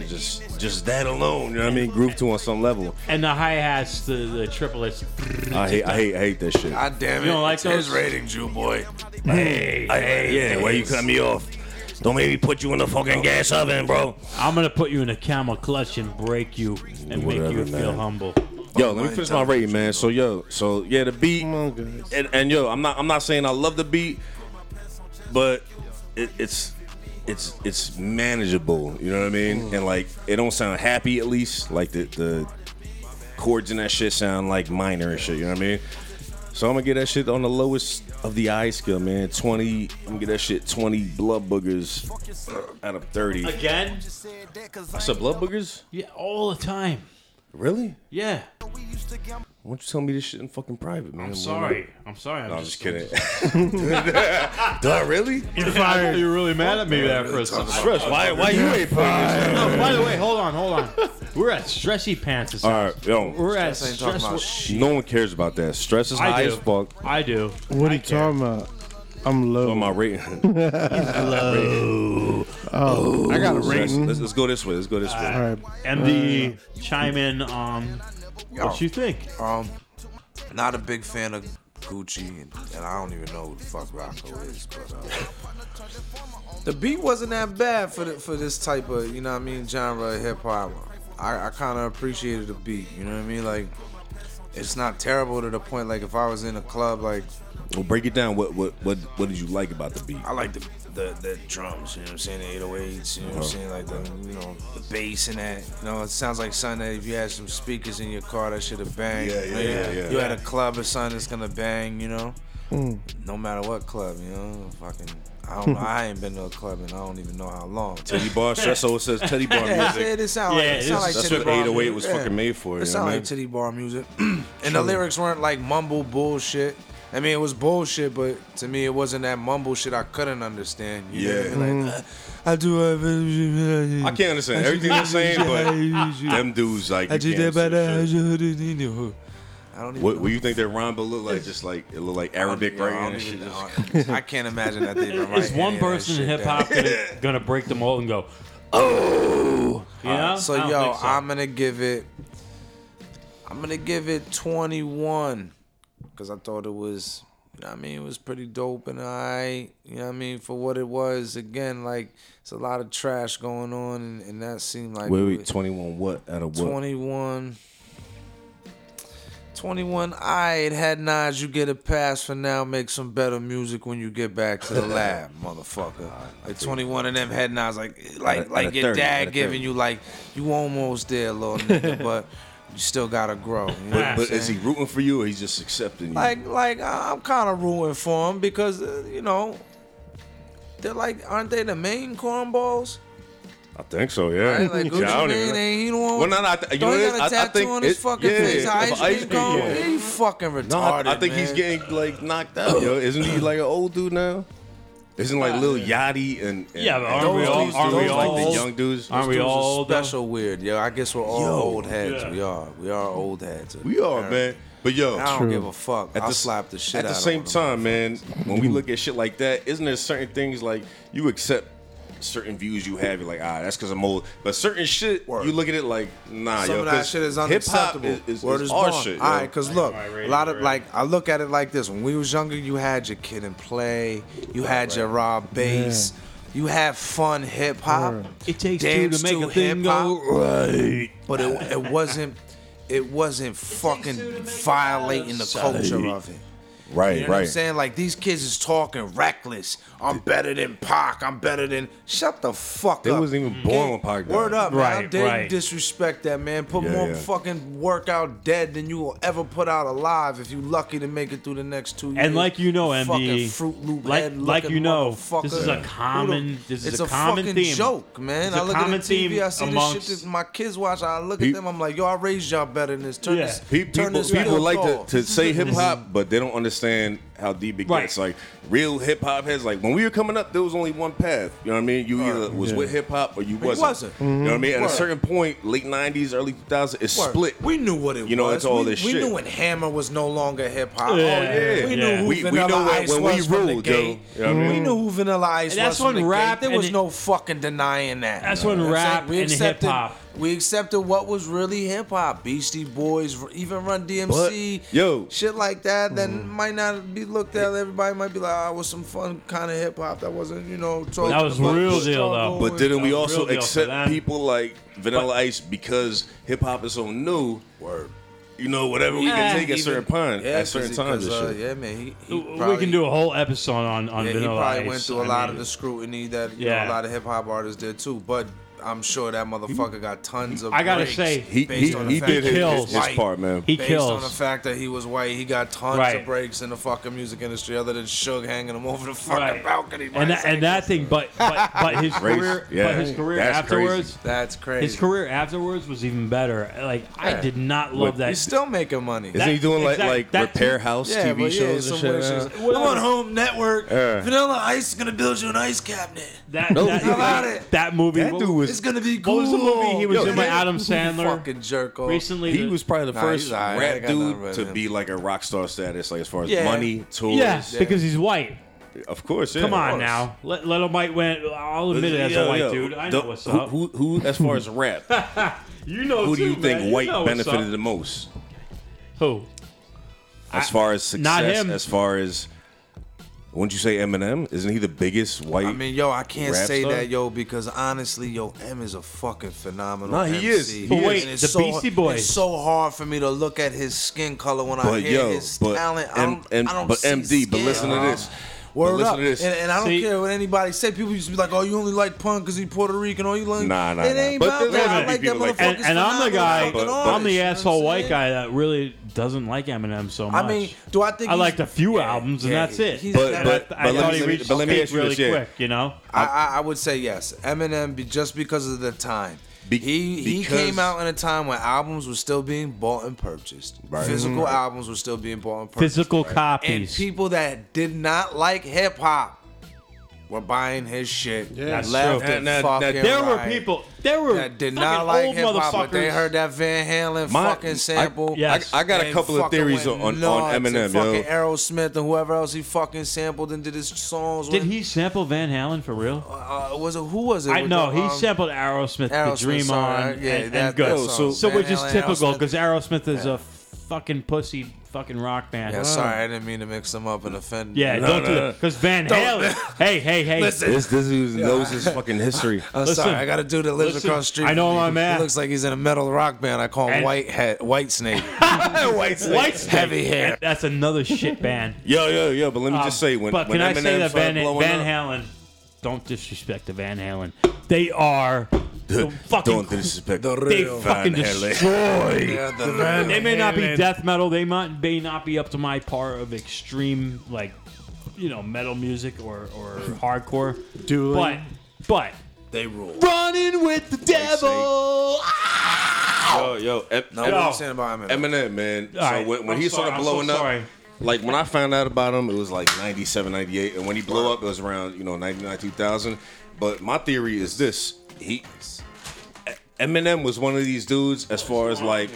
Speaker 2: it's just just that alone. You know what I mean. Groove to on some level.
Speaker 4: And the hi hats, the the triplets.
Speaker 2: I hate. I hate. I hate that shit.
Speaker 1: God damn it.
Speaker 4: You don't like
Speaker 1: it's his
Speaker 4: those?
Speaker 1: rating, Jew boy.
Speaker 2: Hey, yeah. Why you cut me off? Don't make me put you in the fucking gas oven, bro.
Speaker 4: I'm gonna put you in a camel clutch and break you and make you
Speaker 2: Whatever,
Speaker 4: feel
Speaker 2: man.
Speaker 4: humble.
Speaker 2: Yo, let me finish my rating, man. So yo, so yeah, the beat
Speaker 3: Come on, guys.
Speaker 2: and, and yo, I'm not I'm not saying I love the beat, but it, it's it's it's manageable. You know what I mean? And like it don't sound happy at least. Like the the chords in that shit sound like minor and shit. You know what I mean? So I'm gonna get that shit on the lowest of the eye scale, man. Twenty. I'm gonna get that shit twenty blood boogers out of thirty.
Speaker 4: Again?
Speaker 2: I said blood boogers?
Speaker 4: Yeah, all the time.
Speaker 2: Really?
Speaker 4: Yeah.
Speaker 2: Why don't you tell me this shit in fucking private, man?
Speaker 4: I'm sorry. I'm sorry. I'm
Speaker 2: No, I'm just [LAUGHS] kidding. [LAUGHS] Duh, really?
Speaker 4: You're fired. You're really mad at me there for a second.
Speaker 2: Stress. Why? Why you ain't playing
Speaker 4: No, Oh, by the way, hold on, hold on. We're at Stressy Pants.
Speaker 2: All right, yo.
Speaker 4: We're at
Speaker 1: Ain't talking about
Speaker 4: Stress.
Speaker 2: No one cares about that. Stress is
Speaker 4: I
Speaker 2: high as
Speaker 4: do.
Speaker 2: fuck.
Speaker 4: I do.
Speaker 3: What are you talking about? I'm low.
Speaker 2: On my rating. Hello.
Speaker 3: I got a
Speaker 2: Let's,
Speaker 3: rating.
Speaker 2: let's go this way. Let's go this way.
Speaker 3: All right.
Speaker 4: MD, chime in on what you think.
Speaker 1: Um, not a big fan of Gucci, and, and I don't even know who the fuck Rocco is. But uh, the beat wasn't that bad for the, for this type of you know what I mean genre of hip hop. I, I kind of appreciated the beat. You know what I mean? Like, it's not terrible to the point like if I was in a club like
Speaker 2: Well, break it down. What what what what did you like about the beat?
Speaker 1: I like the the, the drums, you know what I'm saying, the 808s, you know what I'm
Speaker 2: Uh-huh.
Speaker 1: saying, like the you know the bass and that. You know, it sounds like something that if you had some speakers in your car, that should have banged.
Speaker 2: Yeah, yeah,
Speaker 1: Like,
Speaker 2: yeah, yeah. Hmm.
Speaker 1: You at a club or something, it's gonna bang, you know. No matter what club, you know, fucking. I don't know. I ain't been to a club and I don't even know how long.
Speaker 2: Teddy Bar Stress always says Teddy Bar
Speaker 1: Yeah, it,
Speaker 2: music.
Speaker 1: it sound like,
Speaker 4: Yeah,
Speaker 1: it sound like
Speaker 4: it's-
Speaker 2: That's
Speaker 1: titty
Speaker 2: what
Speaker 1: bar
Speaker 2: 808
Speaker 1: music.
Speaker 2: was fucking made for,
Speaker 1: It
Speaker 2: you know what
Speaker 1: sounded
Speaker 2: I
Speaker 1: like
Speaker 2: mean?
Speaker 1: titty bar music, [CLEARS THROAT] and the lyrics weren't like mumble bullshit. I mean, it was bullshit, but to me, it wasn't that mumble shit I couldn't understand. You know what I
Speaker 2: Yeah.
Speaker 1: mean? like, uh, I do.
Speaker 2: I can't understand everything they're saying, but them dudes like.
Speaker 1: [LAUGHS] I
Speaker 2: you
Speaker 1: do
Speaker 2: can't
Speaker 1: that, but
Speaker 2: understand
Speaker 1: I
Speaker 2: shit.
Speaker 1: do. I don't even.
Speaker 2: What, what you think that Rhomba look like? Just like it look like Arabic
Speaker 1: Yeah, I
Speaker 2: writing
Speaker 1: don't
Speaker 2: and shit.
Speaker 1: even-
Speaker 2: Just-
Speaker 1: I don't- I can't imagine that they [LAUGHS] even write
Speaker 4: Is one
Speaker 1: any of that
Speaker 4: person in
Speaker 1: shit
Speaker 4: hip hop
Speaker 1: down.
Speaker 4: gonna, gonna break the mold and
Speaker 1: [LAUGHS]
Speaker 4: go, oh, you know?
Speaker 1: So
Speaker 4: I don't
Speaker 1: yo,
Speaker 4: think so.
Speaker 1: I'm gonna give it. I'm gonna give it 21, cause I thought it was. You know what I mean, it was pretty dope and alright. You know what I mean, for what it was. Again, like it's a lot of trash going on, and, and that seemed like it was-
Speaker 2: twenty one. What out of
Speaker 1: 21. 21. I it had Nas. You get a pass for now. Make some better music when you get back to the lab, motherfucker. Like 21 of them had Nas. Like
Speaker 2: Out
Speaker 1: like
Speaker 2: of- out
Speaker 1: like
Speaker 2: of
Speaker 1: your
Speaker 2: 30, out
Speaker 1: dad
Speaker 2: of
Speaker 1: giving
Speaker 2: 30.
Speaker 1: you like you almost there, little nigga, but you still gotta grow. You know what I'm
Speaker 2: But is he
Speaker 1: saying?
Speaker 2: rooting for you or he's just accepting you?
Speaker 1: like like I- I'm kind of rooting for him because uh, you know they're like aren't they the main cornballs?
Speaker 2: I think so. Yeah.
Speaker 1: Right? Like,
Speaker 2: Yeah, [LAUGHS]
Speaker 1: Gucci
Speaker 2: I don't
Speaker 1: Mane,
Speaker 2: even know.
Speaker 1: they- he don't want-
Speaker 2: Well, no, no. I th- you
Speaker 1: Don't
Speaker 2: know
Speaker 1: he
Speaker 2: what it
Speaker 1: got a
Speaker 2: is? I- I
Speaker 1: tattoo
Speaker 2: think
Speaker 1: on his
Speaker 2: it-
Speaker 1: fucking
Speaker 2: yeah,
Speaker 1: face?
Speaker 2: of
Speaker 1: Ice
Speaker 2: Ice
Speaker 1: cream
Speaker 2: Cube,
Speaker 1: cone.
Speaker 2: yeah.
Speaker 1: He fucking retarded.
Speaker 2: No, I, I think
Speaker 1: man.
Speaker 2: he's getting like knocked out. Yo, isn't he like an old dude now? Isn't like Lil Yachty and, and
Speaker 4: Yeah, but
Speaker 2: and
Speaker 4: aren't
Speaker 1: we
Speaker 2: those
Speaker 1: all-
Speaker 2: dudes,
Speaker 1: aren't we
Speaker 2: those, like
Speaker 1: all-
Speaker 2: the young dudes?
Speaker 4: aren't we
Speaker 1: Dudes are
Speaker 4: all though?
Speaker 1: special weird, yo. I guess we're all old heads.
Speaker 4: yeah.
Speaker 1: We are. We are old heads.
Speaker 2: We are, man. But yo,
Speaker 1: I don't
Speaker 3: True.
Speaker 1: give a fuck. I
Speaker 2: s-
Speaker 1: slap the shit
Speaker 2: At the
Speaker 1: out of
Speaker 2: same
Speaker 1: them.
Speaker 2: time, man, when we look at shit like that, isn't there certain things like you accept certain views you have? You're like, ah, that's because I'm old. But certain shit,
Speaker 1: Word.
Speaker 2: you looking at like, nah,
Speaker 1: Some
Speaker 2: yo,
Speaker 1: of that
Speaker 2: 'cause
Speaker 1: shit is
Speaker 2: hip-hop
Speaker 1: unacceptable.
Speaker 2: Is, is,
Speaker 1: Word
Speaker 2: is
Speaker 1: is
Speaker 2: our
Speaker 1: born.
Speaker 2: shit.
Speaker 1: All
Speaker 2: yo.
Speaker 1: right, because look, a lot of like I look at it like this: when we was younger, you had your kid and play, you had your raw bass, you had fun hip hop.
Speaker 3: Word.
Speaker 4: It takes two
Speaker 1: dance
Speaker 4: to make a
Speaker 1: to
Speaker 4: thing
Speaker 1: hip-hop.
Speaker 4: go right.
Speaker 1: but it, it wasn't it wasn't fucking violating the culture of it.
Speaker 2: right,
Speaker 1: You know what I'm saying? Like these kids is talking reckless. I'm better than Pac. I'm better than. Shut the fuck
Speaker 2: They
Speaker 1: up. Mm-hmm.
Speaker 2: wasn't even born when Pac died.
Speaker 1: Word up, man. How
Speaker 4: Right,
Speaker 1: dare you
Speaker 4: right.
Speaker 1: disrespect that man? Put
Speaker 2: Yeah,
Speaker 1: more
Speaker 2: yeah.
Speaker 1: fucking work out dead than you will ever put out alive if you lucky to make it through the next two years.
Speaker 4: And like you know,
Speaker 1: Fucking
Speaker 4: MD,
Speaker 1: Fruit Loop
Speaker 4: like
Speaker 1: head
Speaker 4: like
Speaker 1: looking
Speaker 4: you know, this
Speaker 1: motherfucker.
Speaker 4: is a
Speaker 1: Who
Speaker 4: common,
Speaker 1: the-
Speaker 4: this
Speaker 1: it's
Speaker 4: is a, common
Speaker 1: fucking
Speaker 4: theme.
Speaker 1: joke, man.
Speaker 4: It's a
Speaker 1: I look at the
Speaker 4: common
Speaker 1: TV, I
Speaker 4: theme
Speaker 1: see
Speaker 4: amongst-
Speaker 1: this shit that my kids watch. I look at
Speaker 2: Pe-
Speaker 1: them, I'm like, yo, I raised y'all better than this. Turn
Speaker 4: Yeah.
Speaker 1: this,
Speaker 2: Pe- People,
Speaker 1: turn this
Speaker 2: people
Speaker 1: real
Speaker 2: like
Speaker 1: dog.
Speaker 2: to, to say hip hop, but they don't understand how deep it
Speaker 4: Right.
Speaker 2: gets. Like real hip hop heads, like when we were coming up, there was only one path. You know what I mean? You either was
Speaker 3: Yeah.
Speaker 2: with hip hop or you wasn't.
Speaker 1: wasn't.
Speaker 2: You know what I mean? At
Speaker 1: Word.
Speaker 2: a certain point, late '90s, early 2000s, it's
Speaker 1: Word.
Speaker 2: split.
Speaker 1: We knew what it
Speaker 2: You know,
Speaker 1: was.
Speaker 2: it's all
Speaker 1: we,
Speaker 2: this
Speaker 1: we
Speaker 2: shit.
Speaker 1: knew when Hammer was no longer hip
Speaker 4: Yeah.
Speaker 1: hop. Oh,
Speaker 2: yeah.
Speaker 1: We knew
Speaker 4: Yeah.
Speaker 1: who
Speaker 2: We- we
Speaker 1: Vanilla
Speaker 2: know when-
Speaker 1: Ice
Speaker 2: when we
Speaker 1: was from
Speaker 2: ruled,
Speaker 1: the gate.
Speaker 2: yo. You know what I
Speaker 1: We
Speaker 2: mean?
Speaker 1: knew who Vanilla Ice
Speaker 4: And that's
Speaker 1: was from
Speaker 4: when
Speaker 1: the
Speaker 4: rap
Speaker 1: gate. There
Speaker 4: and
Speaker 1: was
Speaker 4: it-
Speaker 1: no fucking denying that.
Speaker 4: That's
Speaker 1: You
Speaker 4: when
Speaker 1: know what I'm
Speaker 4: rap
Speaker 1: saying? We
Speaker 4: and
Speaker 1: accepted-
Speaker 4: hip-hop-
Speaker 1: We accepted what was really hip hop. Beastie Boys, even Run DMC,
Speaker 2: But, yo. Mm-hmm.
Speaker 1: shit like that. That might not be looked at. Everybody might be like, "Ah, it was some fun kind of hip hop that wasn't, you know." talking
Speaker 4: That was
Speaker 1: about
Speaker 4: real
Speaker 1: the
Speaker 4: deal, though.
Speaker 1: struggle
Speaker 2: But
Speaker 1: and-
Speaker 2: didn't we
Speaker 4: Real
Speaker 2: also
Speaker 4: deal for
Speaker 2: accept
Speaker 4: that.
Speaker 2: people like Vanilla Ice because hip hop is so new? Word. You know, whatever we
Speaker 4: Yeah.
Speaker 2: can take at certain pun
Speaker 1: Yeah,
Speaker 2: at certain
Speaker 1: 'cause-
Speaker 2: times.
Speaker 1: 'cause,
Speaker 2: and
Speaker 1: uh,
Speaker 2: shit.
Speaker 1: yeah, man. He, he
Speaker 4: we can do a whole episode on on
Speaker 1: Yeah, he
Speaker 4: Vanilla
Speaker 1: probably went
Speaker 4: Ice.
Speaker 1: through a
Speaker 4: I
Speaker 1: lot
Speaker 4: mean,
Speaker 1: of the scrutiny that you know,
Speaker 4: Yeah.
Speaker 1: a lot of hip hop artists did too. But I'm sure that motherfucker got tons of.
Speaker 4: I gotta
Speaker 1: breaks
Speaker 4: say-
Speaker 2: He,
Speaker 1: based
Speaker 2: he,
Speaker 1: on the
Speaker 2: he
Speaker 1: fact
Speaker 2: did
Speaker 1: that
Speaker 2: his,
Speaker 1: was
Speaker 2: his, his
Speaker 1: white.
Speaker 2: part, man.
Speaker 4: He
Speaker 1: based on the
Speaker 4: kills.
Speaker 1: fact that he was white, he got tons of
Speaker 4: Right.
Speaker 1: breaks in the fucking music industry, other than Suge hanging him over the fucking
Speaker 4: Right.
Speaker 1: balcony. by
Speaker 4: and
Speaker 1: his
Speaker 4: that, and that
Speaker 1: ankles.
Speaker 4: thing, but
Speaker 1: [LAUGHS]
Speaker 4: but, but his
Speaker 2: Race,
Speaker 4: career,
Speaker 2: yeah.
Speaker 4: but his career
Speaker 2: That's
Speaker 4: afterwards,
Speaker 1: that's crazy.
Speaker 4: his career afterwards was even better. Like
Speaker 1: Yeah.
Speaker 4: I did not love
Speaker 2: Look,
Speaker 4: that.
Speaker 1: He's still making money.
Speaker 2: Isn't he doing like
Speaker 4: exact-
Speaker 2: like
Speaker 4: that-
Speaker 2: repair house
Speaker 1: yeah,
Speaker 2: TV
Speaker 1: but yeah,
Speaker 2: shows
Speaker 1: some
Speaker 2: and shit?
Speaker 1: weird
Speaker 2: now?
Speaker 1: shit. I'm on Home Network.
Speaker 2: Yeah.
Speaker 1: Vanilla Ice is gonna build you an ice cabinet.
Speaker 4: that, that,
Speaker 1: How about it?
Speaker 4: that movie.
Speaker 2: That
Speaker 4: what-
Speaker 2: dude was
Speaker 1: It's gonna be
Speaker 4: What
Speaker 1: cool.
Speaker 4: was the movie he was
Speaker 2: Yo,
Speaker 4: in with
Speaker 2: that-
Speaker 4: Adam Sandler?
Speaker 1: Fucking jerk off.
Speaker 4: recently,
Speaker 2: he
Speaker 4: the-
Speaker 2: was probably the
Speaker 1: Nah,
Speaker 2: first
Speaker 1: he's alright. I ain't
Speaker 2: rap
Speaker 1: got nothing
Speaker 2: dude
Speaker 1: about
Speaker 2: to
Speaker 1: him.
Speaker 2: be like a rock star status, like as far as
Speaker 1: Yeah.
Speaker 2: money, tours.
Speaker 4: yeah,
Speaker 1: Yeah.
Speaker 4: because he's white.
Speaker 2: of course. Yeah,
Speaker 4: Come
Speaker 2: of
Speaker 4: on
Speaker 2: course.
Speaker 4: now, let Little Mike went. I'll admit it as
Speaker 2: Yo,
Speaker 4: a white
Speaker 2: yo,
Speaker 4: dude. I
Speaker 2: the-
Speaker 4: know what's
Speaker 2: who,
Speaker 4: up.
Speaker 2: Who, who, as far
Speaker 4: [LAUGHS]
Speaker 2: as rap,
Speaker 4: you know
Speaker 2: who do
Speaker 4: too,
Speaker 2: you think
Speaker 4: man.
Speaker 2: white
Speaker 4: know what's
Speaker 2: benefited
Speaker 4: up.
Speaker 2: the most?
Speaker 4: Who?
Speaker 2: As far as
Speaker 4: not
Speaker 2: success,
Speaker 4: him.
Speaker 2: as far as wouldn't you say Eminem? Isn't he the biggest white?
Speaker 1: I mean, yo, I can't
Speaker 2: Rap
Speaker 1: say
Speaker 2: star?
Speaker 1: that, yo, because honestly, yo, M is a fucking phenomenal.
Speaker 2: Nah, he
Speaker 1: MC.
Speaker 2: is. He But is.
Speaker 4: wait, the Beastie Boys.
Speaker 1: It's so hard for me to look at his skin color when I
Speaker 2: but
Speaker 1: hear
Speaker 2: yo,
Speaker 1: his
Speaker 2: but
Speaker 1: talent. I
Speaker 2: M,
Speaker 1: don't,
Speaker 2: M,
Speaker 1: I don't
Speaker 2: but
Speaker 1: see
Speaker 2: MD, but
Speaker 1: skin.
Speaker 2: listen to
Speaker 1: Uh-huh.
Speaker 2: this. But
Speaker 1: Word
Speaker 2: listen
Speaker 1: up.
Speaker 2: to this.
Speaker 1: And, and I don't
Speaker 4: See-
Speaker 1: care what anybody say. People used to be like, "Oh, you only like punk because he Puerto Rican." Or you like,
Speaker 2: Nah, nah,
Speaker 1: It
Speaker 2: nah.
Speaker 1: ain't
Speaker 2: But
Speaker 1: about
Speaker 2: there's
Speaker 1: that.
Speaker 2: gonna
Speaker 1: I
Speaker 2: be
Speaker 1: like that
Speaker 2: people like
Speaker 1: motherfucker's
Speaker 2: that.
Speaker 4: And, and I'm the guy.
Speaker 1: phenomenal fucking
Speaker 2: But-
Speaker 1: artist,
Speaker 4: I'm the
Speaker 1: you know what
Speaker 4: asshole white
Speaker 1: saying?
Speaker 4: guy that really doesn't like Eminem so much.
Speaker 1: I mean, do I think
Speaker 4: I
Speaker 1: he's-
Speaker 4: liked a few
Speaker 1: Yeah,
Speaker 4: albums and
Speaker 1: yeah,
Speaker 4: that's it.
Speaker 1: he's
Speaker 2: But-
Speaker 1: not-
Speaker 2: but-
Speaker 4: I
Speaker 2: let
Speaker 4: thought
Speaker 2: me-
Speaker 4: he reached
Speaker 2: but let me
Speaker 4: peak
Speaker 2: ask you
Speaker 4: really
Speaker 2: this, yeah.
Speaker 4: quick. You know,
Speaker 1: I, I, I would say yes. Eminem, be, just because of the time.
Speaker 2: Be-
Speaker 1: he he
Speaker 2: because-
Speaker 1: came out in a time when albums were still being bought and purchased.
Speaker 2: Right. Mm-hmm.
Speaker 1: Physical albums were still being bought and purchased.
Speaker 4: physical
Speaker 1: and
Speaker 4: copies.
Speaker 1: people that did not like hip hop were buying his shit.
Speaker 3: That's
Speaker 1: left
Speaker 4: true.
Speaker 1: and
Speaker 2: Now- now- now,
Speaker 1: fucking
Speaker 4: There were
Speaker 1: right.
Speaker 4: people. There were
Speaker 1: that did
Speaker 4: fucking
Speaker 1: not like
Speaker 4: old
Speaker 1: hip hop,
Speaker 4: motherfuckers.
Speaker 1: but they heard that Van Halen
Speaker 2: My- I-
Speaker 1: fucking sample.
Speaker 4: yeah, Yes.
Speaker 2: I, I got a
Speaker 1: and
Speaker 2: couple of
Speaker 1: fucking
Speaker 2: theories
Speaker 1: went
Speaker 2: on, on,
Speaker 1: nuts,
Speaker 2: on
Speaker 1: and
Speaker 2: Eminem,
Speaker 1: fucking
Speaker 2: yo.
Speaker 1: Aerosmith and whoever else he fucking sampled and did his songs
Speaker 4: Did
Speaker 1: with.
Speaker 4: he sample Van Halen for real?
Speaker 1: Uh, was it who was it?
Speaker 4: I
Speaker 1: with
Speaker 4: know
Speaker 1: the,
Speaker 4: he
Speaker 1: um,
Speaker 4: sampled Aerosmith,
Speaker 1: Aerosmith
Speaker 4: the Dream
Speaker 1: song,
Speaker 4: On,
Speaker 1: right? Yeah,
Speaker 4: and, and
Speaker 1: that-
Speaker 4: good.
Speaker 1: that
Speaker 4: so,
Speaker 1: song.
Speaker 4: which
Speaker 1: Van
Speaker 4: is
Speaker 1: Halen,
Speaker 4: typical
Speaker 1: Aerosmith.
Speaker 4: because Aerosmith is a fucking pussy fucking rock band.
Speaker 1: Yeah, sorry, I didn't mean to mix them up and offend.
Speaker 4: Yeah,
Speaker 2: No,
Speaker 4: don't
Speaker 2: no,
Speaker 4: do
Speaker 2: no.
Speaker 4: that. Because Van Halen.
Speaker 1: [LAUGHS]
Speaker 4: hey, hey, hey.
Speaker 2: This this dude knows his fucking
Speaker 1: [LAUGHS]
Speaker 2: history.
Speaker 1: I'm
Speaker 4: Listen.
Speaker 1: Uh, sorry. I got a dude that lives
Speaker 4: Listen,
Speaker 1: across the street.
Speaker 4: I know
Speaker 1: from me.
Speaker 4: my man.
Speaker 1: He looks like he's in a metal rock band. I call him
Speaker 4: And-
Speaker 1: White Hat,
Speaker 4: [LAUGHS]
Speaker 1: White Snake.
Speaker 2: White
Speaker 4: White Snake.
Speaker 1: Heavy hair.
Speaker 4: That- That's another
Speaker 1: [LAUGHS]
Speaker 4: shit band.
Speaker 2: Yo, yo, yo. But let me
Speaker 4: Um,
Speaker 2: just say when
Speaker 4: but
Speaker 2: when
Speaker 4: can I say
Speaker 2: Eminem
Speaker 4: that Van,
Speaker 2: started blowing
Speaker 4: Van
Speaker 2: up-
Speaker 4: Halen? Don't disrespect the Van Halen. They
Speaker 1: [LAUGHS]
Speaker 4: are the fucking.
Speaker 2: Don't disrespect
Speaker 1: The
Speaker 2: Van
Speaker 4: they
Speaker 1: real
Speaker 4: fucking
Speaker 2: Halen.
Speaker 4: destroy.
Speaker 1: Yeah, the man.
Speaker 4: They may not be death metal. They might may not be up to my par of extreme like you know metal music or or hardcore. But
Speaker 3: Dueling.
Speaker 4: but
Speaker 1: They rule.
Speaker 4: running with the devil.
Speaker 2: Yo, yo, Em-
Speaker 1: No,
Speaker 2: Em-
Speaker 1: what I'm saying about Eminem.
Speaker 2: Eminem, man. so
Speaker 4: right,
Speaker 2: when, when
Speaker 4: I'm
Speaker 2: he
Speaker 4: sorry,
Speaker 2: started
Speaker 4: I'm so
Speaker 2: blowing
Speaker 4: sorry.
Speaker 2: up, like when I found out about him, it was like 97, 98. And when he blew up, it was around, you know, 99, 2000. But my theory is this he, Eminem was one of these dudes as far as like.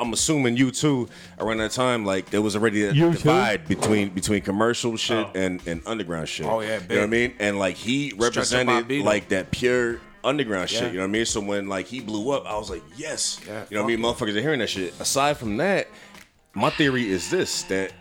Speaker 2: I'm assuming you too. Around that time, like there was already a
Speaker 4: U two?
Speaker 2: divide between between commercial shit
Speaker 4: Oh.
Speaker 2: and, and underground shit.
Speaker 1: Oh, yeah,
Speaker 2: you know what I
Speaker 1: big.
Speaker 2: mean. And like he represented
Speaker 1: Beatle.
Speaker 2: like that pure underground shit.
Speaker 1: Yeah.
Speaker 2: You know what I mean. So when like he blew up, I was like, yes.
Speaker 1: Yeah,
Speaker 2: you know what I mean. Motherfuckers are hearing that shit. Aside from that, my theory is this: that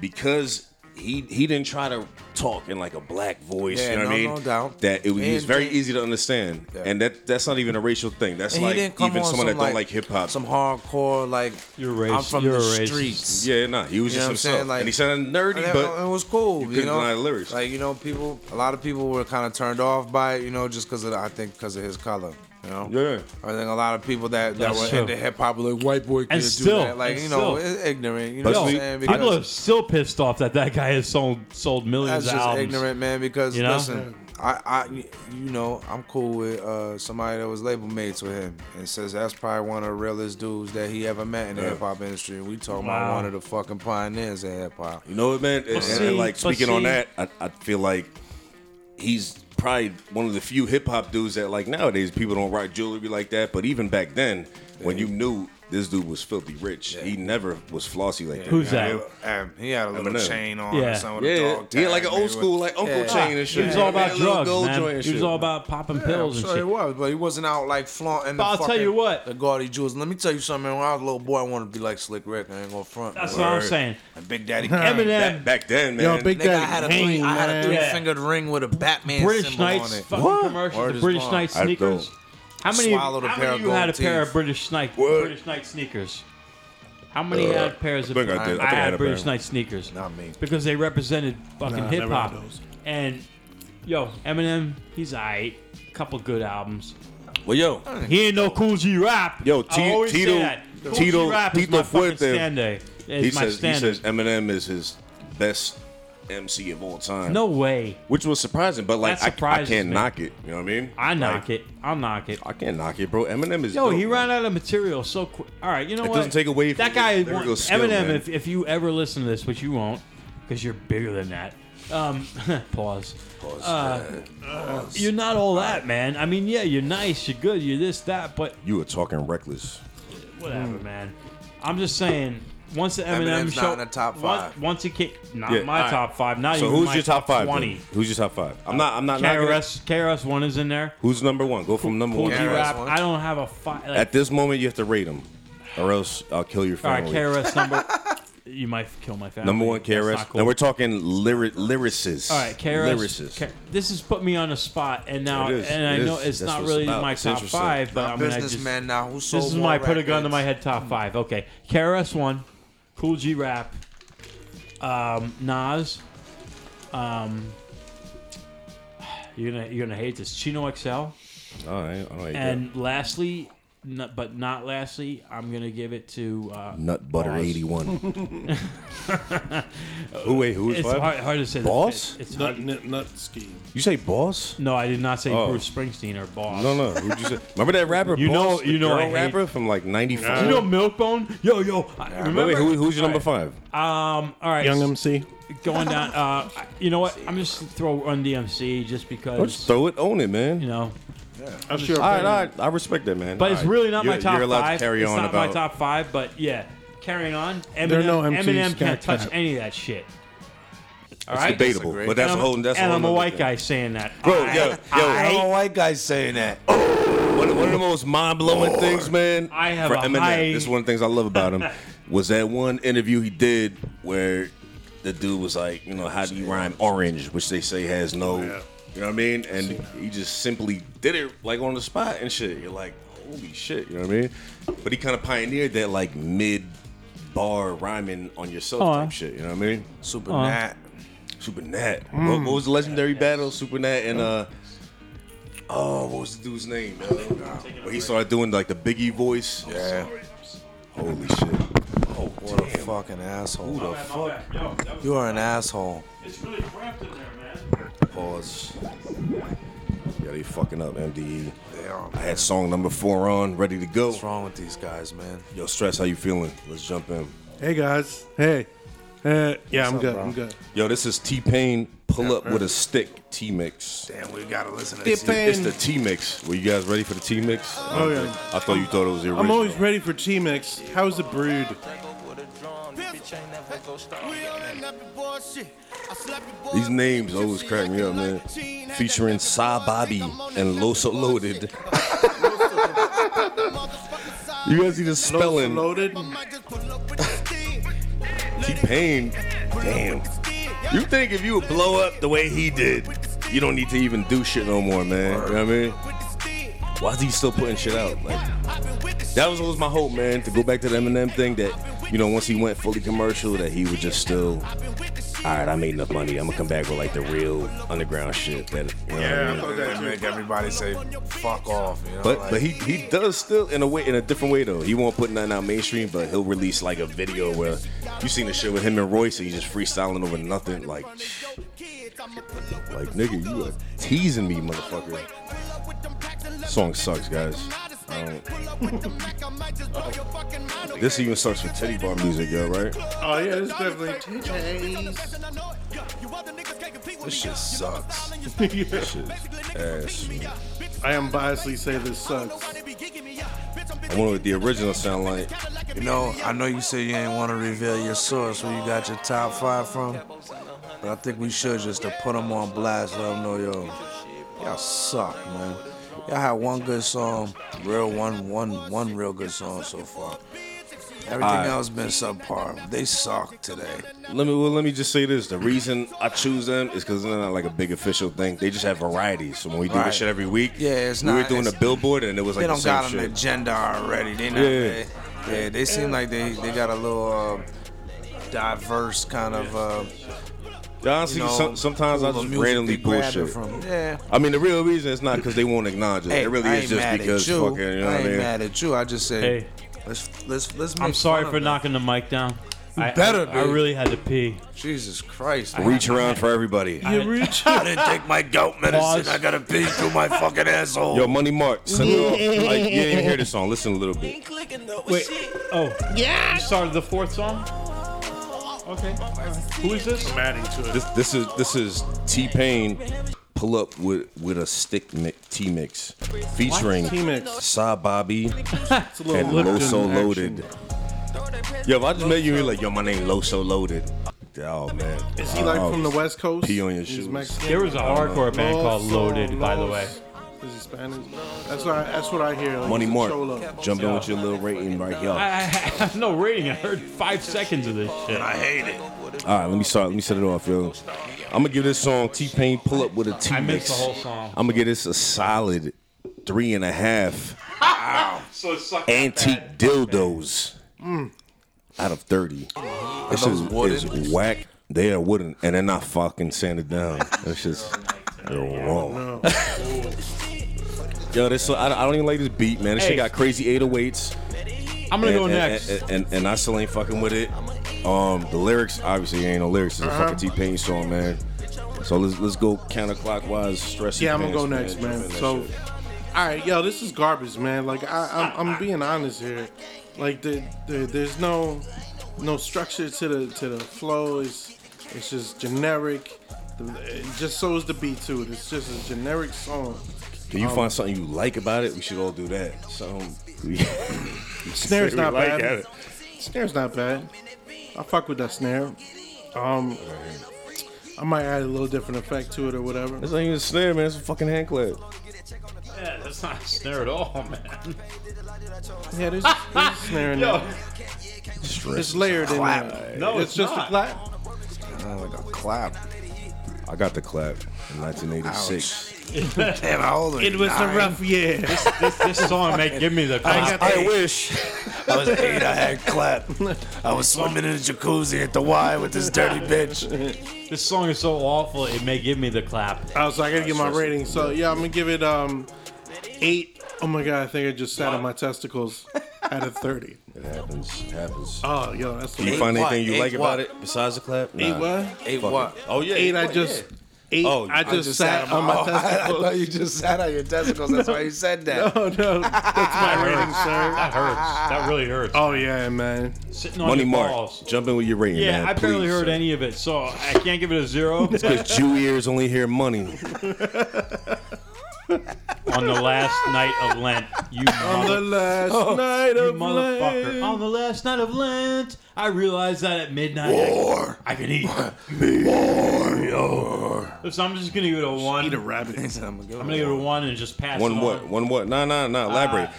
Speaker 2: because he he didn't try to talk in like a black voice.
Speaker 1: Yeah,
Speaker 2: you know what I
Speaker 1: no,
Speaker 2: mean.
Speaker 1: no doubt.
Speaker 2: That it was, he was
Speaker 1: And
Speaker 2: very
Speaker 1: they-
Speaker 2: easy to understand,
Speaker 1: Yeah.
Speaker 2: and that that's not even a racial thing. That's
Speaker 1: And
Speaker 2: like
Speaker 1: he
Speaker 2: even
Speaker 1: didn't come
Speaker 2: someone
Speaker 1: on some
Speaker 2: that
Speaker 1: like,
Speaker 2: don't like hip hop.
Speaker 1: some hardcore like
Speaker 4: You're
Speaker 1: I'm
Speaker 4: racist.
Speaker 1: from
Speaker 4: You're
Speaker 1: the
Speaker 4: a racist.
Speaker 1: streets.
Speaker 2: Yeah, nah, he was just
Speaker 1: You know what I'm
Speaker 2: himself,
Speaker 1: saying? Like-
Speaker 2: and he sounded nerdy,
Speaker 1: And that-
Speaker 2: but
Speaker 1: it was cool.
Speaker 2: you
Speaker 1: You,
Speaker 2: couldn't
Speaker 1: know,
Speaker 2: deny the lyrics.
Speaker 1: like you know, people. A lot of people were kind of turned off by it, you know, just because of I think because of his color. You know,
Speaker 2: Yeah.
Speaker 1: I think a lot of people that, that
Speaker 4: That's
Speaker 1: were
Speaker 4: true.
Speaker 1: into hip hop were like white boy kids do
Speaker 4: still-
Speaker 1: that, like
Speaker 4: and
Speaker 1: you
Speaker 4: still-
Speaker 1: know, it's ignorant. You know
Speaker 2: But
Speaker 1: what I'm
Speaker 2: see,
Speaker 1: saying?
Speaker 4: People are still pissed off that that guy has sold sold millions of
Speaker 1: That's just
Speaker 4: albums.
Speaker 1: ignorant, man. Because
Speaker 4: You know?
Speaker 1: listen, I, I, you know, I'm cool with uh, somebody that was label mates with him, and says that's probably one of the realest dudes that he ever met in the
Speaker 2: Yeah.
Speaker 1: hip hop industry. And we talking about
Speaker 4: Wow.
Speaker 1: one of the fucking pioneers of hip hop.
Speaker 2: You know what, man? And, and,
Speaker 4: see,
Speaker 2: like
Speaker 4: but
Speaker 2: speaking on
Speaker 4: see-
Speaker 2: that, I, I feel like he's probably one of the few hip hop dudes that like nowadays people don't rock jewelry like that. But even back then, when you knew this dude was filthy rich, he never was flossy like that.
Speaker 4: Who's
Speaker 1: Yeah,
Speaker 4: that?
Speaker 1: um, he had a little
Speaker 2: Eminem.
Speaker 1: chain on
Speaker 4: Yeah.
Speaker 1: or something. With a
Speaker 2: Yeah,
Speaker 1: dog
Speaker 2: yeah, like an
Speaker 1: tag,
Speaker 2: old
Speaker 1: maybe.
Speaker 2: school, like Uncle
Speaker 1: Yeah.
Speaker 2: Chain and shit.
Speaker 4: He was
Speaker 2: Yeah,
Speaker 4: all about
Speaker 2: that little
Speaker 4: drugs,
Speaker 2: gold joint
Speaker 4: man.
Speaker 2: and
Speaker 4: He was
Speaker 2: shit.
Speaker 4: all about popping
Speaker 1: Yeah, I'm
Speaker 4: pills and
Speaker 1: sure he
Speaker 4: shit.
Speaker 1: was, but he wasn't out like flaunting.
Speaker 4: But
Speaker 1: the
Speaker 4: I'll tell
Speaker 1: fucking-
Speaker 4: you what.
Speaker 1: the gaudy jewels. Let me tell you something. man. When I was a little boy, I wanted to be like Slick Rick. I ain't gonna front.
Speaker 4: That's
Speaker 1: man.
Speaker 4: what I'm saying.
Speaker 1: And
Speaker 4: [LAUGHS]
Speaker 1: Big Daddy
Speaker 4: Eminem.
Speaker 1: Kane.
Speaker 2: Back, back then, man.
Speaker 3: Yo, Big
Speaker 1: Nigga, I
Speaker 3: Daddy
Speaker 1: had a
Speaker 3: Kane,
Speaker 1: three, I had a
Speaker 3: man.
Speaker 1: three fingered ring with a Batman
Speaker 4: British
Speaker 1: symbol
Speaker 4: Knights
Speaker 1: on it.
Speaker 4: fucking commercials,
Speaker 1: Word
Speaker 4: the
Speaker 1: is
Speaker 4: British
Speaker 1: bond.
Speaker 4: Knight
Speaker 2: I
Speaker 4: sneakers.
Speaker 2: don't.
Speaker 4: How many? How
Speaker 1: Swallowed a
Speaker 4: many
Speaker 1: pair of
Speaker 4: of you had a
Speaker 1: gold
Speaker 4: pair of
Speaker 1: teeth.
Speaker 4: British Knight British Knight sneakers? How many
Speaker 2: Uh,
Speaker 4: had pairs of?
Speaker 2: I think I did. I think I
Speaker 4: had,
Speaker 2: had a
Speaker 4: British
Speaker 2: pair.
Speaker 4: Knight sneakers.
Speaker 1: Not me.
Speaker 4: Because they represented fucking
Speaker 3: Nah, I
Speaker 4: hip
Speaker 3: never had
Speaker 4: hop.
Speaker 3: those.
Speaker 4: And yo, Eminem, he's alright. Couple good albums.
Speaker 2: Well, yo,
Speaker 4: He ain't no Cool G rap.
Speaker 2: Yo,
Speaker 4: I
Speaker 2: T-
Speaker 4: always say
Speaker 2: Tito-
Speaker 4: that. Cool
Speaker 2: Tito-
Speaker 4: G rap is
Speaker 2: Tito
Speaker 4: my fucking
Speaker 2: Fuerte.
Speaker 4: standard. Is
Speaker 2: he
Speaker 4: my
Speaker 2: says he
Speaker 4: standard.
Speaker 2: says Eminem is his best MC of all time.
Speaker 4: no way.
Speaker 2: which was surprising, but like
Speaker 4: That
Speaker 2: I, I
Speaker 4: surprises
Speaker 2: can't
Speaker 4: me.
Speaker 2: knock it. You know what I mean?
Speaker 4: I knock
Speaker 2: Like,
Speaker 4: it. I'll knock it.
Speaker 2: I can't knock it, bro. Eminem is.
Speaker 4: Yo,
Speaker 2: dope,
Speaker 4: he
Speaker 2: man.
Speaker 4: ran out of material so quick. All right, you know
Speaker 2: It
Speaker 4: what?
Speaker 2: doesn't take away from
Speaker 4: that guy.
Speaker 2: his lyrical
Speaker 4: won-
Speaker 2: skill,
Speaker 4: Eminem,
Speaker 2: man.
Speaker 4: if, if you ever listen to this, which you won't, because you're bigger than that. Um, [LAUGHS] pause.
Speaker 2: Oh,
Speaker 4: Pause. You're not all that, man. I mean, yeah, you're nice, you're good, you're this, that, but
Speaker 2: You were talking reckless.
Speaker 4: whatever,
Speaker 2: Mm.
Speaker 4: man. I'm just saying. Once the Eminem
Speaker 1: Eminem's
Speaker 4: show,
Speaker 1: not in the top
Speaker 4: once-
Speaker 1: five.
Speaker 4: Once, he kicked, not
Speaker 2: Yeah,
Speaker 4: my
Speaker 2: all right.
Speaker 4: top five. Not
Speaker 2: so
Speaker 4: even
Speaker 2: who's
Speaker 4: my
Speaker 2: your top five?
Speaker 4: Twenty.
Speaker 2: then? Who's your top five? I'm not. I'm not. knocking it.
Speaker 4: KRS, KRS One is in there.
Speaker 2: Who's number one? Go from number
Speaker 4: Cool
Speaker 2: one.
Speaker 4: G
Speaker 1: KRS
Speaker 4: Rap.
Speaker 1: One.
Speaker 4: I don't have a five. Like,
Speaker 2: At this moment, you have to rate him, or else I'll kill your
Speaker 4: all right,
Speaker 2: family. [LAUGHS]
Speaker 4: KRS number. you might kill my family.
Speaker 2: number one,
Speaker 4: That's not
Speaker 2: KRS.
Speaker 4: cool.
Speaker 2: And we're talking lyric lyricists.
Speaker 4: All right, KRS.
Speaker 2: Lyricists.
Speaker 4: K- this has put me on the spot, and now
Speaker 2: It is,
Speaker 4: and
Speaker 2: it
Speaker 4: I
Speaker 2: is.
Speaker 4: know it's
Speaker 2: That's
Speaker 4: not
Speaker 2: what it's
Speaker 4: really
Speaker 2: about.
Speaker 4: my
Speaker 2: It's
Speaker 4: top
Speaker 2: interesting.
Speaker 4: five, but
Speaker 1: I'm
Speaker 4: I
Speaker 1: a
Speaker 4: mean, I just,
Speaker 1: businessman now. Who sold
Speaker 4: this is
Speaker 1: more
Speaker 4: my put a gun to
Speaker 1: records?
Speaker 4: my head top five. Okay, KRS One, Cool G Rap, um, Nas. Um, you're gonna you're gonna hate this Chino XL,
Speaker 2: All right. All right.
Speaker 4: and lastly, n- but not lastly, I'm gonna give it to. Uh,
Speaker 2: Nut butter
Speaker 4: Boss.
Speaker 2: eighty
Speaker 4: [LAUGHS]
Speaker 2: one. Who wait? Who's
Speaker 4: it's
Speaker 2: five?
Speaker 4: hard, hard to say.
Speaker 2: Boss?
Speaker 4: It's hard.
Speaker 3: Nut, nut, nut scheme.
Speaker 2: You say boss?
Speaker 4: No, I did not say
Speaker 2: Oh.
Speaker 4: Bruce Springsteen or Boss.
Speaker 2: No, no. Who'd you say?
Speaker 4: [LAUGHS]
Speaker 2: Remember that rapper?
Speaker 4: You know-
Speaker 2: boss,
Speaker 4: you
Speaker 2: the
Speaker 4: know I
Speaker 2: girl
Speaker 4: hate-
Speaker 2: rapper from like '95.
Speaker 4: You know Milkbone? Yo, yo. I-
Speaker 2: Wait,
Speaker 4: Remember?
Speaker 2: wait, who, who's your number five?
Speaker 4: Um. All right.
Speaker 3: Young MC.
Speaker 4: going down. Uh, I- you know what? I'm just gonna throw Run DMC just because.
Speaker 2: Oh, just throw it, own it, man.
Speaker 4: you know,
Speaker 3: That's your
Speaker 2: All right,
Speaker 3: opinion.
Speaker 2: all right. I respect that, man.
Speaker 4: but
Speaker 2: All
Speaker 4: it's
Speaker 2: right.
Speaker 4: really not my
Speaker 2: You're-
Speaker 4: top
Speaker 2: You're allowed
Speaker 4: five.
Speaker 2: to carry
Speaker 4: it's
Speaker 2: on
Speaker 4: not
Speaker 2: about
Speaker 4: my top five, but yeah, carrying on. Eminem,
Speaker 3: There are no MCs
Speaker 4: Eminem can't
Speaker 3: that
Speaker 4: touch
Speaker 3: can't.
Speaker 4: any of that shit. All
Speaker 2: It's
Speaker 4: right,
Speaker 2: debatable,
Speaker 1: Disagree.
Speaker 2: but that's a
Speaker 4: and
Speaker 2: whole.
Speaker 4: I'm,
Speaker 2: That's a
Speaker 4: and
Speaker 2: whole
Speaker 4: I'm a
Speaker 2: nother
Speaker 4: white
Speaker 2: thing.
Speaker 4: guy saying that.
Speaker 2: Bro,
Speaker 4: I,
Speaker 2: yo, yo, Oh,
Speaker 1: I don't white guys saying that.
Speaker 2: One of, one of the most mind blowing things, man.
Speaker 4: I have
Speaker 2: for
Speaker 4: a
Speaker 2: Eminem.
Speaker 4: high-
Speaker 2: This is one of the things I love about
Speaker 4: [LAUGHS]
Speaker 2: him was that one interview he did where the dude was like, you know, how do you rhyme orange, which they say has
Speaker 1: Oh,
Speaker 2: no, you know what I mean? And he just simply did it like on the spot and shit. You're like, holy shit, you know what I mean? But he kind of pioneered that like mid bar rhyming on yourself
Speaker 4: Aw.
Speaker 2: type shit. You know what I mean?
Speaker 1: Super Nat. Mm.
Speaker 2: Super Nat. What, what was the legendary battle? Super Nat and uh Oh, what was the dude's name? yo? Where he started doing like the Biggie voice. Yeah. Holy shit. Oh,
Speaker 1: What a
Speaker 2: damn.
Speaker 1: fucking asshole.
Speaker 2: Who the fuck?
Speaker 1: You are an asshole.
Speaker 4: It's really cramped in there, man.
Speaker 2: Pause. Yeah, they fucking up, MDE. I had song number four on, ready to go.
Speaker 1: What's wrong with these guys, man?
Speaker 2: Yo, Stress, how you feeling? Let's jump in.
Speaker 3: Hey, guys. Hey. Uh, yeah, I'm good. I'm good.
Speaker 2: Yo, this is T Pain Pull Up with a Stick T Mix.
Speaker 1: Damn, we gotta listen to
Speaker 3: It's
Speaker 1: this.
Speaker 2: It's the
Speaker 3: pain.
Speaker 2: T Mix. Were you guys ready for the T Mix?
Speaker 1: Uh,
Speaker 3: Oh, yeah.
Speaker 2: I thought you thought it was the original.
Speaker 3: I'm always ready for T-Mix. How's it brewed?
Speaker 2: These names always crack me up, man. Featuring Sa Bobby and Loso Loaded. you guys see the spelling.
Speaker 3: Loaded.
Speaker 2: T Pain. Damn. You think if you would blow up the way he did, you don't need to even do shit no more, man. You know what I mean? Why is he still putting shit out? Like that was always my hope, man, to go back to the Eminem thing that, you know, once he went fully commercial, that he would just still Alright, I made enough money. I'm gonna come back with like the real underground shit that you know what I mean?
Speaker 1: They make everybody say fuck off. You know,
Speaker 2: But
Speaker 1: like,
Speaker 2: but he he does still in a way in a different way though. He won't put nothing out mainstream, but he'll release like a video where you seen the shit with him and Royce, and he's just freestyling over nothing. Like, like nigga, you are teasing me, motherfucker. Song sucks, guys. I don't- this even starts with Teddy Bar music, yo, right?
Speaker 3: Oh, yeah, it's definitely
Speaker 1: this shit sucks.
Speaker 3: [LAUGHS] T-Mix.
Speaker 2: Shit, ass. man.
Speaker 3: I am biasedly say this sucks.
Speaker 2: I wonder what the original sound like.
Speaker 1: You know, I know you say you ain't want to reveal your source where you got your top five from, but I think we should just to put them on blast. Let them know, yo, y'all suck, man. Y'all had one good song, real one, one, one real good song so far. Everything
Speaker 2: Alright.
Speaker 1: else been subpar. They suck today.
Speaker 2: Let me well, let me just say this: the reason I choose them is because they're not like a big official thing. They just have variety. So when we do
Speaker 1: Right.
Speaker 2: this shit every week,
Speaker 1: Yeah, it's
Speaker 2: we
Speaker 1: not-
Speaker 2: were doing a
Speaker 1: it's-
Speaker 2: billboard and it was like
Speaker 1: they
Speaker 2: the
Speaker 1: don't got
Speaker 2: same
Speaker 1: an
Speaker 2: shit.
Speaker 1: agenda already. They not.
Speaker 2: Yeah.
Speaker 1: They, yeah, they seem like they, they got a little uh, diverse kind of. Uh, you
Speaker 2: Honestly,
Speaker 1: know,
Speaker 2: some, sometimes I
Speaker 1: pool
Speaker 2: just
Speaker 1: of music
Speaker 2: randomly
Speaker 1: they
Speaker 2: pull
Speaker 1: grab it
Speaker 2: shit.
Speaker 1: From. Yeah.
Speaker 2: I mean, the real reason is not because they won't acknowledge it.
Speaker 1: Hey,
Speaker 2: it really
Speaker 1: I ain't
Speaker 2: is just
Speaker 1: mad
Speaker 2: because
Speaker 1: at you.
Speaker 2: fucking, you know
Speaker 1: I
Speaker 2: what I
Speaker 1: ain't
Speaker 2: mean?
Speaker 1: mad at you. I just said,
Speaker 4: Hey.
Speaker 1: let's let's let's. Make
Speaker 4: I'm sorry
Speaker 1: fun of
Speaker 4: for
Speaker 1: it.
Speaker 4: knocking the mic down. I,
Speaker 1: better
Speaker 4: I, I
Speaker 1: be.
Speaker 4: really had to pee.
Speaker 1: Oh, Jesus Christ! I,
Speaker 2: Reach around for everybody.
Speaker 1: [LAUGHS]
Speaker 3: Reach
Speaker 1: didn't take
Speaker 2: [LAUGHS]
Speaker 1: my gout medicine.
Speaker 4: Pause.
Speaker 1: I gotta pee through my fucking asshole.
Speaker 2: Yo, Money Mark, send it off. Like, you didn't even hear
Speaker 1: [LAUGHS]
Speaker 2: this song. Listen a little bit.
Speaker 4: Wait. Oh. Yeah. You started the fourth song. Okay. Who is this?
Speaker 3: adding to it.
Speaker 2: This, this is this is T Pain. Pull up with with a stick mi- T mix featuring
Speaker 3: T-Mix.
Speaker 2: Sa Bobby.
Speaker 3: It's a little
Speaker 2: and
Speaker 3: Lipton
Speaker 2: Loso
Speaker 3: action.
Speaker 2: Loaded. Yo, if I just met you, you're like, yo, my name Loso Loaded. Oh man,
Speaker 3: Is he like from the West Coast?
Speaker 2: pee on your
Speaker 3: He's
Speaker 2: shoes.
Speaker 3: Mexican.
Speaker 4: There was a hardcore band
Speaker 3: Los-
Speaker 4: called Loaded, by the
Speaker 3: Los-
Speaker 4: way.
Speaker 3: Is he Spanish? That's what I, that's what I hear. Like,
Speaker 2: Money
Speaker 3: he's a
Speaker 2: Mark,
Speaker 3: cholo.
Speaker 2: jump in with your little rating right here. All
Speaker 4: I, I have no rating. I heard five seconds of this shit.
Speaker 1: I hate it.
Speaker 2: right, let me start. Let me set it off, yo. I'm gonna give this song T Pain pull up with a T
Speaker 4: I missed
Speaker 2: mix.
Speaker 4: the whole song.
Speaker 2: I'm gonna give this a solid three and a half
Speaker 4: So suck
Speaker 2: antique dildos
Speaker 4: Mm.
Speaker 2: out of thirty. This
Speaker 1: those
Speaker 2: is, is whack. They are wooden, and they're
Speaker 4: [LAUGHS]
Speaker 2: not fucking sanded down. That's just they're wrong. [LAUGHS] Yo, this I, I don't even like this beat, man. This
Speaker 10: Hey.
Speaker 2: shit got crazy 808s.
Speaker 10: I'm gonna
Speaker 2: and,
Speaker 10: go
Speaker 3: Eh,
Speaker 2: and-
Speaker 10: next.
Speaker 2: And, and, and I still ain't fucking with it. Um, the lyrics, obviously, ain't no lyrics. It's a fucking T Pain song, man. So let's let's go counterclockwise. Stress.
Speaker 3: Yeah, I'm gonna
Speaker 2: advance,
Speaker 3: go next, man.
Speaker 2: That
Speaker 3: So,
Speaker 2: shit.
Speaker 3: all right, yo, this is garbage, man. Like I, I'm, I'm being honest here. Like the, the, there's no, no structure to the to the flow. It's, it's just generic. The- It just so is the beat to it. It's just a generic song.
Speaker 2: can you find something you like about it? We should all do that. So [LAUGHS]
Speaker 3: [LAUGHS] Snare's not
Speaker 2: like
Speaker 3: bad.
Speaker 2: it.
Speaker 3: Snare's not bad. I fuck with that snare. Um, I might add a little different effect to it or whatever.
Speaker 2: that's not even a snare, man. It's a fucking hand clap.
Speaker 3: eh.
Speaker 10: Yeah, that's not a snare at all, man.
Speaker 3: Yeah, there's, there's a snare in
Speaker 10: Yo,
Speaker 3: there. It's layered in there.
Speaker 10: No, it's
Speaker 3: just
Speaker 10: not.
Speaker 3: a clap.
Speaker 1: Oh, like a clap.
Speaker 2: I got the clap in 1986.
Speaker 1: [LAUGHS] Damn, how old are you? Nine?
Speaker 3: year.
Speaker 4: this, this song may give me the
Speaker 3: I got
Speaker 1: I
Speaker 3: the,
Speaker 1: wish I was eight. I had clap. I was swimming in a jacuzzi at the Y with
Speaker 4: [LAUGHS]
Speaker 1: this dirty bitch. [LAUGHS]
Speaker 4: This song is so awful, it may give me the clap.
Speaker 3: I was like, I gotta get my rating. So yeah, I'm gonna give it um eight. Oh my god, I think I just sat on my testicles out of thirty.
Speaker 2: It happens. It happens.
Speaker 3: Oh yo, that's
Speaker 2: Did you
Speaker 3: the
Speaker 2: find
Speaker 1: what?
Speaker 2: anything you
Speaker 1: Eight
Speaker 2: like
Speaker 1: what?
Speaker 2: about it besides the clap?
Speaker 3: eight.
Speaker 2: Nah.
Speaker 3: What?
Speaker 1: Eight
Speaker 2: Fuck
Speaker 1: what?
Speaker 2: it. Oh yeah.
Speaker 3: Eight. I
Speaker 2: what?
Speaker 3: just eight.
Speaker 2: Oh,
Speaker 3: I just, sat, on my,
Speaker 1: oh, I, I
Speaker 3: testicles.
Speaker 1: thought you just sat on your testicles. That's why you said
Speaker 3: [LAUGHS]
Speaker 1: that.
Speaker 3: Oh no, that's my rating, sir.
Speaker 4: That hurts. That really hurts.
Speaker 3: Oh yeah, man.
Speaker 4: Sitting on
Speaker 2: Money
Speaker 4: your
Speaker 2: Mark,
Speaker 4: balls.
Speaker 2: jump in with your rating.
Speaker 4: Yeah,
Speaker 2: man,
Speaker 4: I barely
Speaker 2: please.
Speaker 4: heard any of it, so I can't give it a
Speaker 3: [LAUGHS]
Speaker 4: zero
Speaker 2: Because Jew ears only
Speaker 4: [LAUGHS]
Speaker 2: hear money.
Speaker 4: on the last night of Lent. You
Speaker 3: On
Speaker 4: mother-
Speaker 3: the last night
Speaker 4: you
Speaker 3: of
Speaker 4: motherfucker.
Speaker 3: Lent.
Speaker 4: On the last night of Lent, I realized that at midnight
Speaker 1: War.
Speaker 4: I could eat.
Speaker 1: Warrior.
Speaker 4: So I'm just gonna give it a one.
Speaker 3: Eat a
Speaker 4: I'm
Speaker 3: rabbit.
Speaker 1: I'm gonna
Speaker 4: gonna give it a one and just pass it
Speaker 2: One
Speaker 4: on.
Speaker 2: what? One what? Nah, nah, nah. Elaborate.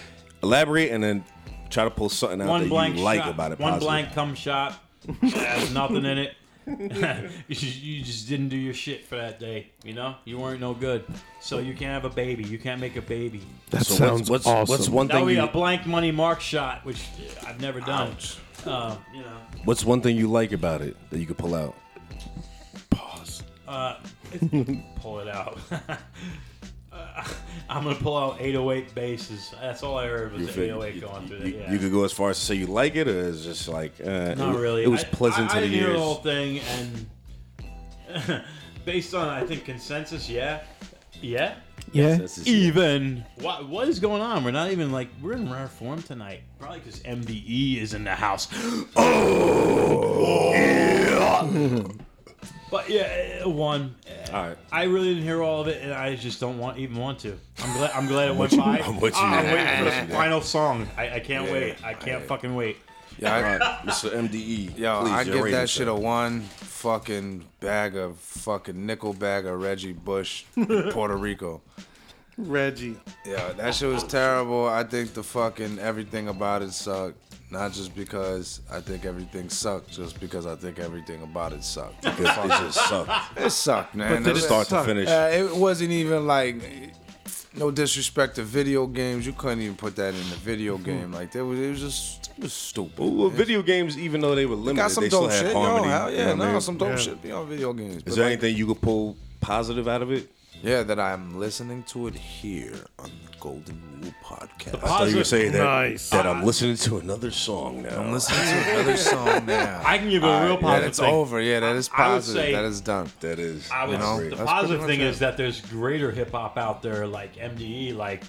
Speaker 2: Elaborate and then try to pull something out
Speaker 4: Ah. One
Speaker 2: that
Speaker 4: blank
Speaker 2: you like
Speaker 4: shot.
Speaker 2: about it.
Speaker 4: one
Speaker 2: positive.
Speaker 4: blank cum shot. Has nothing in it. [LAUGHS] you, just, you just didn't do your shit for that day. You know, you weren't no good. So you can't have a baby. You can't make a baby.
Speaker 3: That
Speaker 2: So
Speaker 3: sounds
Speaker 2: what's, what's,
Speaker 3: awesome.
Speaker 2: What's one
Speaker 4: Now
Speaker 2: thing
Speaker 4: we
Speaker 2: you?
Speaker 4: got blank money mark shot, which I've never done. Uh, you know,
Speaker 2: What's one thing you like about it that you could pull out?
Speaker 4: pull it out. [LAUGHS] Uh, I'm gonna pull out 808 bases. That's all I heard was
Speaker 2: You,
Speaker 4: the
Speaker 2: feel-
Speaker 4: 808
Speaker 2: you-
Speaker 4: going through.
Speaker 2: you-
Speaker 4: that, yeah.
Speaker 2: you could go as far as to say you like it, or it's just like uh,
Speaker 4: Not
Speaker 2: it,
Speaker 4: really.
Speaker 2: It was
Speaker 4: I-
Speaker 2: pleasant
Speaker 4: I,
Speaker 2: to
Speaker 4: I
Speaker 2: the
Speaker 4: didn't hear
Speaker 2: ears.
Speaker 4: the whole thing, and [LAUGHS] based on I think consensus, yeah, yeah.
Speaker 3: Yeah.
Speaker 2: That's just-
Speaker 4: Even what what is going on? We're not even like we're in rare form tonight. Probably because MDE E is in the house. [GASPS] oh, but yeah, uh, one. [LAUGHS] Uh,
Speaker 2: All right.
Speaker 4: I really didn't hear all of it, and I just don't want even want to. I'm glad. I'm glad it went
Speaker 2: you-
Speaker 4: by.
Speaker 2: I'm with you.
Speaker 4: I'm waiting
Speaker 2: I'm
Speaker 4: for
Speaker 2: with
Speaker 4: the
Speaker 2: you.
Speaker 4: final song. I, I can't
Speaker 2: Yeah,
Speaker 4: wait. I can't
Speaker 2: I-
Speaker 4: fucking wait.
Speaker 1: Yeah, I-
Speaker 2: All right, Mr. MDE. E. please,
Speaker 1: Yo, I
Speaker 2: your
Speaker 1: give
Speaker 2: rating,
Speaker 1: that shit
Speaker 2: sir.
Speaker 1: a one fucking bag of fucking nickel bag of
Speaker 4: [LAUGHS]
Speaker 1: Reggie Bush, in Puerto Rico.
Speaker 3: Reggie.
Speaker 1: Yeah, that shit was terrible. I think the fucking everything about it sucked. Not just because I think everything sucked, just because I think everything about it sucked. It
Speaker 2: It just sucked.
Speaker 1: sucked, man.
Speaker 3: did
Speaker 1: It
Speaker 3: it
Speaker 1: was-
Speaker 2: Start to
Speaker 3: sucked.
Speaker 2: finish.
Speaker 1: Uh, it wasn't even like no disrespect to video games. You couldn't even put that in the video
Speaker 2: Hmm.
Speaker 1: game. Like that was it was just it was stupid.
Speaker 2: Well, video games, even though they were limited,
Speaker 1: Got some
Speaker 2: they still
Speaker 1: dope
Speaker 2: had
Speaker 1: shit,
Speaker 2: harmony.
Speaker 1: yo. Hell
Speaker 2: you
Speaker 1: yeah,
Speaker 2: know what I
Speaker 1: no,
Speaker 2: mean?
Speaker 1: some dope
Speaker 3: Yeah.
Speaker 1: shit be on video games.
Speaker 2: Is
Speaker 1: But
Speaker 2: there
Speaker 1: like,
Speaker 2: anything you could pull positive out of it?
Speaker 1: Yeah, that I'm listening to it here on the Golden Rule podcast.
Speaker 2: I thought you were
Speaker 4: Positive.
Speaker 2: saying that,
Speaker 3: Nice.
Speaker 2: that I'm listening to another song now.
Speaker 1: I'm listening to another song now.
Speaker 4: I can give it a real
Speaker 1: Alright,
Speaker 4: positive
Speaker 1: Yeah, that's
Speaker 4: thing.
Speaker 1: over. Yeah, that is
Speaker 4: I- I would
Speaker 1: positive.
Speaker 4: say-
Speaker 1: that is done.
Speaker 2: That is.
Speaker 4: I would.
Speaker 1: You know,
Speaker 4: the
Speaker 1: that's
Speaker 4: positive
Speaker 1: pretty
Speaker 4: thing
Speaker 1: much it.
Speaker 4: is that there's greater hip hop out there, like MDE, like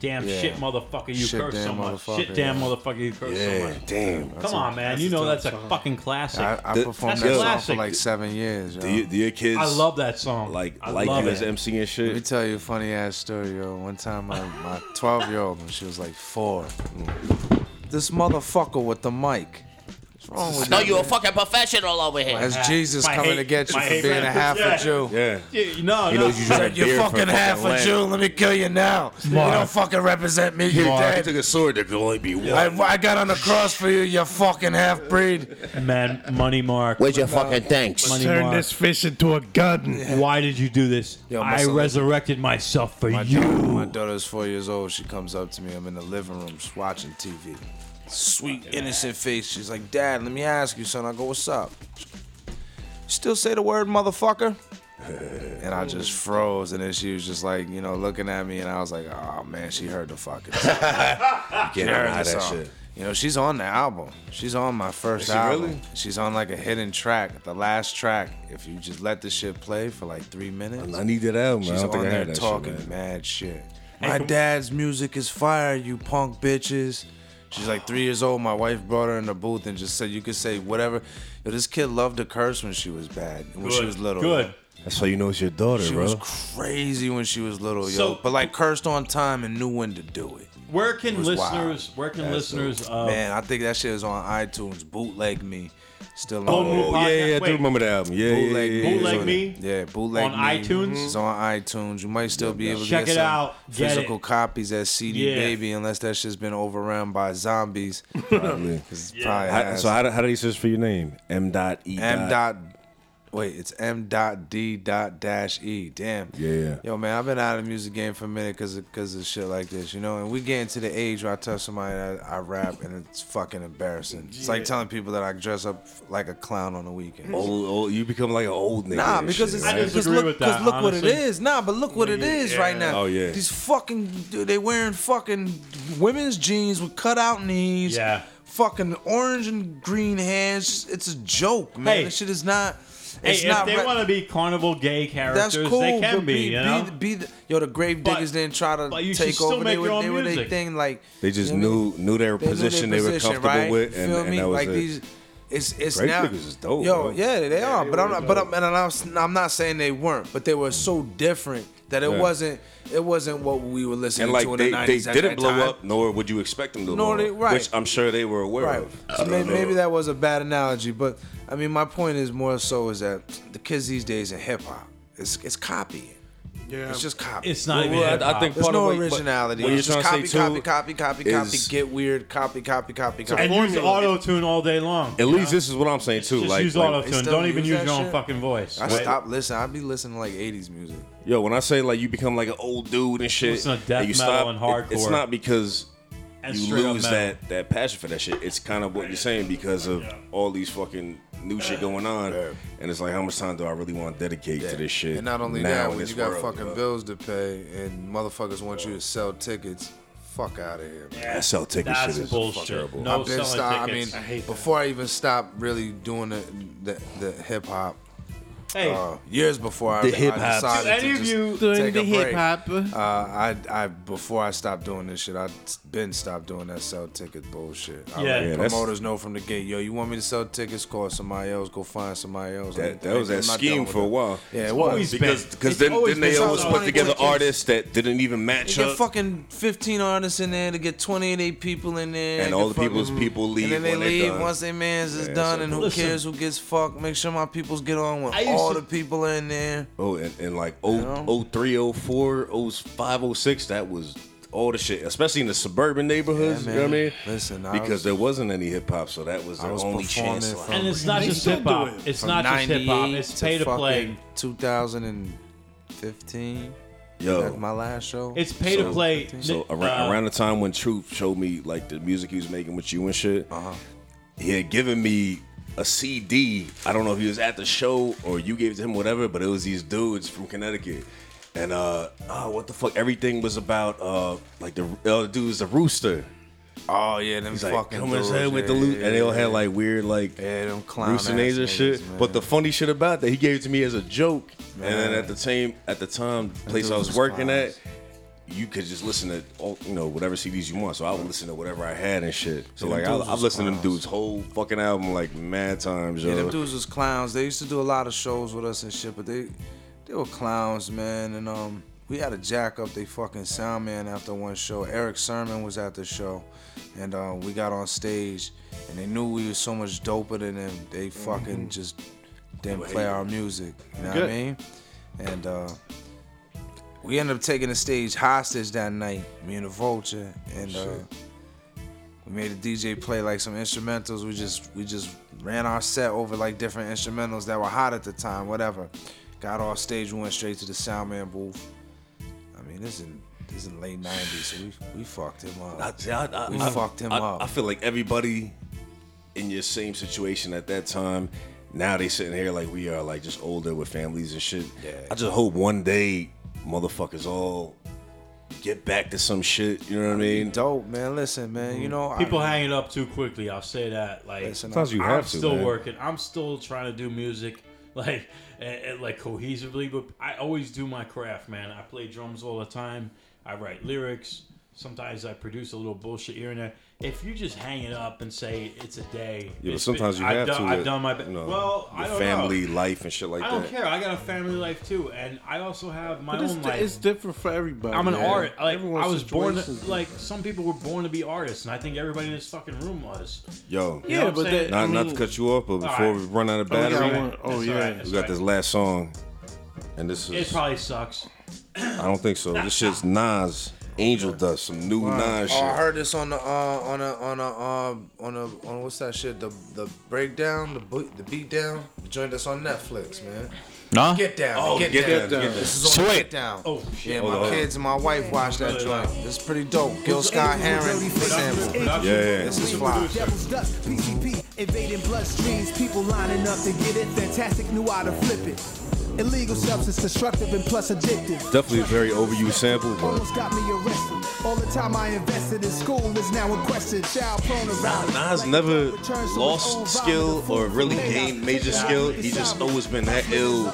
Speaker 4: damn
Speaker 1: Yeah.
Speaker 4: shit motherfucker, you
Speaker 1: Shit
Speaker 4: curse so
Speaker 1: damn
Speaker 4: much. Shit
Speaker 1: motherfucker,
Speaker 4: damn
Speaker 1: yeah.
Speaker 4: motherfucker, you curse so much.
Speaker 2: yeah, damn.
Speaker 4: Come on, man, you know that's a fucking classic.
Speaker 1: I, I
Speaker 2: Th-
Speaker 1: performed
Speaker 4: that's
Speaker 1: that song for
Speaker 4: classic.
Speaker 1: like seven years. Yo.
Speaker 2: Do, you, do your kids
Speaker 4: I love that song.
Speaker 2: like
Speaker 4: I
Speaker 2: like
Speaker 4: love
Speaker 2: you
Speaker 4: it.
Speaker 2: as MC and
Speaker 1: Let me
Speaker 2: shit?
Speaker 1: tell you a funny ass story, yo. One time, my, my 12 year old, when she was like four, this motherfucker with the mic. What's wrong with
Speaker 9: No,
Speaker 1: you?
Speaker 9: you a fucking professional over here.
Speaker 1: That's
Speaker 4: hat.
Speaker 1: Jesus
Speaker 4: My
Speaker 1: coming
Speaker 4: hate-
Speaker 1: to get you
Speaker 4: my
Speaker 1: for
Speaker 4: hate
Speaker 1: being a
Speaker 4: rappers.
Speaker 1: half
Speaker 4: Yeah.
Speaker 1: a Jew.
Speaker 2: Yeah.
Speaker 4: Yeah, no,
Speaker 2: He
Speaker 4: no.
Speaker 2: knows you drank
Speaker 1: You're
Speaker 2: beer for
Speaker 1: fucking half a
Speaker 2: Lent.
Speaker 1: Jew. Let me kill you now. You don't fucking represent me. You're
Speaker 2: Mark. He
Speaker 1: dead.
Speaker 2: took a sword. There could only be one.
Speaker 1: I, I got on the cross for you, you fucking half breed.
Speaker 4: man, Money Mark.
Speaker 9: Where's your fucking thanks?
Speaker 4: Money
Speaker 3: Turn
Speaker 4: Mark.
Speaker 3: this fish into a gun.
Speaker 4: Why did you do this?
Speaker 1: Yo, my
Speaker 4: I
Speaker 1: son-
Speaker 4: resurrected myself for
Speaker 1: My,
Speaker 4: you.
Speaker 1: daughter, my daughter's four years old. She comes up to me. I'm in the living room just watching TV. Sweet, innocent face. She's like, Dad, let me ask you, son. I go, What's up? Still say the word motherfucker? and I just froze. And then she was just like, you know, looking at me, and I was like, oh man, she heard the
Speaker 2: [LAUGHS]
Speaker 1: fucking song. she
Speaker 2: Get
Speaker 1: heard
Speaker 2: out
Speaker 1: the
Speaker 2: of that
Speaker 1: song.
Speaker 2: shit.
Speaker 1: You know, she's on the album. She's on my first
Speaker 2: Is she
Speaker 1: album.
Speaker 2: really?
Speaker 1: She's on like a hidden track, the last track. If you just let this shit play for like three minutes,
Speaker 2: I need that album.
Speaker 1: she's
Speaker 2: I don't
Speaker 1: on
Speaker 2: think I
Speaker 1: there
Speaker 2: had that
Speaker 1: talking
Speaker 2: shit. Man.
Speaker 1: mad shit. My dad's music is fire, you punk bitches. She's like three years old. My wife brought her in the booth and just said, "You could say whatever." Yo, this kid loved to curse when she was bad, when she
Speaker 10: Good.
Speaker 1: was little.
Speaker 10: Good.
Speaker 2: That's how you know it's your daughter,
Speaker 1: She
Speaker 2: bro.
Speaker 1: was crazy when she was little, yo.
Speaker 10: So-
Speaker 1: But like cursed on time and knew when to do it.
Speaker 4: Where
Speaker 1: It
Speaker 4: can
Speaker 1: was wild.
Speaker 4: listeners? Where can listeners? Uh,
Speaker 1: Man, I think that shit is on iTunes. Bootleg me, still
Speaker 4: Oh,
Speaker 1: on.
Speaker 4: yeah.
Speaker 1: it.
Speaker 2: Oh yeah, yeah, I
Speaker 4: Wait.
Speaker 2: do remember the album. Yeah, yeah,
Speaker 1: Bootleg
Speaker 2: yeah,
Speaker 1: Me.
Speaker 2: yeah.
Speaker 4: Bootleg Me?
Speaker 2: It's on it.
Speaker 1: Yeah, bootleg
Speaker 4: On
Speaker 1: me.
Speaker 4: iTunes?
Speaker 1: It's on iTunes. You might still be able to
Speaker 4: Check
Speaker 1: get
Speaker 4: it
Speaker 1: some
Speaker 4: out. Get
Speaker 1: physical
Speaker 4: it.
Speaker 1: copies at CD
Speaker 4: Yeah.
Speaker 1: Baby, unless that shit's been overrun by zombies.
Speaker 4: [LAUGHS]
Speaker 2: Probably.
Speaker 1: 'Cause it probably
Speaker 2: How,
Speaker 1: has.
Speaker 2: so how, do- how do you search for your name? M dot E
Speaker 1: M dot. Wait, it's M dot D dot dash E. Damn.
Speaker 2: Yeah.
Speaker 1: Yo, man, I've been out of the music game for a minute because of, cause of shit like this, you know? And we getting to the age where I tell somebody that I rap and it's fucking embarrassing. It's like telling people that I dress up like a clown on the weekend.
Speaker 2: Old, old, you become like an old nigga.
Speaker 1: Nah,
Speaker 2: and
Speaker 1: because
Speaker 2: shit,
Speaker 1: it's
Speaker 2: right?
Speaker 4: I just-
Speaker 1: because
Speaker 4: disagree
Speaker 1: look,
Speaker 4: with
Speaker 1: 'cause
Speaker 4: that,
Speaker 1: look what it
Speaker 4: honestly.
Speaker 1: is. Nah, but look what it is right now.
Speaker 2: Oh, yeah.
Speaker 1: these fucking dude, they wearing fucking women's jeans with cutout knees.
Speaker 4: Yeah.
Speaker 1: fucking orange and green hands. It's a joke, man.
Speaker 4: Hey.
Speaker 1: This shit is not.
Speaker 4: hey,
Speaker 1: It's
Speaker 4: if
Speaker 1: not
Speaker 4: they
Speaker 1: re-
Speaker 4: want to be carnival gay characters,
Speaker 1: that's cool.
Speaker 4: they can
Speaker 1: but
Speaker 4: be. you know,
Speaker 1: be, be the, yo, the grave
Speaker 4: But-
Speaker 1: diggers didn't try to
Speaker 4: but you should
Speaker 1: take
Speaker 4: still
Speaker 1: over.
Speaker 4: make
Speaker 1: They
Speaker 4: your
Speaker 1: were
Speaker 4: own
Speaker 1: they were they
Speaker 4: music.
Speaker 1: thing like
Speaker 2: they just
Speaker 1: you know what I mean?
Speaker 2: knew knew their
Speaker 1: They knew their
Speaker 2: position they, were
Speaker 1: position,
Speaker 2: comfortable
Speaker 1: right?
Speaker 2: with,
Speaker 1: You
Speaker 2: and,
Speaker 1: feel
Speaker 2: and
Speaker 1: me?
Speaker 2: that was
Speaker 1: like
Speaker 2: it.
Speaker 1: these. It's it's
Speaker 2: Grape
Speaker 1: now.
Speaker 2: Niggas is dope,
Speaker 1: yo,
Speaker 2: bro.
Speaker 1: yeah, they are.
Speaker 2: they
Speaker 1: but I'm
Speaker 2: really
Speaker 1: not. But
Speaker 2: dope.
Speaker 1: I'm, and I'm, s- I'm not saying they weren't. But they were so different that it
Speaker 2: Yeah.
Speaker 1: wasn't. It wasn't what we were listening
Speaker 2: and like
Speaker 1: to in
Speaker 2: they,
Speaker 1: the 90s
Speaker 2: they
Speaker 1: at
Speaker 2: didn't
Speaker 1: that
Speaker 2: blow
Speaker 1: time.
Speaker 2: up, nor would you expect them to.
Speaker 1: Nor
Speaker 2: blow
Speaker 1: they-
Speaker 2: up,
Speaker 1: right.
Speaker 2: Which I'm sure they were aware
Speaker 1: Right.
Speaker 2: of.
Speaker 1: So may- maybe that was a bad analogy, but I mean, my point is more so is that the kids these days in hip hop, it's it's copying.
Speaker 3: Yeah.
Speaker 1: It's just copying.
Speaker 4: it's not even. hip
Speaker 2: I, I
Speaker 4: hop.
Speaker 2: think
Speaker 1: There's
Speaker 2: part
Speaker 1: no
Speaker 2: of what- but
Speaker 1: originality.
Speaker 2: What you're
Speaker 1: It's just
Speaker 2: trying
Speaker 1: copy,
Speaker 2: to say
Speaker 1: copy,
Speaker 2: too,
Speaker 1: copy, copy, copy,
Speaker 2: is-
Speaker 1: get weird, copy, copy, copy, copy.
Speaker 4: and use auto tune all day long.
Speaker 2: At least this is what I'm saying too.
Speaker 4: Just
Speaker 2: like,
Speaker 4: use
Speaker 2: like-
Speaker 4: auto
Speaker 1: They
Speaker 4: tune.
Speaker 1: still
Speaker 4: Don't even
Speaker 1: use
Speaker 4: use
Speaker 1: that
Speaker 4: your own
Speaker 1: shit?
Speaker 4: fucking voice.
Speaker 1: I
Speaker 4: Wait.
Speaker 1: stopped listening. I'd be listening to like 80s music.
Speaker 2: Yo, when I say like you become like an old dude and shit,
Speaker 4: Listen to death
Speaker 2: and you
Speaker 4: metal
Speaker 2: stop,
Speaker 4: and
Speaker 2: it- it's
Speaker 4: hardcore.
Speaker 2: not because
Speaker 4: And
Speaker 2: you
Speaker 4: straight up
Speaker 2: lose
Speaker 4: metal.
Speaker 2: that that passion for that shit. It's kind of what you're saying because of all these fucking new shit going on, and it's like how much time do I really want to dedicate to this shit?
Speaker 1: And not only
Speaker 2: now
Speaker 1: that,
Speaker 2: in
Speaker 1: when
Speaker 2: this
Speaker 1: you got
Speaker 2: world,
Speaker 1: fucking
Speaker 2: know?
Speaker 1: bills to pay and motherfuckers want you to sell tickets, fuck out of here. Man.
Speaker 2: that sell ticket shit
Speaker 4: That's
Speaker 2: is
Speaker 4: bullshit.
Speaker 2: terrible.
Speaker 4: No
Speaker 1: I've been
Speaker 4: selling
Speaker 1: stop, I mean,
Speaker 4: tickets.
Speaker 1: before I even stopped really doing the the, the hip hop,
Speaker 4: hey,
Speaker 1: uh, years before I,
Speaker 2: The
Speaker 1: I
Speaker 2: hip-hop.
Speaker 1: decided
Speaker 4: Do any
Speaker 1: to
Speaker 4: of
Speaker 1: just
Speaker 4: you
Speaker 1: take
Speaker 3: doing the
Speaker 1: a break.
Speaker 3: hip-hop?
Speaker 1: Uh, I, I before I stopped doing this shit, I been stopped doing that sell ticket bullshit. I
Speaker 4: Yeah.
Speaker 1: let
Speaker 4: Yeah,
Speaker 2: that's-
Speaker 1: promoters know from the gate. Yo, you want me to sell tickets? Call somebody else. Go find somebody else.
Speaker 2: That,
Speaker 1: I'm-
Speaker 2: that was
Speaker 1: I'm
Speaker 2: that
Speaker 1: not
Speaker 2: scheme
Speaker 1: done
Speaker 2: for a
Speaker 1: with
Speaker 2: while.
Speaker 1: it. Yeah, it
Speaker 4: always
Speaker 1: was.
Speaker 4: been-
Speaker 2: Because because
Speaker 4: It's
Speaker 2: then,
Speaker 4: always
Speaker 2: then they
Speaker 4: been
Speaker 2: always
Speaker 1: something
Speaker 2: put
Speaker 1: like
Speaker 2: together
Speaker 1: that.
Speaker 2: artists that didn't even match
Speaker 1: You
Speaker 2: up,
Speaker 1: get fucking 15 artists in there to get 28 people in there.
Speaker 2: and
Speaker 1: You
Speaker 2: all the
Speaker 1: get fucking-
Speaker 2: people's people leave
Speaker 1: And then they
Speaker 2: when they're
Speaker 1: leave
Speaker 2: done.
Speaker 1: once their man's is
Speaker 2: Yeah,
Speaker 1: done,
Speaker 2: so-
Speaker 1: and who
Speaker 4: Listen.
Speaker 1: cares who gets fucked? Make sure my peoples get on when
Speaker 4: I used
Speaker 1: all
Speaker 4: to-
Speaker 1: the people are in there.
Speaker 2: Oh, and, and like oh,
Speaker 1: know?
Speaker 2: oh three, oh four, oh five, oh six. That was all the shit, especially in the suburban neighborhoods. you know what I
Speaker 1: man.
Speaker 2: mean?
Speaker 1: Listen, I
Speaker 2: because
Speaker 1: was-
Speaker 2: there wasn't any hip hop, so that was
Speaker 1: I
Speaker 2: their
Speaker 1: was
Speaker 2: only
Speaker 1: performing
Speaker 2: chance.
Speaker 1: from-
Speaker 4: and it's not
Speaker 3: They
Speaker 4: just
Speaker 3: still
Speaker 4: hip hop.
Speaker 3: do it.
Speaker 4: It's
Speaker 1: From
Speaker 4: not just hip hop.
Speaker 1: 98
Speaker 4: It's pay to play.
Speaker 1: fucking 2015. That's
Speaker 2: Yo,
Speaker 1: my last show.
Speaker 4: It's pay to play.
Speaker 2: Oh. so
Speaker 4: Uh,
Speaker 2: around, around the time when Truth showed me like the music he was making with you and shit, uh-huh. he had given me a CD. I don't know if he was at the show or you gave it to him, whatever. But it was these dudes from Connecticut. And uh, oh, what the fuck? Everything was about uh, like the uh, dude was the rooster.
Speaker 1: oh yeah, them
Speaker 2: He's like,
Speaker 1: fucking
Speaker 2: come inside
Speaker 1: dudes,
Speaker 2: with the
Speaker 1: yeah,
Speaker 2: loot,
Speaker 1: yeah,
Speaker 2: and they all
Speaker 1: yeah.
Speaker 2: had like weird like
Speaker 1: Yeah, them clown
Speaker 2: rooster
Speaker 1: ass
Speaker 2: names and
Speaker 1: niggas,
Speaker 2: shit.
Speaker 1: man.
Speaker 2: But the funny shit about that, he gave it to me as a joke, and then at the same at the time place I
Speaker 1: dudes
Speaker 2: was
Speaker 1: was
Speaker 2: working
Speaker 1: clowns.
Speaker 2: at, you could just listen to all you know whatever CDs you want. So I would listen to whatever I had and shit. So like I,
Speaker 1: dudes
Speaker 2: I've
Speaker 1: was
Speaker 2: listened to them
Speaker 1: clowns.
Speaker 2: dudes whole fucking album like mad times,
Speaker 1: Yeah, them
Speaker 2: yo.
Speaker 1: dudes was clowns. They used to do a lot of shows with us and shit, but they they were clowns, man. And um, we had to jack up they fucking sound man after one show. Eric Sermon was at the show, and uh, we got on stage, and they knew we was so much doper than them. They fucking just didn't play our music. You know what I mean? And uh, we ended up taking the stage hostage that night, me and the Vulture, and. Uh, we made a DJ play like some instrumentals. We just we just ran our set over like different instrumentals that were hot at the time, whatever. Got off stage, we went straight to the sound man booth. I mean, this is this is late '90s, so we we fucked him
Speaker 2: I,
Speaker 1: up.
Speaker 2: I, I,
Speaker 1: We
Speaker 2: I-
Speaker 1: fucked him
Speaker 2: I-
Speaker 1: up.
Speaker 2: I feel like everybody in your same situation at that time Now they sitting here like we are, like just older with families and shit. I just hope one day motherfuckers all get back to some shit. You know what I mean?
Speaker 1: Dope, man. Listen, man. You know,
Speaker 4: People
Speaker 1: I,
Speaker 4: hang it up too quickly. I'll say that. Like
Speaker 1: Listen,
Speaker 2: Sometimes you
Speaker 4: I'm
Speaker 2: have to.
Speaker 4: still
Speaker 2: man.
Speaker 4: working. I'm still trying to do music [LAUGHS] like and, and, like cohesively, but I always do my craft, man. I play drums all the time. I write lyrics. Sometimes I produce a little bullshit here and there. If you just hang it up and say it's a day,
Speaker 2: Yeah, but
Speaker 4: it's
Speaker 2: sometimes you
Speaker 4: been-
Speaker 2: have
Speaker 4: I've done,
Speaker 2: to.
Speaker 4: I've
Speaker 2: with,
Speaker 4: done my best.
Speaker 2: you know,
Speaker 4: well,
Speaker 2: your
Speaker 4: I don't
Speaker 2: family
Speaker 4: know.
Speaker 2: life and shit like
Speaker 4: I don't
Speaker 2: that.
Speaker 4: care. I got a family life too, and I also have Oh my
Speaker 3: But it's,
Speaker 4: own
Speaker 3: di-
Speaker 4: life.
Speaker 3: it's different for everybody.
Speaker 4: I'm an
Speaker 3: man.
Speaker 4: artist. Like
Speaker 3: Everyone's
Speaker 4: I was born. To,
Speaker 3: situations is
Speaker 4: like some people were born to be artists, and I think everybody in this fucking room was.
Speaker 2: Yo,
Speaker 4: You know
Speaker 3: Yeah,
Speaker 4: what I'm
Speaker 3: but
Speaker 4: saying?
Speaker 3: that-
Speaker 2: not
Speaker 3: I
Speaker 2: not to
Speaker 3: mean-
Speaker 2: cut you off, but before
Speaker 4: right.
Speaker 2: we run out of
Speaker 3: got
Speaker 2: battery,
Speaker 3: one. Oh,
Speaker 4: It's
Speaker 3: yeah.
Speaker 4: alright, it's
Speaker 2: we got this
Speaker 4: alright.
Speaker 2: last song, and this
Speaker 4: It
Speaker 2: is
Speaker 4: probably sucks.
Speaker 2: I don't think so. This shit's Nas Angel Dust, some new Nas
Speaker 1: oh, I
Speaker 2: shit.
Speaker 1: heard this on the uh, on a on a um, on a on what's that shit? The the breakdown, the bo- the beatdown. The joint that's on Netflix, man.
Speaker 10: Nah.
Speaker 1: Get down.
Speaker 2: Oh,
Speaker 1: get,
Speaker 2: Get
Speaker 1: down.
Speaker 2: Down, Get
Speaker 1: This is on
Speaker 10: Sweet.
Speaker 1: Get Down.
Speaker 4: Oh shit.
Speaker 1: Yeah,
Speaker 2: Hold
Speaker 1: my
Speaker 2: on, hold on.
Speaker 1: kids and my wife watch that joint. It's pretty dope. Gil Scott Heron sample.
Speaker 2: Yeah, yeah.
Speaker 1: This is fly.
Speaker 11: Devil's dust, PGP, invading bloodstreams, people lining up to get it. Fantastic knew how to flip it. Illegal substance, destructive and plus addictive.
Speaker 2: Definitely a very overused sample, but
Speaker 11: Almost got me arrested. All the time I invested in school is now in question. Child prone to violence.
Speaker 2: Nas
Speaker 11: Like
Speaker 2: never
Speaker 11: it returns to its own
Speaker 2: lost skill
Speaker 11: vomit, the
Speaker 2: or
Speaker 11: fool
Speaker 2: really
Speaker 11: made out.
Speaker 2: gained major
Speaker 11: Yeah.
Speaker 2: skill. He just always been that ill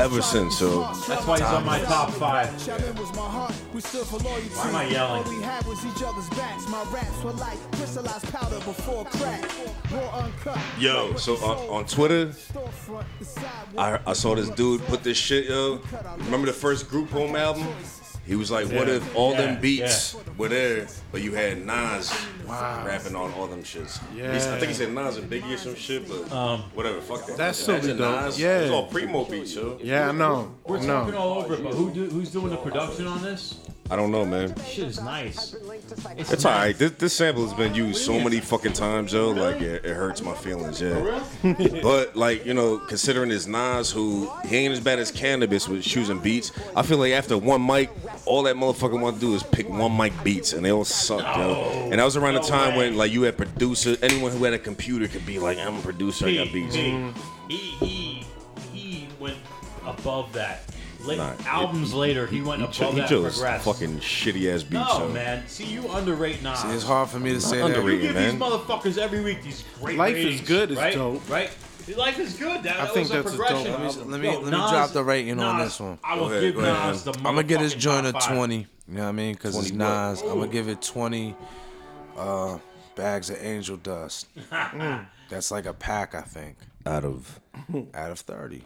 Speaker 2: ever since. So
Speaker 4: That's why he's on my top five.
Speaker 11: Shoving was my heart. We stood for loyalty.
Speaker 4: Why am I yelling?
Speaker 11: All we had was each other's backs. My raps were like crystallized powder before crack. Raw uncut.
Speaker 2: yo, so on, on Twitter,
Speaker 11: Storefront, the sidewalk.
Speaker 2: I, I saw this dude put this shit, yo. Remember the first group home album? He was like, what if all them
Speaker 4: Yeah,
Speaker 2: beats were there, but you had Nas rapping on all them shits? Yeah. I think he said Nas and Biggie or some shit, but whatever, fuck that.
Speaker 3: that's
Speaker 2: Imagine
Speaker 3: silly, though.
Speaker 2: Nas,
Speaker 3: Yeah.
Speaker 2: It's all primo beats, yo.
Speaker 3: Yeah, I know.
Speaker 4: We're
Speaker 3: I
Speaker 4: talking
Speaker 3: know.
Speaker 4: all over it, but who do, who's doing the production on this?
Speaker 2: I don't know, man.
Speaker 4: Shit is nice.
Speaker 2: It's all right. This, this sample has been used so many fucking times, yo. Like, it, it hurts my feelings, yeah. [LAUGHS] but, like, you know, considering it's Nas, who he ain't as bad as Cannabis with choosing beats, I feel like after one mic, all that motherfucker want to do is pick one mic beats, and they all suck, yo. And that was around the time when, like, you had producer, anyone who had a computer could be like, I'm a producer, I got beats. Mm.
Speaker 4: He, he, he, he went above that. Late,
Speaker 2: Nah,
Speaker 4: albums later, he went
Speaker 2: He
Speaker 4: above
Speaker 2: cho- he
Speaker 4: that.
Speaker 2: chose
Speaker 4: progressed.
Speaker 2: fucking shitty ass beats,
Speaker 4: no,
Speaker 2: yo.
Speaker 4: man. See, you underrate Nas.
Speaker 1: It's hard for me to say that.
Speaker 4: you
Speaker 2: Underrated,
Speaker 4: give
Speaker 2: man.
Speaker 4: these motherfuckers every week these great.
Speaker 3: Life is
Speaker 4: ratings,
Speaker 3: Good is
Speaker 4: right?
Speaker 3: dope.
Speaker 4: right? Life is good. That,
Speaker 3: I
Speaker 4: that
Speaker 3: think
Speaker 4: was
Speaker 3: that's a
Speaker 4: a
Speaker 3: dope
Speaker 4: progression.
Speaker 3: album.
Speaker 1: Let me-
Speaker 4: Yo,
Speaker 1: let me
Speaker 4: Nas-
Speaker 1: drop the rating on
Speaker 4: Nas,
Speaker 1: this one.
Speaker 4: I will
Speaker 2: Go ahead,
Speaker 4: give
Speaker 2: go ahead,
Speaker 4: Nas the.
Speaker 1: I'm gonna give this
Speaker 4: motherfucking
Speaker 1: joint a
Speaker 4: top five.
Speaker 1: 20. You know what I mean? Because it's
Speaker 2: 20 what?
Speaker 1: Nas. I'm gonna give it 20 uh, bags of angel dust. That's like a pack, I think,
Speaker 2: Out of.
Speaker 1: out of 30.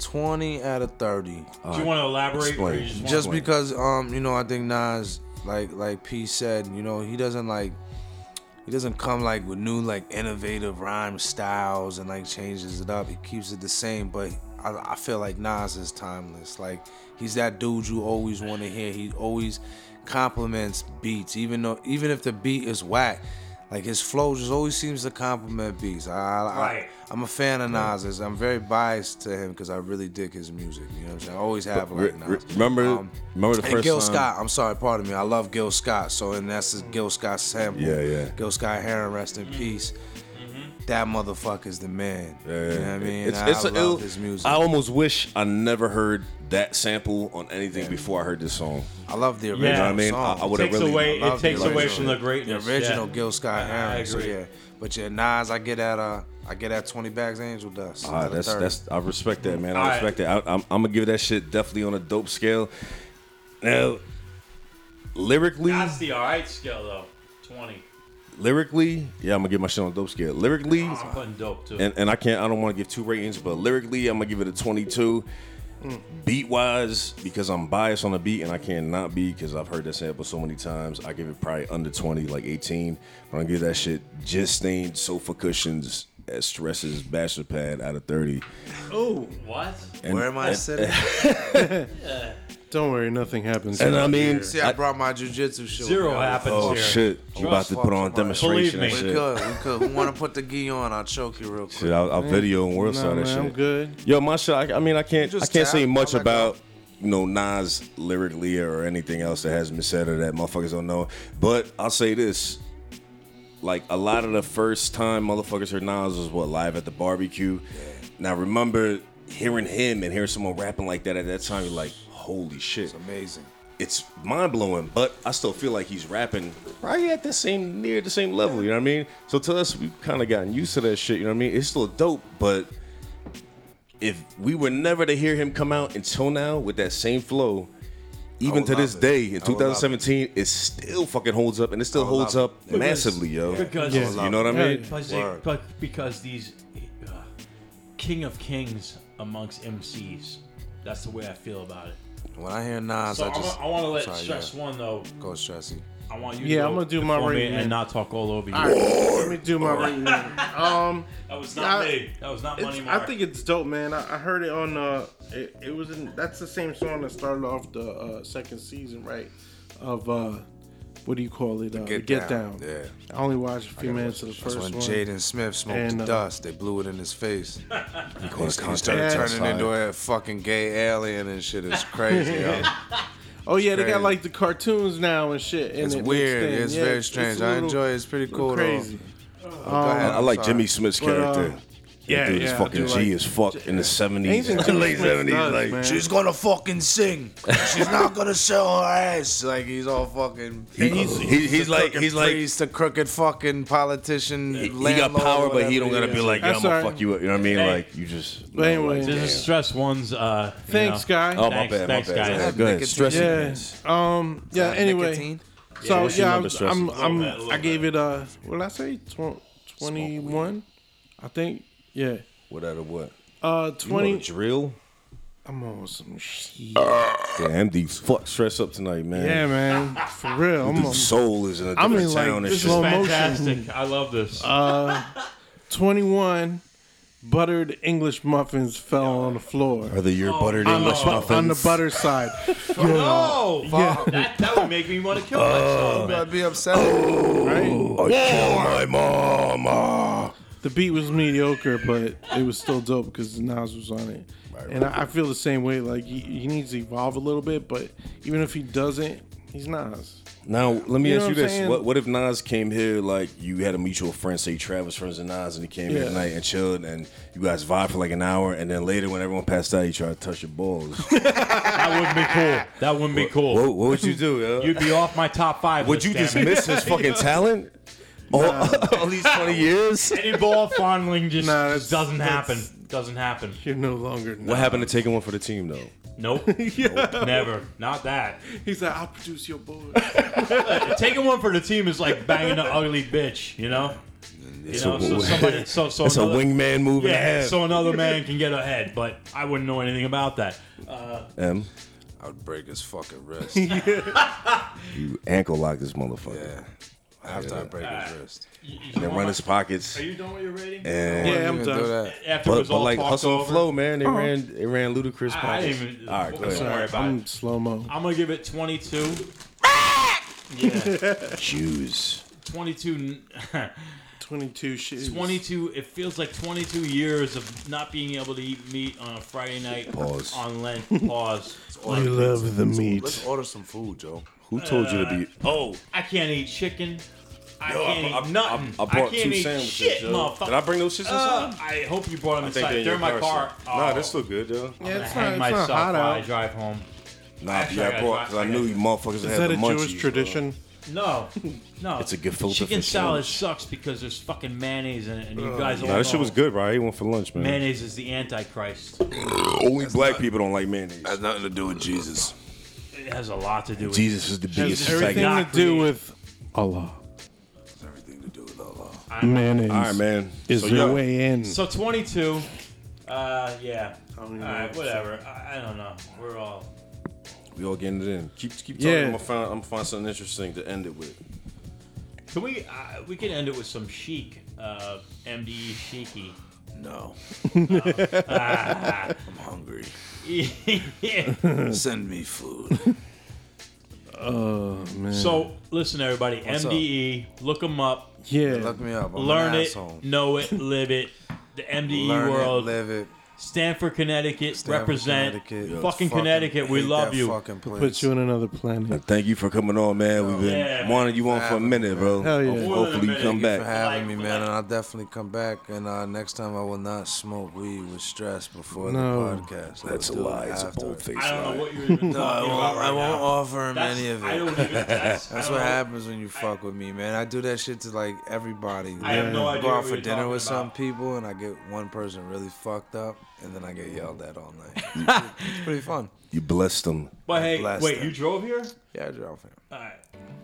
Speaker 1: 20 out of 30.
Speaker 4: Do you want to elaborate? Or
Speaker 2: Explain.
Speaker 4: you just want
Speaker 1: Just because, um, you know, I think Nas, like like P said, you know, he doesn't like. He doesn't come like with new like innovative rhyme styles and like changes it up. He keeps it the same, but I, I feel like Nas is timeless. Like he's that dude you always want to hear. He always compliments beats, even though even if the beat is whack, like his flow just always seems to compliment beats. I, I,
Speaker 4: Right.
Speaker 1: I, am a fan of Nas's. I'm very biased to him because I really dig his music. You know what I'm saying? I always have
Speaker 2: Re-
Speaker 1: like
Speaker 2: re-
Speaker 1: Nas.
Speaker 2: remember,
Speaker 1: Um,
Speaker 2: remember the first
Speaker 1: and Gil
Speaker 2: time?
Speaker 1: Scott, I'm sorry, pardon me. I love Gil Scott. So, and that's the Gil Scott sample.
Speaker 2: Yeah, yeah.
Speaker 1: Gil Scott Heron, rest in peace.
Speaker 4: Mm-hmm.
Speaker 1: That motherfucker's the man. You know what I mean?
Speaker 2: It's,
Speaker 1: I
Speaker 2: it's a
Speaker 1: love
Speaker 2: ill-
Speaker 1: his music.
Speaker 2: I
Speaker 1: I,
Speaker 2: almost wish I never heard that sample on anything before I heard this song.
Speaker 1: love the original
Speaker 4: You know what I
Speaker 2: mean?
Speaker 1: song.
Speaker 2: I- I would've
Speaker 4: takes
Speaker 2: really
Speaker 4: away
Speaker 1: loved
Speaker 4: it takes
Speaker 1: the
Speaker 4: away
Speaker 1: original.
Speaker 4: from the greatness.
Speaker 1: The original
Speaker 4: yeah.
Speaker 1: Gil Scott Heron.
Speaker 4: I
Speaker 1: So
Speaker 4: agree.
Speaker 1: yeah. But yeah, Nas, I get at uh, I get at 20 bags of angel dust.
Speaker 2: Ah,
Speaker 1: Another
Speaker 2: that's
Speaker 1: 30.
Speaker 2: that's I respect that, man. I
Speaker 4: Alright.
Speaker 2: respect that. I, I'm, I'm gonna give that shit definitely on a dope scale. Now, lyrically,
Speaker 4: That's the alright scale though. Twenty.
Speaker 2: lyrically, yeah, I'm gonna give my shit on a dope scale. Lyrically,
Speaker 4: I'm putting dope too.
Speaker 2: and, and I can't. I don't want to give two ratings, but lyrically, I'm gonna give it a 22. Beat wise, because I'm biased on the beat, and I cannot be because I've heard that sample so many times. I give it probably under 20, like 18. But I give that shit just stained sofa cushions as stresses bachelor pad out of 30.
Speaker 4: what?
Speaker 2: And,
Speaker 1: Where am I
Speaker 2: and,
Speaker 1: sitting?
Speaker 3: Don't worry, nothing happens.
Speaker 2: And I mean,
Speaker 1: See, I brought my jujitsu shit.
Speaker 4: Zero happens
Speaker 2: oh
Speaker 4: here.
Speaker 2: shit, I'm about to put on a
Speaker 1: Trust
Speaker 2: demonstration and
Speaker 4: Believe
Speaker 1: We
Speaker 2: shit.
Speaker 1: could, we could. We want to put the gi on. I'll choke you real quick.
Speaker 2: Shit, I'll, I'll video and world
Speaker 3: Nah,
Speaker 2: star that
Speaker 3: man,
Speaker 2: shit.
Speaker 3: I'm good.
Speaker 2: Yo, my shit. I, I mean, I can't. I
Speaker 1: Just
Speaker 2: can't say
Speaker 1: tap,
Speaker 2: much
Speaker 1: I'm not
Speaker 2: about you know Nas lyrically or anything else that hasn't been said or that motherfuckers don't know. But I'll say this: like a lot of the first time motherfuckers heard Nas was what live at the barbecue. Now remember hearing him and hearing someone rapping like that at that time, you're like, holy shit. It's
Speaker 1: amazing.
Speaker 2: It's mind blowing, but I still feel like he's rapping probably at the same near the same level, you know what I mean? So to us we've kinda gotten used to that shit, you know what I mean? It's still dope, but if we were never to hear him come out until now with that same flow, even to this day in 2017, it. still fucking holds up and it still holds up massively, yo.
Speaker 4: Because
Speaker 2: you know what I mean?
Speaker 4: Because, they- but because these uh, king of kings amongst MCs. That's the way I feel about it.
Speaker 1: When I hear Nas,
Speaker 4: so
Speaker 1: I just.
Speaker 4: I want to let
Speaker 1: Sorry,
Speaker 4: stress
Speaker 1: yeah.
Speaker 4: one though.
Speaker 1: Go stressy.
Speaker 4: I want you.
Speaker 3: Yeah,
Speaker 4: to
Speaker 3: I'm gonna do my
Speaker 4: before me
Speaker 3: rating.
Speaker 4: and not talk all over you.
Speaker 3: All right, let me do my rating. Um,
Speaker 4: That was not
Speaker 3: I-
Speaker 4: me. That was not
Speaker 3: it's-
Speaker 4: money.
Speaker 3: I think it's dope, man. I, I heard it on uh, it, it was in that's the same song that started off the uh, second season, right? Of uh, what do you call it? Uh,
Speaker 1: Get
Speaker 3: Get
Speaker 1: Down,
Speaker 3: Down.
Speaker 1: yeah.
Speaker 3: I only watched a
Speaker 1: I
Speaker 3: few
Speaker 1: gotta
Speaker 3: minutes of
Speaker 1: watch
Speaker 3: the
Speaker 1: this.
Speaker 3: first
Speaker 1: That's
Speaker 3: one.
Speaker 1: when Jaden Smith smoked
Speaker 3: And,
Speaker 1: the
Speaker 3: uh,
Speaker 1: dust. They blew it in
Speaker 3: [LAUGHS]
Speaker 1: his face. he, he started
Speaker 3: contact.
Speaker 1: turning
Speaker 3: Yeah.
Speaker 1: into a fucking gay alien and shit. It's crazy.
Speaker 3: [LAUGHS]
Speaker 1: yo.
Speaker 3: Oh yeah, they got
Speaker 1: Crazy.
Speaker 3: like the cartoons now and shit. in
Speaker 1: It's
Speaker 3: it mixed
Speaker 1: weird.
Speaker 3: in.
Speaker 1: It's
Speaker 3: Yeah,
Speaker 1: very
Speaker 3: it's a
Speaker 1: strange. I
Speaker 3: little-
Speaker 1: enjoy it. It's pretty
Speaker 3: little
Speaker 1: cool
Speaker 3: Crazy.
Speaker 1: though. But
Speaker 3: Um,
Speaker 1: go ahead.
Speaker 2: I like
Speaker 1: I'm
Speaker 2: Jimmy
Speaker 1: sorry.
Speaker 2: Smith's
Speaker 3: But, uh,
Speaker 2: character.
Speaker 3: yeah,
Speaker 2: that dude is
Speaker 3: yeah, I
Speaker 2: fucking
Speaker 3: do
Speaker 2: G
Speaker 3: like-
Speaker 2: as fuck in the 70s,
Speaker 3: Anything Jimmy
Speaker 2: late
Speaker 3: Smith
Speaker 2: 70s.
Speaker 3: does,
Speaker 2: like,
Speaker 3: man.
Speaker 1: She's gonna fucking sing. She's not gonna sell her ass. Like he's all fucking.
Speaker 2: He- he- he's
Speaker 1: the
Speaker 2: like-
Speaker 1: crooked
Speaker 2: he's like-
Speaker 1: priest, the crooked fucking politician. He,
Speaker 2: he got power, but he don't gotta be like, yo, I'm
Speaker 3: That's
Speaker 2: gonna
Speaker 3: all right.
Speaker 2: fuck you up. You know what I mean?
Speaker 4: Hey.
Speaker 2: Like, you just.
Speaker 3: But anyway,
Speaker 4: This is stress one's. Uh, you
Speaker 3: Thanks,
Speaker 4: know.
Speaker 3: guy.
Speaker 2: Oh,
Speaker 4: Thanks-
Speaker 2: my bad, my
Speaker 4: thanks,
Speaker 2: bad.
Speaker 4: guys.
Speaker 2: Yeah, Go ahead. Stressing.
Speaker 3: Yeah. Um. Yeah. Anyway.
Speaker 1: nicotine?
Speaker 3: So
Speaker 2: Yeah, she
Speaker 3: yeah,
Speaker 2: love the stress.
Speaker 3: I'm.
Speaker 2: A
Speaker 3: I'm. I'm I gave it a. What did I say? Twenty one. I think. Yeah.
Speaker 2: Whatever, what?
Speaker 3: Uh.
Speaker 2: You want a
Speaker 3: Twenty.
Speaker 2: drill?
Speaker 3: I'm on some shit.
Speaker 2: Damn, MD fuck stress up tonight, man.
Speaker 3: Yeah, man. For real. I'm
Speaker 2: The
Speaker 3: on.
Speaker 2: soul is in a
Speaker 3: I'm
Speaker 2: different
Speaker 3: in
Speaker 2: town
Speaker 3: like
Speaker 2: and
Speaker 3: this
Speaker 2: shit.
Speaker 3: slow motion.
Speaker 4: Fantastic. I love this.
Speaker 2: Uh,
Speaker 3: Twenty one. Buttered English muffins fell on the floor.
Speaker 2: Brother, you're buttered English
Speaker 3: Bu-
Speaker 2: muffins.
Speaker 3: on the butter side.
Speaker 4: oh, fuck. That, that would make me want to kill
Speaker 2: Uh,
Speaker 4: myself.
Speaker 2: [LAUGHS]
Speaker 4: man.
Speaker 1: I'd be upset.
Speaker 2: Oh,
Speaker 3: Right.
Speaker 2: I killed my mama.
Speaker 3: The beat was mediocre, but it was still dope because Nas was on it. and I, I feel the same way. Like he, he needs to evolve a little bit, but even if he doesn't, he's Nas.
Speaker 2: Now let me
Speaker 3: You know what
Speaker 2: ask you
Speaker 3: I'm
Speaker 2: this:
Speaker 3: saying?
Speaker 2: what, what if Nas came here like you had a mutual friend, say Travis friends and Nas, and he came here
Speaker 3: Yeah.
Speaker 2: tonight and chilled, and you guys vibe for like an hour, and then later when everyone passed out, you try to touch
Speaker 3: [LAUGHS]
Speaker 2: your balls.
Speaker 4: That wouldn't be cool. That wouldn't be cool.
Speaker 2: what, what would you do? yo?
Speaker 4: You'd be off my top five.
Speaker 2: would
Speaker 4: list,
Speaker 2: you
Speaker 4: damn
Speaker 2: just
Speaker 4: it.
Speaker 2: miss his
Speaker 3: [LAUGHS]
Speaker 2: fucking talent? All, all these
Speaker 1: Oh.
Speaker 2: twenty years.
Speaker 4: Any ball fondling just,
Speaker 3: Nah,
Speaker 4: just
Speaker 3: that's-
Speaker 4: doesn't
Speaker 3: that's-
Speaker 4: happen. Doesn't happen.
Speaker 3: You're no longer. Nas.
Speaker 2: [LAUGHS] What happened to taking one for the team though?
Speaker 4: Nope.
Speaker 2: [LAUGHS]
Speaker 3: [LAUGHS]
Speaker 4: Nope. Never. Not that.
Speaker 3: He said, "I'll produce your boy."
Speaker 4: Taking one for the team is like banging an ugly bitch, you know? You know, so
Speaker 2: a- [LAUGHS]
Speaker 4: somebody, so, so
Speaker 2: That's a
Speaker 4: another,
Speaker 2: wingman move and a
Speaker 4: yeah,
Speaker 2: half.
Speaker 4: so another man can get ahead, but I wouldn't know anything about that.
Speaker 2: M,
Speaker 1: I would break his fucking wrist.
Speaker 2: you ankle lock this motherfucker.
Speaker 1: yeah. After I break his wrist.
Speaker 2: And then run his pockets.
Speaker 4: you done with your rating?
Speaker 2: And
Speaker 3: yeah, I'm
Speaker 1: Even do
Speaker 3: done.
Speaker 1: that.
Speaker 4: After it
Speaker 2: But,
Speaker 4: was
Speaker 2: but
Speaker 4: all
Speaker 2: like
Speaker 4: talked
Speaker 2: hustle and
Speaker 4: over,
Speaker 2: flow, man. They
Speaker 3: Uh-huh.
Speaker 2: ran they ran ludicrous.
Speaker 4: I- I
Speaker 2: pockets.
Speaker 4: didn't even-
Speaker 2: All right, go
Speaker 4: don't
Speaker 2: ahead.
Speaker 4: worry about it.
Speaker 3: I'm slow mo.
Speaker 4: I'm going to give it 22.
Speaker 2: Jews.
Speaker 4: [LAUGHS] 22. n-
Speaker 3: 22 shit.
Speaker 4: 22 it feels like 22 years of not being able to eat meat on a friday night
Speaker 2: Pause.
Speaker 4: on
Speaker 2: [LAUGHS]
Speaker 4: lent pause
Speaker 3: I love the
Speaker 1: Let's
Speaker 3: meat.
Speaker 1: order some food, Joe.
Speaker 2: Who told you to be? Oh,
Speaker 4: i can't eat chicken Uh, i
Speaker 2: Yo, I-
Speaker 4: can't
Speaker 2: I-
Speaker 4: eat
Speaker 2: I-
Speaker 4: nothing
Speaker 2: I
Speaker 4: i, can't
Speaker 2: brought two
Speaker 4: eat
Speaker 2: sandwiches,
Speaker 4: shit
Speaker 2: yo.
Speaker 4: motherfucker
Speaker 2: Did I bring those shits
Speaker 4: Uh,
Speaker 2: inside?
Speaker 4: I hope you brought them inside.
Speaker 2: they're
Speaker 4: They're,
Speaker 2: in
Speaker 4: in my
Speaker 2: your
Speaker 4: car.
Speaker 2: still. Nah,
Speaker 4: Oh,
Speaker 2: this look good, yo.
Speaker 3: Yeah,
Speaker 4: I'm
Speaker 3: it's
Speaker 4: gonna
Speaker 3: not,
Speaker 4: hang
Speaker 3: it's not
Speaker 4: myself
Speaker 3: hot
Speaker 4: while I
Speaker 3: out.
Speaker 4: drive home.
Speaker 2: Nah,
Speaker 4: Actually, I
Speaker 2: yeah, I
Speaker 4: got-
Speaker 2: brought because I
Speaker 4: I got-
Speaker 2: knew you motherfuckers
Speaker 3: Is
Speaker 2: had
Speaker 3: that
Speaker 2: the
Speaker 3: a
Speaker 2: munchies.
Speaker 3: Jewish tradition?
Speaker 4: No, no.
Speaker 2: It's a gefilte
Speaker 4: Chicken
Speaker 2: fish
Speaker 4: salad
Speaker 2: sandwich.
Speaker 4: sucks because there's fucking mayonnaise in it, and you guys all
Speaker 2: Nah, this shit
Speaker 4: know
Speaker 2: was good, right? I ate one for lunch, man.
Speaker 4: Mayonnaise is the antichrist.
Speaker 2: Only black people don't like mayonnaise.
Speaker 1: Has nothing to do with Jesus.
Speaker 4: It has a lot to do with
Speaker 2: Jesus is the biggest
Speaker 3: Has everything
Speaker 2: faggot.
Speaker 4: not
Speaker 3: to do
Speaker 4: created.
Speaker 3: with Allah.
Speaker 1: It's everything to do with Allah.
Speaker 2: uh,
Speaker 3: Mayonnaise
Speaker 2: All right, man.
Speaker 3: is
Speaker 2: So,
Speaker 3: your
Speaker 2: yo,
Speaker 3: way in.
Speaker 4: So 22. Uh, yeah. All
Speaker 3: don't even
Speaker 4: right,
Speaker 3: know what to
Speaker 4: whatever. I, I don't know. We're all.
Speaker 2: We all getting it in. Keep keep talking.
Speaker 3: Yeah.
Speaker 2: I'm gonna find I'm gonna find something interesting to end it with.
Speaker 4: Can we? Uh, we can end it with some chic, uh, MDE cheeky.
Speaker 1: No.
Speaker 4: Ah.
Speaker 1: I'm hungry.
Speaker 4: [LAUGHS] Yeah.
Speaker 1: Send me food.
Speaker 4: So listen, everybody. MDE, look 'em up,
Speaker 3: yeah.
Speaker 1: Look me up. I'm
Speaker 4: learn
Speaker 1: an
Speaker 4: it,
Speaker 1: asshole.
Speaker 4: know it, live it. The MDE
Speaker 1: Learn it,
Speaker 4: world.
Speaker 1: live it.
Speaker 4: Stanford, Connecticut,
Speaker 1: Stanford,
Speaker 4: represent
Speaker 1: Connecticut.
Speaker 4: fucking,
Speaker 1: Yo, fucking
Speaker 4: Connecticut. We
Speaker 1: hate
Speaker 4: love
Speaker 1: that
Speaker 4: you.
Speaker 1: fucking place.
Speaker 3: Put you on another planet.
Speaker 2: Thank you for coming on, man. We've been
Speaker 4: Yeah.
Speaker 2: wanting you on for a minute, bro.
Speaker 3: Hell yeah.
Speaker 2: Ho-
Speaker 4: More than a
Speaker 2: Hopefully, you
Speaker 4: minute.
Speaker 2: come
Speaker 4: Thank
Speaker 1: for
Speaker 2: back.
Speaker 1: having me, man, and I'll definitely come back. And uh, next time, I will not smoke weed with stress before
Speaker 3: No.
Speaker 1: the podcast. That's a lie. It's a bold face.
Speaker 4: I don't know what you're even talking
Speaker 1: [LAUGHS] No, I
Speaker 4: about.
Speaker 1: won't,
Speaker 4: Right
Speaker 1: I won't
Speaker 4: now.
Speaker 1: offer him
Speaker 4: That's-
Speaker 1: any of it.
Speaker 4: I don't even- that's- I
Speaker 1: [LAUGHS] That's
Speaker 4: don't know.
Speaker 1: what happens when you fuck with me, man. I do that shit to like everybody.
Speaker 4: I have no idea
Speaker 1: Go
Speaker 4: what
Speaker 1: out for
Speaker 4: you're
Speaker 1: dinner
Speaker 4: talking
Speaker 1: with some
Speaker 4: about.
Speaker 1: people, and I get one person really fucked up, and then I get yelled at all
Speaker 2: [LAUGHS]
Speaker 1: night. it's pretty fun.
Speaker 2: You blessed them.
Speaker 4: But hey,
Speaker 1: Bless
Speaker 4: wait,
Speaker 1: them.
Speaker 4: you drove here?
Speaker 1: Yeah, Gerald fan.
Speaker 4: All right.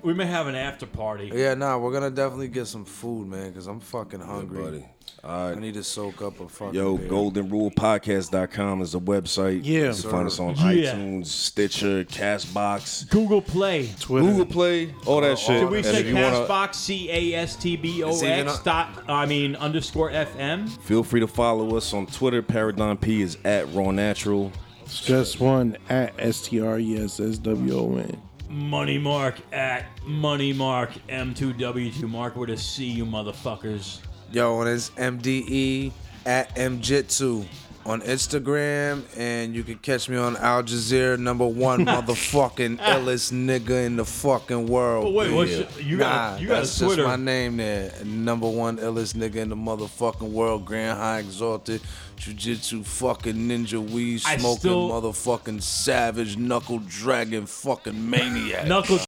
Speaker 4: We may have an after party.
Speaker 1: Yeah, nah, we're gonna definitely get some food, man, because I'm fucking hungry.
Speaker 2: buddy.
Speaker 1: I need to soak up a fucking.
Speaker 2: Yo,
Speaker 1: beer.
Speaker 2: goldenrulepodcast.com is the website.
Speaker 3: Yeah.
Speaker 2: You can find us on
Speaker 4: Yeah.
Speaker 2: iTunes, Stitcher, Castbox,
Speaker 4: Google Play.
Speaker 3: Twitter.
Speaker 2: Google Play, all that shit.
Speaker 4: Did we
Speaker 2: And
Speaker 4: say
Speaker 2: if you wanna-
Speaker 4: Castbox C A S T B O
Speaker 1: It's even
Speaker 4: X
Speaker 1: on-
Speaker 4: dot I mean underscore FM?
Speaker 2: Feel free to follow us on Twitter. Paradigm P is at Raw Natural.
Speaker 3: It's just one at S T R E S S W O N.
Speaker 4: Money Mark at Money Mark M2W2 Mark with a C, you motherfuckers.
Speaker 1: Yo, and it's MDE at MJitsu on Instagram, and you can catch me on Al Jazeera,
Speaker 4: [LAUGHS]
Speaker 1: number one motherfucking illest nigga in the fucking world.
Speaker 4: Oh wait, what's you got?
Speaker 1: nah,
Speaker 4: you got
Speaker 1: that's
Speaker 4: a Twitter?
Speaker 1: just my name there. Number one illest nigga in the motherfucking world. Grand High Exalted, Jiu-Jitsu fucking ninja weed
Speaker 4: I
Speaker 1: smoking
Speaker 4: still-
Speaker 1: motherfucking savage knuckle dragon fucking maniac.
Speaker 4: Knuckle